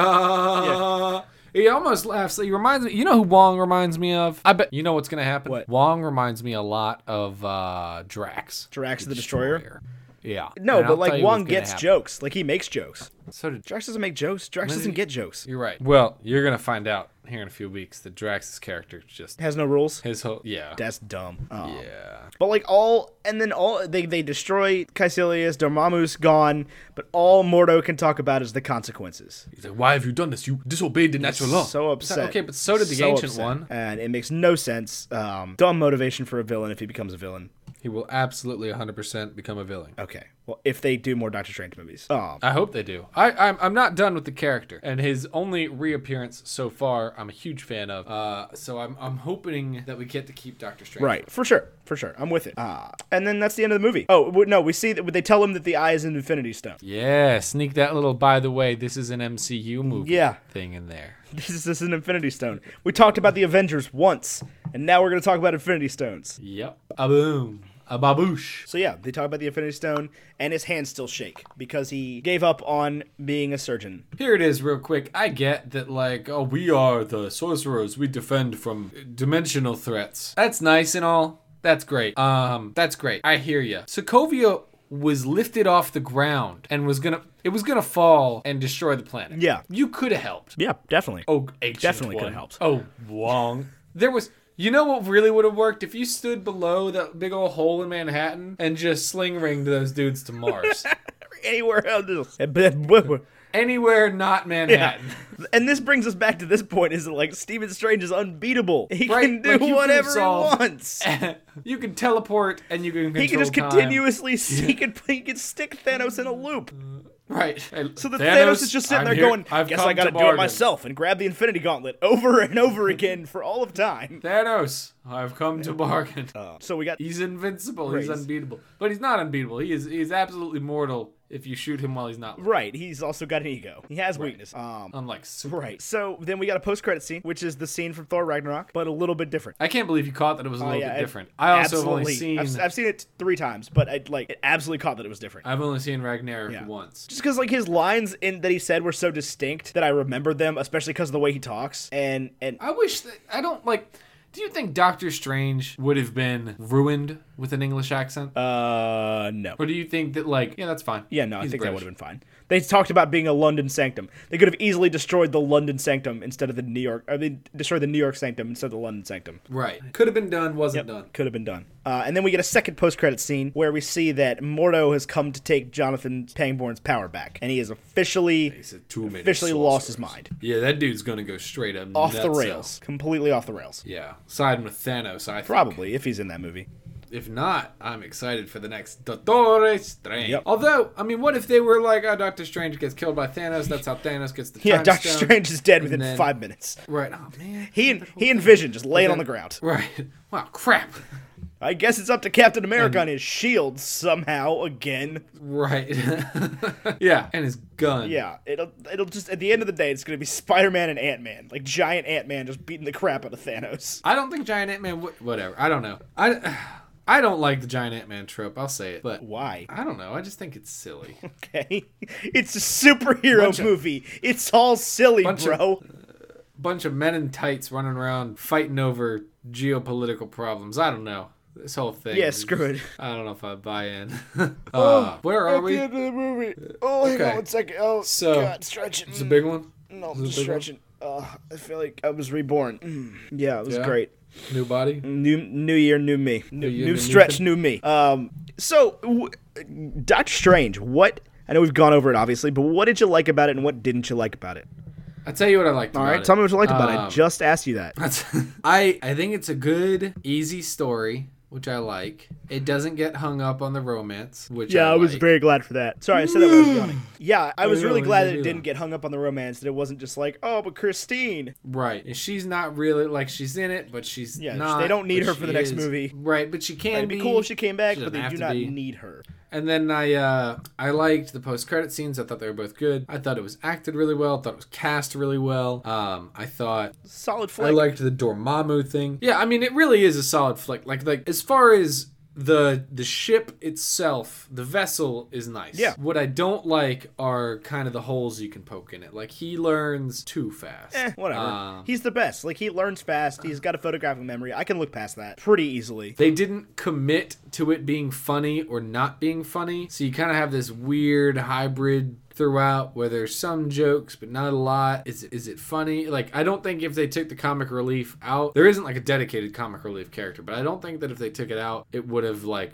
Speaker 1: ah. He almost laughs. He reminds me. You know who Wong reminds me of? I bet you know what's gonna happen.
Speaker 2: What?
Speaker 1: Wong reminds me a lot of uh, Drax.
Speaker 2: Drax the Destroyer?
Speaker 1: Yeah.
Speaker 2: No,
Speaker 1: And I'll
Speaker 2: but
Speaker 1: tell
Speaker 2: like
Speaker 1: you what's
Speaker 2: Wong
Speaker 1: gonna
Speaker 2: gets
Speaker 1: happen.
Speaker 2: jokes. Like he makes jokes.
Speaker 1: So did
Speaker 2: Drax doesn't make jokes. Drax doesn't get jokes.
Speaker 1: You're right. Well, you're gonna find out here in a few weeks that Drax's character is just
Speaker 2: Has no rules.
Speaker 1: his whole yeah
Speaker 2: That's dumb. Aw.
Speaker 1: yeah.
Speaker 2: But like all, and then all they they destroy Caecilius. Dormammu's gone, but all Mordo can talk about is the consequences.
Speaker 1: He's like, why have you done this? You disobeyed the natural law.
Speaker 2: So
Speaker 1: It's like,
Speaker 2: upset.
Speaker 1: Okay, but so did the
Speaker 2: So
Speaker 1: ancient
Speaker 2: upset.
Speaker 1: one.
Speaker 2: and it makes no sense. Um, dumb motivation for a villain if he becomes a villain.
Speaker 1: He will absolutely 100% become a villain.
Speaker 2: Okay, well if they do more Doctor Strange movies, um,
Speaker 1: I hope they do. I, I'm, I'm not done with the character. And his only reappearance so far, I'm a huge fan of. Uh, so I'm, I'm hoping that we get to keep Doctor Strange.
Speaker 2: Right, for sure, for sure. I'm with it. Ah, and then that's the end of the movie. Oh w- no, we see that they tell him that the eye is an Infinity Stone.
Speaker 1: Yeah, sneak that little, by the way, this is an MCU movie
Speaker 2: Yeah.
Speaker 1: thing in there.
Speaker 2: This is this is an Infinity Stone. We talked about the Avengers once, and now we're gonna talk about Infinity Stones.
Speaker 1: Yep. A boom. A baboosh.
Speaker 2: So yeah, they talk about the Infinity Stone, and his hands still shake because he gave up on being a surgeon.
Speaker 1: Here it is, real quick. I get that, like, oh, we are the sorcerers. We defend from dimensional threats. That's nice and all. That's great. Um, that's great. I hear you. Sokovia was lifted off the ground and was gonna. It was gonna fall and destroy the planet.
Speaker 2: Yeah.
Speaker 1: you could have helped.
Speaker 2: Yeah, definitely.
Speaker 1: Oh, ancient
Speaker 2: Definitely
Speaker 1: one.
Speaker 2: coulda helped.
Speaker 1: Oh, Wong. There was. You know what really would have worked if you stood below that big old hole in Manhattan and just sling ringed those dudes to Mars,
Speaker 2: anywhere else. and
Speaker 1: anywhere not Manhattan.
Speaker 2: this brings us back to this point: is that like Stephen Strange is unbeatable. He
Speaker 1: Right,
Speaker 2: can do
Speaker 1: like, you could've
Speaker 2: whatever he
Speaker 1: solved-
Speaker 2: wants.
Speaker 1: you can teleport and you can control
Speaker 2: He can just
Speaker 1: time.
Speaker 2: continuously. He could he could stick Thanos in a loop.
Speaker 1: Right.
Speaker 2: So the Thanos, is just sitting there going, i "Guess I got to do it myself," and grab the Infinity Gauntlet over and over again for all of time. Uh,
Speaker 1: Thanos, I've come to bargain.
Speaker 2: So we got
Speaker 1: He's invincible. He's
Speaker 2: Praise.
Speaker 1: unbeatable. But he's not unbeatable. He is he's absolutely mortal if you shoot him while he's not.
Speaker 2: right. He's also got an ego. He has weakness. Um,
Speaker 1: Unlike Super.
Speaker 2: right. So then we got a post-credit scene, which is the scene from Thor Ragnarok, but a little bit different.
Speaker 1: I can't believe you caught that it was a little
Speaker 2: Oh, yeah,
Speaker 1: bit
Speaker 2: I-
Speaker 1: different. I also have only
Speaker 2: Absolutely.
Speaker 1: seen Uh,
Speaker 2: I've,
Speaker 1: I've,
Speaker 2: I've seen it three times, but I like it absolutely caught that it was different.
Speaker 1: only seen Ragnarok
Speaker 2: Yeah.
Speaker 1: once.
Speaker 2: just because like his lines in that he said were so distinct that I remembered them, especially because of the way he talks. And and
Speaker 1: I wish that I don't like Do you think Doctor Strange would have been ruined with an English accent?
Speaker 2: Uh, no.
Speaker 1: or do you think that, like, yeah, that's fine?
Speaker 2: Yeah, no, I
Speaker 1: He's
Speaker 2: think that
Speaker 1: British.
Speaker 2: would have been fine. They talked about being a London sanctum. They could have easily destroyed the London sanctum instead of the New York. Or they destroyed the New York sanctum instead of the London sanctum.
Speaker 1: Right. Could have been done, wasn't done.
Speaker 2: Could have been done. Uh, and then we get a second post-credit scene where we see that Mordo has come to take Jonathan Pangborn's power back, and he has officially,
Speaker 1: He's a two-minute
Speaker 2: officially
Speaker 1: sorcerer.
Speaker 2: lost his mind,
Speaker 1: Yeah, that dude's gonna go straight up
Speaker 2: off the
Speaker 1: nutso.
Speaker 2: rails, completely off the rails.
Speaker 1: Yeah, siding with Thanos. I think.
Speaker 2: Probably if he's in that movie.
Speaker 1: If not, I'm excited for the next Doctor Strange.
Speaker 2: Yep.
Speaker 1: Although, I mean, what if they were like, "Oh, Doctor Strange gets killed by Thanos. That's how Thanos gets the
Speaker 2: Yeah,
Speaker 1: time
Speaker 2: Doctor
Speaker 1: stone."
Speaker 2: Strange is dead within
Speaker 1: then-
Speaker 2: five minutes.
Speaker 1: Right. Oh man.
Speaker 2: He and he and Vision just laying on the ground.
Speaker 1: Right. Wow. Crap.
Speaker 2: I guess it's up to Captain America on his shield somehow again.
Speaker 1: Right. yeah. And his gun.
Speaker 2: Yeah, it'll it'll just at the end of the day, it's gonna be Spider Man and Ant Man, like giant Ant Man just beating the crap out of Thanos.
Speaker 1: I don't think Giant Ant Man. W- whatever. I don't know. I. I don't like the Giant Ant Man trope. I'll say it, but
Speaker 2: Why?
Speaker 1: I don't know. I just think it's silly.
Speaker 2: Okay, it's a superhero
Speaker 1: Bunch of-
Speaker 2: movie. It's all silly,
Speaker 1: Bunch of-
Speaker 2: bro.
Speaker 1: bunch of men in tights running around fighting over geopolitical problems. I don't know. This whole thing.
Speaker 2: yeah,
Speaker 1: is-
Speaker 2: screw it. Oh,
Speaker 1: I don't know if I buy in. uh, where are
Speaker 2: At the
Speaker 1: we? Uh,
Speaker 2: end of the movie. Oh, hang
Speaker 1: Okay.
Speaker 2: on one second. Oh,
Speaker 1: So-
Speaker 2: God, stretching.
Speaker 1: It's a big one.
Speaker 2: No,
Speaker 1: Is it
Speaker 2: I'm
Speaker 1: a
Speaker 2: just
Speaker 1: big one?
Speaker 2: stretching. Uh, I feel like I was reborn. Mm. Yeah, it was
Speaker 1: Yeah.
Speaker 2: great.
Speaker 1: New body.
Speaker 2: New new year, new me. New,
Speaker 1: year,
Speaker 2: new
Speaker 1: new
Speaker 2: stretch, new me. Um, so w- Doctor Strange, what? I know we've gone over it obviously, but what did you like about it, and what didn't you like about it?
Speaker 1: I tell you what I liked.
Speaker 2: All
Speaker 1: about
Speaker 2: right,
Speaker 1: it.
Speaker 2: tell me what you liked about it. I
Speaker 1: Um,
Speaker 2: just asked you that.
Speaker 1: That's I I think it's a good easy story, which I like. It doesn't get hung up on the romance, which I, like.
Speaker 2: very glad for that. Sorry, I said that when I was yawning. Yeah, I was
Speaker 1: Mm. Oh, yeah,
Speaker 2: really
Speaker 1: we
Speaker 2: glad
Speaker 1: did
Speaker 2: that
Speaker 1: do
Speaker 2: it didn't
Speaker 1: that.
Speaker 2: get hung up on the romance. That it wasn't just like, oh, but Christine.
Speaker 1: right. And she's not really like she's in it, but she's
Speaker 2: Yeah,
Speaker 1: not.
Speaker 2: they don't need
Speaker 1: but
Speaker 2: her for the
Speaker 1: she
Speaker 2: next
Speaker 1: is.
Speaker 2: movie.
Speaker 1: Right, but she can
Speaker 2: It'd be cool if she came back,
Speaker 1: She
Speaker 2: but
Speaker 1: doesn't
Speaker 2: they
Speaker 1: have
Speaker 2: do
Speaker 1: to
Speaker 2: not
Speaker 1: be.
Speaker 2: need her.
Speaker 1: And then I uh, I liked the post credit scenes. I thought they were both good. I thought it was acted really well. I thought it was cast really well. Um, I thought
Speaker 2: Solid
Speaker 1: I
Speaker 2: flick.
Speaker 1: liked the Dormammu thing. Yeah, I mean it really is a solid flick. Like like as far as the the ship itself, the vessel is nice.
Speaker 2: Yeah.
Speaker 1: What I don't like are kind of the holes you can poke in it. Like he learns too fast.
Speaker 2: Eh, whatever.
Speaker 1: Um,
Speaker 2: He's the best. Like he learns fast. He's got a photographic memory. I can look past that pretty easily.
Speaker 1: they didn't commit to it being funny or not being funny. So you kind of have this weird hybrid throughout where there's some jokes but not a lot. Is it, is it funny? Like I don't think if they took the comic relief out, there isn't like a dedicated comic relief character, but I don't think that if they took it out, it would have like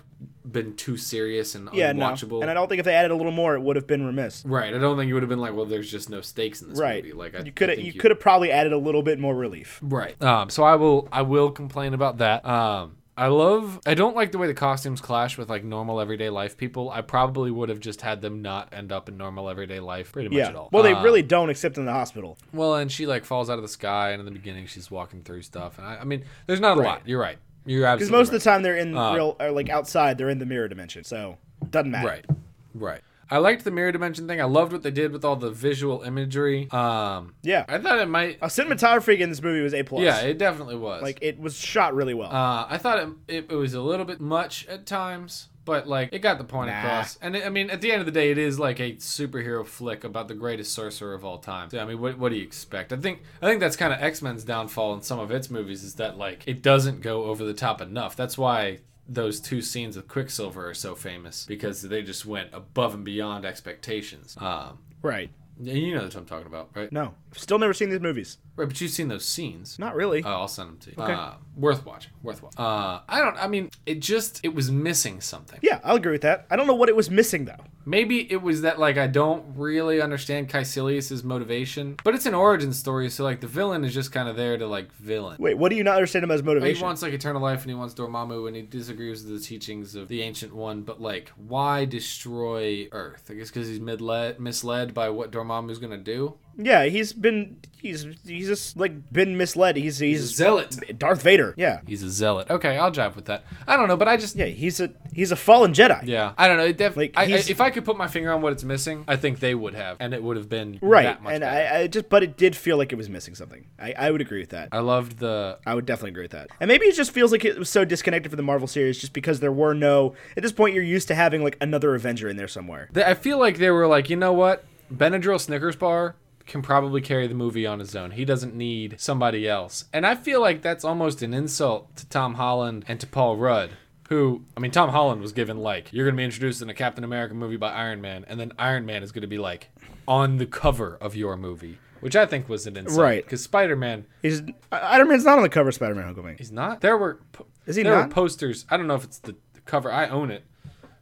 Speaker 1: been too serious and
Speaker 2: Yeah,
Speaker 1: unwatchable.
Speaker 2: no. And I don't think if they added a little more, it would have been remiss.
Speaker 1: Right, I don't think it would have been like, well, there's just no stakes in this
Speaker 2: Right.
Speaker 1: movie. Like, I,
Speaker 2: you could
Speaker 1: I
Speaker 2: have
Speaker 1: think
Speaker 2: you could have probably added a little bit more relief.
Speaker 1: Right. Um, so I will I will complain about that. Um, I love I don't like the way the costumes clash with like normal everyday life people. I probably would have just had them not end up in normal everyday life pretty much
Speaker 2: Yeah.
Speaker 1: at all.
Speaker 2: Well, they
Speaker 1: Uh,
Speaker 2: really don't, except in the hospital.
Speaker 1: well, and she like falls out of the sky, and in the beginning she's walking through stuff, and I, I mean, there's not a lot. You're right. You're
Speaker 2: Because
Speaker 1: absolutely
Speaker 2: most of
Speaker 1: right.
Speaker 2: the time they're in
Speaker 1: Uh,
Speaker 2: real or like outside, they're in the mirror dimension, so doesn't matter.
Speaker 1: Right. Right. I liked the mirror dimension thing. I loved what they did with all the visual imagery. Um,
Speaker 2: Yeah.
Speaker 1: I thought it might.
Speaker 2: Uh, cinematography in this movie was a plus.
Speaker 1: Yeah, it definitely was.
Speaker 2: like it was shot really well.
Speaker 1: Uh, I thought it, it, it was a little bit much at times, but like it got the point
Speaker 2: Nah.
Speaker 1: across. And it, I mean, at the end of the day, it is like a superhero flick about the greatest sorcerer of all time. So, I mean, what, what do you expect? I think I think that's kind of X Men's downfall in some of its movies is that like it doesn't go over the top enough. That's why those two scenes with Quicksilver are so famous because they just went above and beyond expectations. Um,
Speaker 2: right.
Speaker 1: and you know what I'm talking about, right?
Speaker 2: No, still never seen these movies.
Speaker 1: Right, but you've seen those scenes.
Speaker 2: Not really.
Speaker 1: Oh, I'll send them to you.
Speaker 2: Okay.
Speaker 1: Uh, worth watching. Worth watching. Uh, I don't. I mean, it just it was missing something.
Speaker 2: yeah, I'll agree with that. I don't know what it was missing though.
Speaker 1: Maybe it was that like I don't really understand Caecilius's motivation, but it's an origin story, so like the villain is just kind of there to like villain.
Speaker 2: Wait, what do you not understand about his
Speaker 1: Oh, He
Speaker 2: motivation?
Speaker 1: wants like eternal life, and he wants Dormammu, and he disagrees with the teachings of the ancient one. But like, why destroy Earth? I guess because he's midled, misled by what Dormammu's gonna do.
Speaker 2: yeah, he's been he's he's just like been misled. He's he's
Speaker 1: Zealot.
Speaker 2: Darth Vader. Yeah.
Speaker 1: He's a zealot. Okay, I'll jive with that. I don't know, but I just
Speaker 2: Yeah, he's a he's a fallen Jedi.
Speaker 1: Yeah, I don't know. It def-
Speaker 2: Like,
Speaker 1: I, I,
Speaker 2: he's-
Speaker 1: if I could put my finger on what it's missing, I think they would have, and it would have been
Speaker 2: Right.
Speaker 1: That much
Speaker 2: And
Speaker 1: better.
Speaker 2: I, I just but it did feel like it was missing something. I, I would agree with that.
Speaker 1: I, loved the
Speaker 2: I would definitely agree with that. And maybe it just feels like it was so disconnected from the Marvel series just because there were no at this point you're used to having like another Avenger in there somewhere.
Speaker 1: They- I feel like they were like, you know what? Benadryl Snickers bar can probably carry the movie on his own. He doesn't need somebody else. And I feel like that's almost an insult to Tom Holland and to Paul Rudd. Who, I mean, Tom Holland was given, like, you're going to be introduced in a Captain America movie by Iron Man, and then Iron Man is going to be, like, on the cover of your movie, which I think was an insult.
Speaker 2: Right.
Speaker 1: Because Spider Man
Speaker 2: He's Iron Man's not on the cover of Spider Man Homecoming.
Speaker 1: He's not. There were. po-
Speaker 2: Is he
Speaker 1: there
Speaker 2: not?
Speaker 1: Were posters. I don't know if it's the, the cover. I own it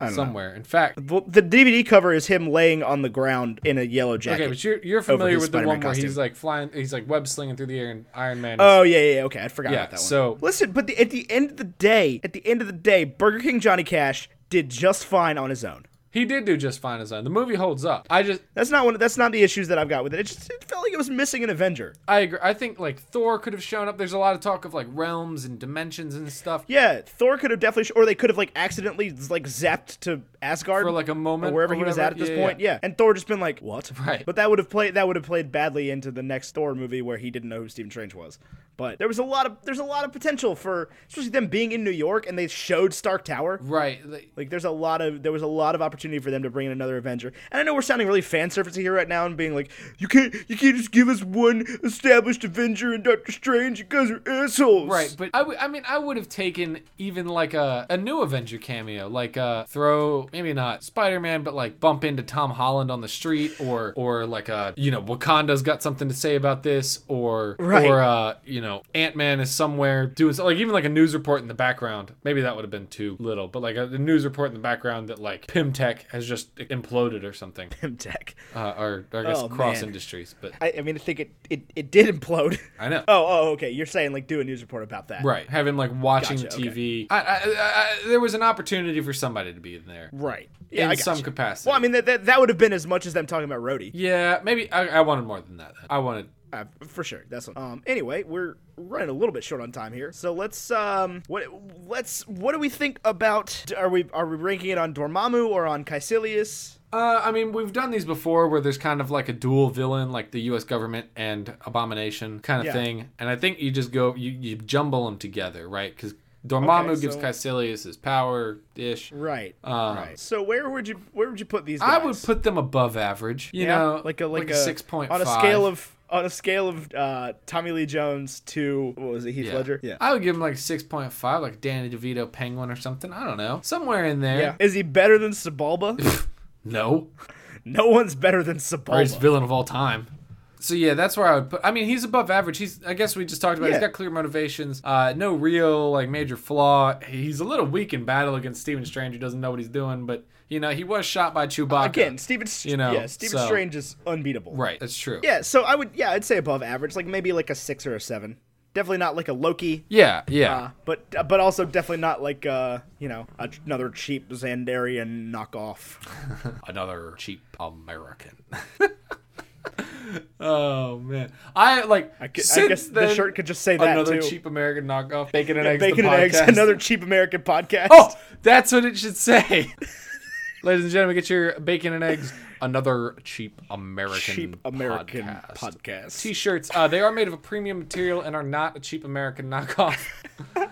Speaker 2: know.
Speaker 1: somewhere. In fact,
Speaker 2: Well, the DVD cover is him laying on the ground in a yellow jacket.
Speaker 1: okay, but you're you're familiar
Speaker 2: his
Speaker 1: with the
Speaker 2: Spider-Man
Speaker 1: one where he's
Speaker 2: costume.
Speaker 1: like flying. He's like web slinging through the air, and Iron Man. Is,
Speaker 2: Oh yeah, yeah, yeah, okay. I forgot
Speaker 1: Yeah,
Speaker 2: about that one.
Speaker 1: so-
Speaker 2: listen, but the, at the end of the day, at the end of the day, Burger King Johnny Cash did just fine on his own.
Speaker 1: he did do just fine as that. The movie holds up. I just
Speaker 2: That's not one. That's not the issues that I've got with it. It just it felt like it was missing an Avenger.
Speaker 1: I agree. I think like Thor could have shown up. There's a lot of talk of like realms and dimensions and stuff.
Speaker 2: Yeah, Thor could have definitely, sh- or they could have like accidentally like zapped to Asgard
Speaker 1: For, like, a moment
Speaker 2: or wherever
Speaker 1: or
Speaker 2: he was
Speaker 1: whatever.
Speaker 2: at at this
Speaker 1: Yeah,
Speaker 2: point. Yeah. and Thor just been like, "What?"
Speaker 1: Right.
Speaker 2: But that would have played that would have played badly into the next Thor movie where he didn't know who Stephen Strange was. But there was a lot of there's a lot of potential for especially them being in New York and they showed Stark Tower.
Speaker 1: Right. like-
Speaker 2: Like there's a lot of there was a lot of opportunity for them to bring in another Avenger. And I know we're sounding really fan surfacey here right now and being like, you can't you can't just give us one established Avenger and Doctor Strange. You guys are assholes.
Speaker 1: Right, but I, w- I mean, I would have taken even like a, a new Avenger cameo, like uh, throw maybe not Spider Man, but like bump into Tom Holland on the street, or or like a you know Wakanda's got something to say about this, or
Speaker 2: Right.
Speaker 1: or uh, you know Ant Man is somewhere doing so, like even like a news report in the background. Maybe that would have been too little, but like a, a news report in the background that like Pimtech has just e-, imploded or something,
Speaker 2: Him tech.
Speaker 1: uh, or, or I guess
Speaker 2: Oh,
Speaker 1: cross
Speaker 2: man.
Speaker 1: industries. But
Speaker 2: I, I mean, I think it, it, it did implode.
Speaker 1: I know.
Speaker 2: oh, oh, okay. You're saying like do a news report about that.
Speaker 1: Right, have him like watching
Speaker 2: Gotcha, okay.
Speaker 1: TV. I, I, I, I, there was an opportunity for somebody to be in there.
Speaker 2: Right. Yeah.
Speaker 1: in
Speaker 2: I got
Speaker 1: some
Speaker 2: you.
Speaker 1: capacity.
Speaker 2: Well, I mean, that, that, that would have been as much as them talking about Rhodey.
Speaker 1: yeah, maybe I, I wanted more than that. Then. I wanted.
Speaker 2: Uh, for sure. That's what, um. Anyway, we're running a little bit short on time here, so let's um. What let's what do we think about? Are we are we ranking it on Dormammu or on Caecilius?
Speaker 1: Uh, I mean, we've done these before, where there's kind of like a dual villain, like the U.S. government and Abomination kind of
Speaker 2: Yeah.
Speaker 1: thing. And I think you just go, you, you jumble them together, right? Because Dormammu
Speaker 2: Okay,
Speaker 1: gives
Speaker 2: so-
Speaker 1: Caecilius his power ish.
Speaker 2: Right.
Speaker 1: Uh,
Speaker 2: right. So where would you where would you put these?
Speaker 1: I
Speaker 2: guys?
Speaker 1: would put them above average. You
Speaker 2: Yeah,
Speaker 1: know,
Speaker 2: like a like, a
Speaker 1: six point
Speaker 2: on a scale of on a scale of uh, Tommy Lee Jones to what was it Heath Ledger?
Speaker 1: I would give him like six point five, like Danny DeVito Penguin or something. I don't know, somewhere in there.
Speaker 2: Yeah. Is he better than Sabalba?
Speaker 1: No,
Speaker 2: no one's better than
Speaker 1: greatest
Speaker 2: Sabalba.
Speaker 1: villain of all time. So yeah, that's where I would put. I mean, he's above average. He's. I guess we just talked about. it. He's
Speaker 2: Yeah.
Speaker 1: got clear motivations. Uh, no real like major flaw. He's a little weak in battle against Stephen Strange, who doesn't know what he's doing. But you know, he was shot by Chewbacca.
Speaker 2: Again, Stephen. Str-
Speaker 1: You know,
Speaker 2: yeah, Stephen
Speaker 1: so-
Speaker 2: Strange is unbeatable.
Speaker 1: right? That's true.
Speaker 2: Yeah, so I would. Yeah, I'd say above average, like maybe like a six or a seven. Definitely not like a Loki.
Speaker 1: yeah, yeah.
Speaker 2: Uh, but but also definitely not like uh you know a- another cheap Xandarian knockoff.
Speaker 1: Another cheap American. oh man, I like.
Speaker 2: I, gu- I
Speaker 1: since
Speaker 2: guess the
Speaker 1: then,
Speaker 2: shirt could just say that
Speaker 1: another
Speaker 2: too.
Speaker 1: cheap American knockoff. Bacon and eggs.
Speaker 2: Bacon
Speaker 1: the
Speaker 2: and eggs,
Speaker 1: podcast.
Speaker 2: another cheap American podcast.
Speaker 1: Oh, that's what it should say. Ladies and gentlemen, get your bacon and eggs. Another cheap American
Speaker 2: cheap American
Speaker 1: podcast.
Speaker 2: podcast.
Speaker 1: T-shirts. Uh, they are made of a premium material and are not a cheap American knockoff.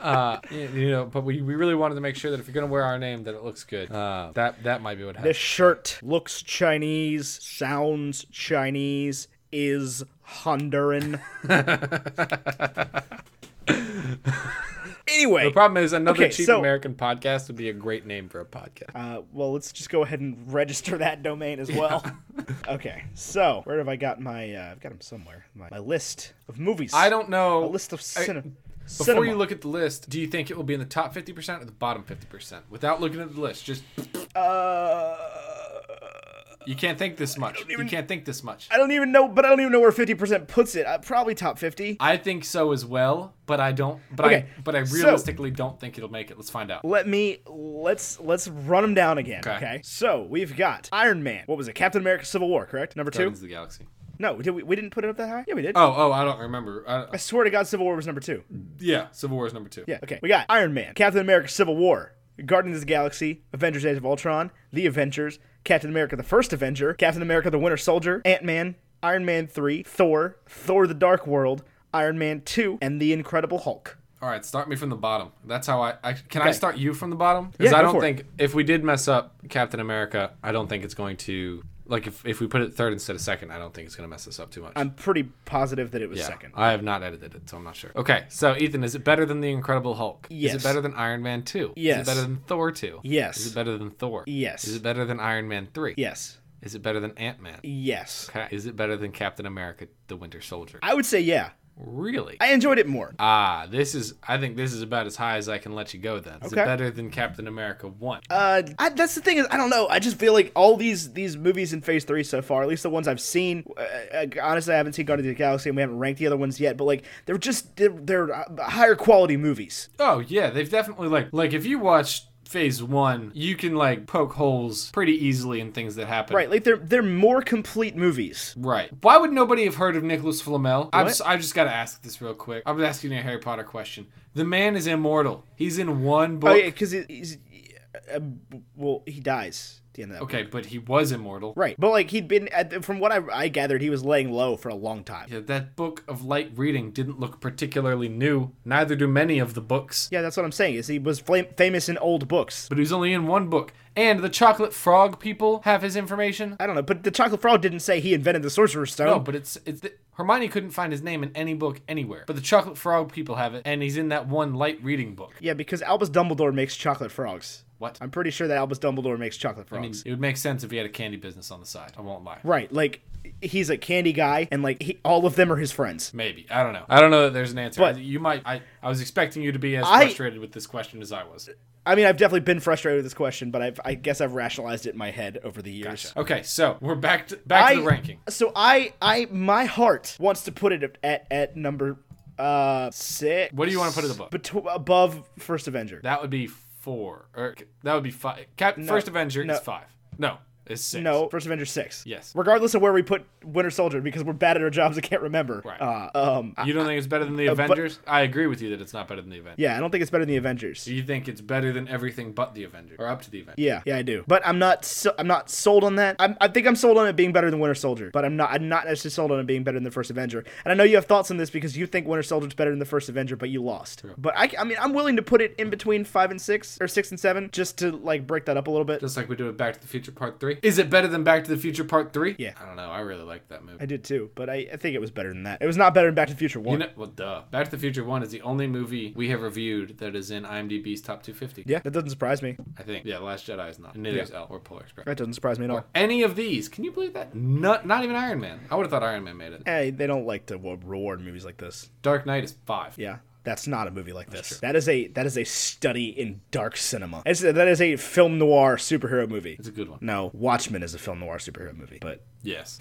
Speaker 1: uh, you, you know, but we, we really wanted to make sure that if you're gonna wear our name, that it looks good. Uh, that that might be what
Speaker 2: This
Speaker 1: happened.
Speaker 2: shirt looks Chinese, sounds Chinese, is Honduran. anyway,
Speaker 1: The problem is another
Speaker 2: Okay,
Speaker 1: cheap
Speaker 2: so-
Speaker 1: American podcast would be a great name for a podcast.
Speaker 2: Uh, well, let's just go ahead and register that domain as well. okay, so where have I got my? Uh, I've got them somewhere. My, my list of movies.
Speaker 1: I don't know.
Speaker 2: A list of
Speaker 1: I-
Speaker 2: cinema.
Speaker 1: Before you look at the list, do you think it will be in the top 50% or the bottom 50%? Without looking at the list, just
Speaker 2: uh,
Speaker 1: you can't think this much. you can't think this much.
Speaker 2: I don't even know, but I don't even know where fifty percent puts it. Uh, probably top fifty.
Speaker 1: I think so as well, but I don't. But
Speaker 2: Okay,
Speaker 1: I but I
Speaker 2: so-
Speaker 1: realistically don't think it'll make it. Let's find out.
Speaker 2: Let me let's let's run them down again. Okay.
Speaker 1: Okay.
Speaker 2: So we've got Iron Man. What was it? Captain America: Civil War, correct? Number two.
Speaker 1: Guardians of the Galaxy.
Speaker 2: No, did we, we didn't put it up that high. Yeah, we did.
Speaker 1: Oh oh, I don't remember. I,
Speaker 2: I swear to God, Civil War was number two.
Speaker 1: yeah, Civil War is number two.
Speaker 2: Yeah, okay. We got Iron Man, Captain America Civil War, Guardians of the Galaxy, Avengers Age of Ultron, The Avengers, Captain America the First Avenger, Captain America the Winter Soldier, Ant Man, Iron Man 3, Thor, Thor the Dark World, Iron Man 2, and The Incredible Hulk.
Speaker 1: All right, start me from the bottom. That's how I, I can. I start you from the bottom because
Speaker 2: Yeah,
Speaker 1: I
Speaker 2: go
Speaker 1: don't
Speaker 2: for it.
Speaker 1: think if we did mess up Captain America, I don't think it's going to Like if, if we put it third instead of second, I don't think it's gonna mess us up too much.
Speaker 2: I'm pretty positive that it was second.
Speaker 1: I have not edited it, so I'm not sure. Okay, so Ethan, is it better than The Incredible Hulk? Is
Speaker 2: Yes.
Speaker 1: it better than Iron Man 2? Is
Speaker 2: Yes.
Speaker 1: it better than Thor 2?
Speaker 2: Yes.
Speaker 1: Is it better than Thor?
Speaker 2: Yes.
Speaker 1: Is it better than Iron Man 3?
Speaker 2: Yes.
Speaker 1: Is it better than Ant Man?
Speaker 2: Yes.
Speaker 1: Okay. Is it better than Captain America the Winter Soldier?
Speaker 2: I would say yeah.
Speaker 1: Really?
Speaker 2: I enjoyed it more.
Speaker 1: Ah, this is I think this is about as high as I can let you go then. Is it
Speaker 2: Okay.
Speaker 1: better than Captain America 1?
Speaker 2: Uh, I, that's the thing is I don't know. I just feel like all these these movies in Phase Three so far, at least the ones I've seen. Uh, uh, honestly, I haven't seen Guardians of the Galaxy, and we haven't ranked the other ones yet. But like, they're just they're, they're uh, higher quality movies.
Speaker 1: Oh yeah, they've definitely like like if you watch phase 1, you can like poke holes pretty easily in things that happen.
Speaker 2: Right, like they're they're more complete movies.
Speaker 1: Right. Why would nobody have heard of Nicholas Flamel? I've, s- I've just got to ask this real quick. I'm asking you a Harry Potter question. The man is immortal. He's in one book.
Speaker 2: Oh yeah, because he's uh, well, he dies at the end of that.
Speaker 1: Okay, but he was immortal.
Speaker 2: Right, but like he'd been at the, from what I, I gathered, he was laying low for a long time. Yeah.
Speaker 1: Yeah, that book of light reading didn't look particularly new. Neither do many of the books.
Speaker 2: that's what I'm saying. Is he was flam- famous in old books.
Speaker 1: But he's only in one book. And the chocolate frog people have his information.
Speaker 2: I don't know, but the Chocolate Frog didn't say he invented the Sorcerer's Stone.
Speaker 1: No, but it's it's the, Hermione couldn't find his name in any book anywhere. But the chocolate frog people have it, and he's in that one light reading book.
Speaker 2: Yeah, because Albus Dumbledore makes chocolate frogs.
Speaker 1: What?
Speaker 2: I'm pretty sure that Albus Dumbledore makes chocolate frogs.
Speaker 1: I mean, it would make sense if he had a candy business on the side. I won't lie.
Speaker 2: right, like he's a candy guy, and like he, all of them are his friends.
Speaker 1: Maybe I don't know. I don't know that there's an answer.
Speaker 2: But-
Speaker 1: you might. I, I was expecting you to be as
Speaker 2: I-
Speaker 1: frustrated with this question as I was.
Speaker 2: I mean, I've definitely been frustrated with this question, but I've, I guess I've rationalized it in my head over the years.
Speaker 1: Okay, so we're back to back
Speaker 2: I,
Speaker 1: to the ranking.
Speaker 2: So I, I, my heart wants to put it at at number uh six.
Speaker 1: What do you wanna put it above?
Speaker 2: Betw- above First Avenger.
Speaker 1: That would be four, or that would be five. Cap, First Avenger
Speaker 2: no.
Speaker 1: is five. No, it's six.
Speaker 2: no, First Avenger six.
Speaker 1: Yes.
Speaker 2: Regardless of where we put Winter Soldier, because we're bad at our jobs, I can't remember.
Speaker 1: Right.
Speaker 2: Uh, um. I-
Speaker 1: you don't think it's better than the Avengers? I agree with you that it's not better than the Avengers.
Speaker 2: yeah, I don't think it's better than the Avengers.
Speaker 1: Do you think it's better than everything but the Avengers, or up to the Avengers?
Speaker 2: Yeah, yeah, I do. But I'm not. So, I'm not sold on that. I'm, I think I'm sold on it being better than Winter Soldier. But I'm not. I'm not necessarily sold on it being better than the first Avenger. And I know you have thoughts on this because you think Winter Soldier's better than the first Avenger, but you lost. But I, I mean, I'm willing to put it in between five and six or six and seven just to like break that up a little bit.
Speaker 1: Just like we do with Back to the Future Part Three. Is it better than Back to the Future Part Three?
Speaker 2: Yeah.
Speaker 1: I don't know. I really like that movie.
Speaker 2: I did too, but I, I think it was better than that. It was not better than Back to the Future one.
Speaker 1: You know, well, duh. Back to the Future One is the only movie we have reviewed that is in IMDb's top 250.
Speaker 2: yeah, that doesn't surprise me.
Speaker 1: I think. Yeah, Last Jedi is not. And neither is L or Polar Express.
Speaker 2: That doesn't surprise me at all.
Speaker 1: Any of these? Can you believe that? Not, not even Iron Man. I would have thought Iron Man made it.
Speaker 2: Hey, they don't like to wa- reward movies like this.
Speaker 1: Dark Knight is five.
Speaker 2: Yeah. That's not a movie like this. That is a that is a study in dark cinema. It's, that is a film noir superhero movie.
Speaker 1: It's a good one.
Speaker 2: No, Watchmen is a film noir superhero movie, but
Speaker 1: Yes.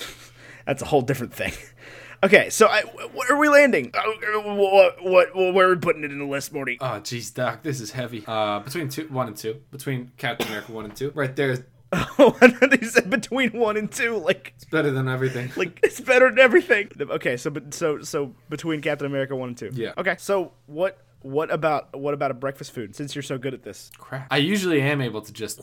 Speaker 2: that's a whole different thing. Okay, so I, where are we landing? Uh, What, what, what, where are we putting it in the list, Morty?
Speaker 1: Oh, jeez, Doc, this is heavy. Uh, between two, one and two, between Captain America one and two, right there, is
Speaker 2: Oh, I thought you said between one and two, like,
Speaker 1: it's better than everything.
Speaker 2: like it's better than everything. Okay, so, but so, so between Captain America one and two.
Speaker 1: Yeah.
Speaker 2: Okay, so what, what about, what about a breakfast food? Since you're so good at this,
Speaker 1: Crap. I usually am able to just.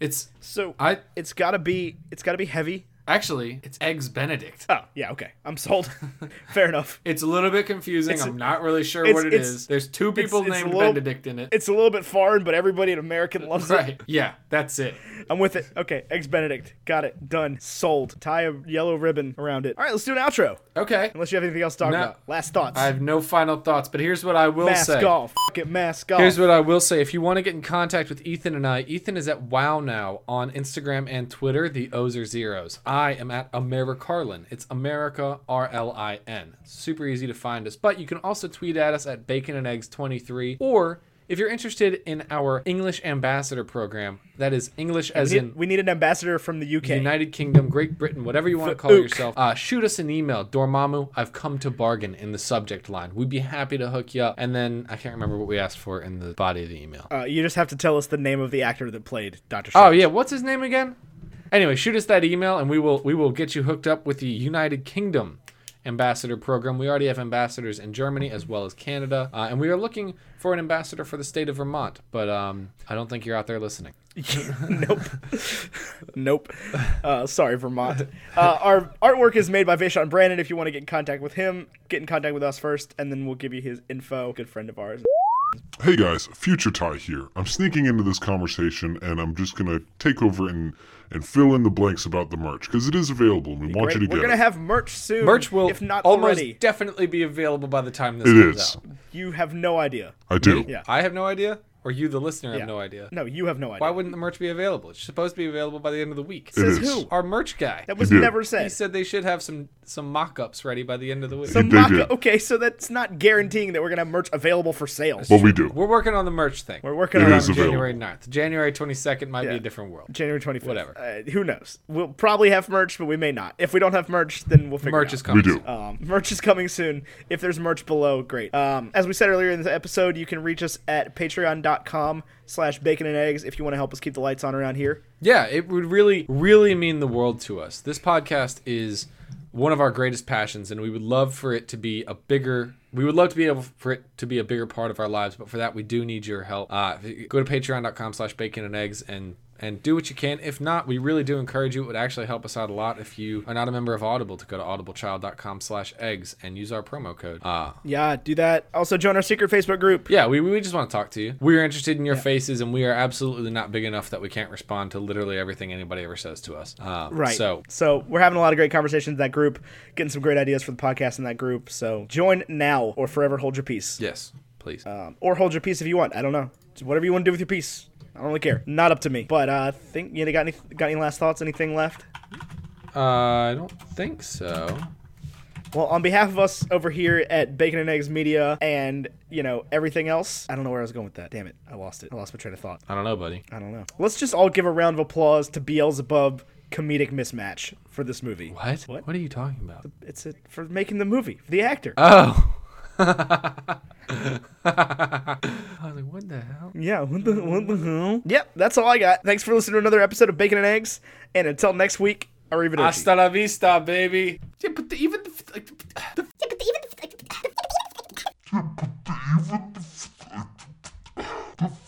Speaker 1: It's
Speaker 2: so
Speaker 1: I-
Speaker 2: it's gotta be, it's gotta be heavy.
Speaker 1: actually it's eggs Benedict.
Speaker 2: Oh, yeah, okay, I'm sold. Fair enough.
Speaker 1: It's a little bit confusing. I'm not really sure
Speaker 2: it's-
Speaker 1: what it
Speaker 2: it's-
Speaker 1: is. There's two people
Speaker 2: it's a
Speaker 1: named
Speaker 2: little-
Speaker 1: Benedict in it.
Speaker 2: It's a little bit foreign, but everybody in America loves it.
Speaker 1: right. Yeah, that's it.
Speaker 2: I'm with it. Okay, eggs Benedict. Got it. Done. Sold. Tie a yellow ribbon around it. All right, let's do an outro.
Speaker 1: Okay.
Speaker 2: Unless you have anything else to talk
Speaker 1: No.
Speaker 2: about. Last thoughts.
Speaker 1: I have no final thoughts, but here's what I will
Speaker 2: mask
Speaker 1: say.
Speaker 2: off. Fuck it, mask off.
Speaker 1: Here's what I will say. If you want to get in contact with Ethan and I, Ethan is at Wow Now on Instagram and Twitter, the O's are zeros. I am at AmeriCarlin. It's America R L I N. Super easy to find us. But you can also tweet at us at Bacon and Eggs 23 or if you're interested in our English ambassador program, that is English as
Speaker 2: we,
Speaker 1: in
Speaker 2: need, we need an ambassador from the UK.
Speaker 1: United Kingdom, Great Britain, whatever you want to call
Speaker 2: Ook.
Speaker 1: yourself, uh, shoot us an email, Dormammu, I've come to bargain in the subject line. We'd be happy to hook you up. And then I can't remember what we asked for in the body of the email.
Speaker 2: uh, you just have to tell us the name of the actor that played Doctor.
Speaker 1: oh
Speaker 2: Strange.
Speaker 1: yeah, what's his name again? Anyway, shoot us that email and we will we will get you hooked up with the United Kingdom ambassador program. We already have ambassadors in Germany as well as Canada, uh, and we are looking for an ambassador for the state of Vermont. But um, I don't think you're out there listening.
Speaker 2: nope. nope. Uh, sorry, Vermont. Uh, our artwork is made by Vaishon Brandon. If you want to get in contact with him, get in contact with us first, and then we'll give you his info. Good friend of ours.
Speaker 3: Hey guys, Future Tie here. I'm sneaking into this conversation and I'm just gonna take over and and fill in the blanks about the merch because it is available and we want you to
Speaker 2: Great. We're
Speaker 3: get
Speaker 2: gonna
Speaker 3: it.
Speaker 2: have merch soon.
Speaker 1: Merch will
Speaker 2: if not
Speaker 1: almost
Speaker 2: already.
Speaker 1: definitely be available by the time this
Speaker 3: it
Speaker 1: comes
Speaker 3: is.
Speaker 1: out.
Speaker 2: You have no idea.
Speaker 3: I do.
Speaker 2: Yeah.
Speaker 1: I have no idea, or you, the listener,
Speaker 2: Yeah.
Speaker 1: have no idea.
Speaker 2: No, you have no idea.
Speaker 1: Why wouldn't the merch be available? It's supposed to be available by the end of the week.
Speaker 3: It
Speaker 2: Says
Speaker 3: is.
Speaker 2: who?
Speaker 1: Our merch guy.
Speaker 2: That was
Speaker 3: do.
Speaker 2: never said.
Speaker 1: He said they should have some some mock-ups ready by the end of the week.
Speaker 2: So
Speaker 3: They
Speaker 2: mock-
Speaker 3: do.
Speaker 2: okay, so that's not guaranteeing that we're gonna have merch available for sale.
Speaker 3: But we do.
Speaker 1: We're working on the merch thing.
Speaker 2: We're working on
Speaker 3: It is
Speaker 2: it.
Speaker 3: available.
Speaker 1: January 9th. January 22nd might be a different world.
Speaker 2: January 25th.
Speaker 1: Whatever.
Speaker 2: Uh, who knows? We'll probably have merch, but we may not. If we don't have merch, then we'll figure
Speaker 1: Merch
Speaker 2: it
Speaker 1: is
Speaker 2: out.
Speaker 1: coming.
Speaker 3: We do.
Speaker 1: soon.
Speaker 2: Um, merch is coming soon. If there's merch below, great. Um, as we said earlier in this episode, you can reach us at patreon.com slash bacon and eggs if you want to help us keep the lights on around here.
Speaker 1: Yeah, it would really, really mean the world to us. This podcast is one of our greatest passions, and we would love for it to be a bigger. We would love to be able for it to be a bigger part of our lives, but for that we do need your help. Uh, go to Patreon.com/slash Bacon and Eggs and and do what you can. If not, we really do encourage you. It would actually help us out a lot if you are not a member of Audible to go to audiblechild.com/slash eggs and use our promo code. Uh,
Speaker 2: Yeah, do that. Also, join our secret Facebook group.
Speaker 1: yeah, we, we just want to talk to you. We are interested in your faces, and we are absolutely not big enough that we can't respond to literally everything anybody ever says to us. Uh,
Speaker 2: Right.
Speaker 1: So
Speaker 2: so we're having a lot of great conversations in that group, getting some great ideas for the podcast in that group. So join now or forever hold your peace.
Speaker 1: Yes, please.
Speaker 2: Um, or hold your peace if you want. I don't know. It's whatever you want to do with your peace. I don't really care. Not up to me. But uh, think you got any got any last thoughts? Anything left?
Speaker 1: Uh, I don't think so.
Speaker 2: Well, on behalf of us over here at Bacon and Eggs Media and, you know, everything else, I don't know where I was going with that. Damn it. I lost it. I lost my train of thought.
Speaker 1: I don't know, buddy.
Speaker 2: I don't know. Let's just all give a round of applause to Beelzebub comedic mismatch for this movie.
Speaker 1: What?
Speaker 2: What?
Speaker 1: What, are you talking about?
Speaker 2: It's a, for making the movie, the actor.
Speaker 1: Oh. I was like, what the hell?
Speaker 2: yeah, what the, what the hell? Yep, that's all I got. Thanks for listening to another episode of Bacon and Eggs. And until next week, arrivederci.
Speaker 1: la vista, baby. Yeah, but the, even the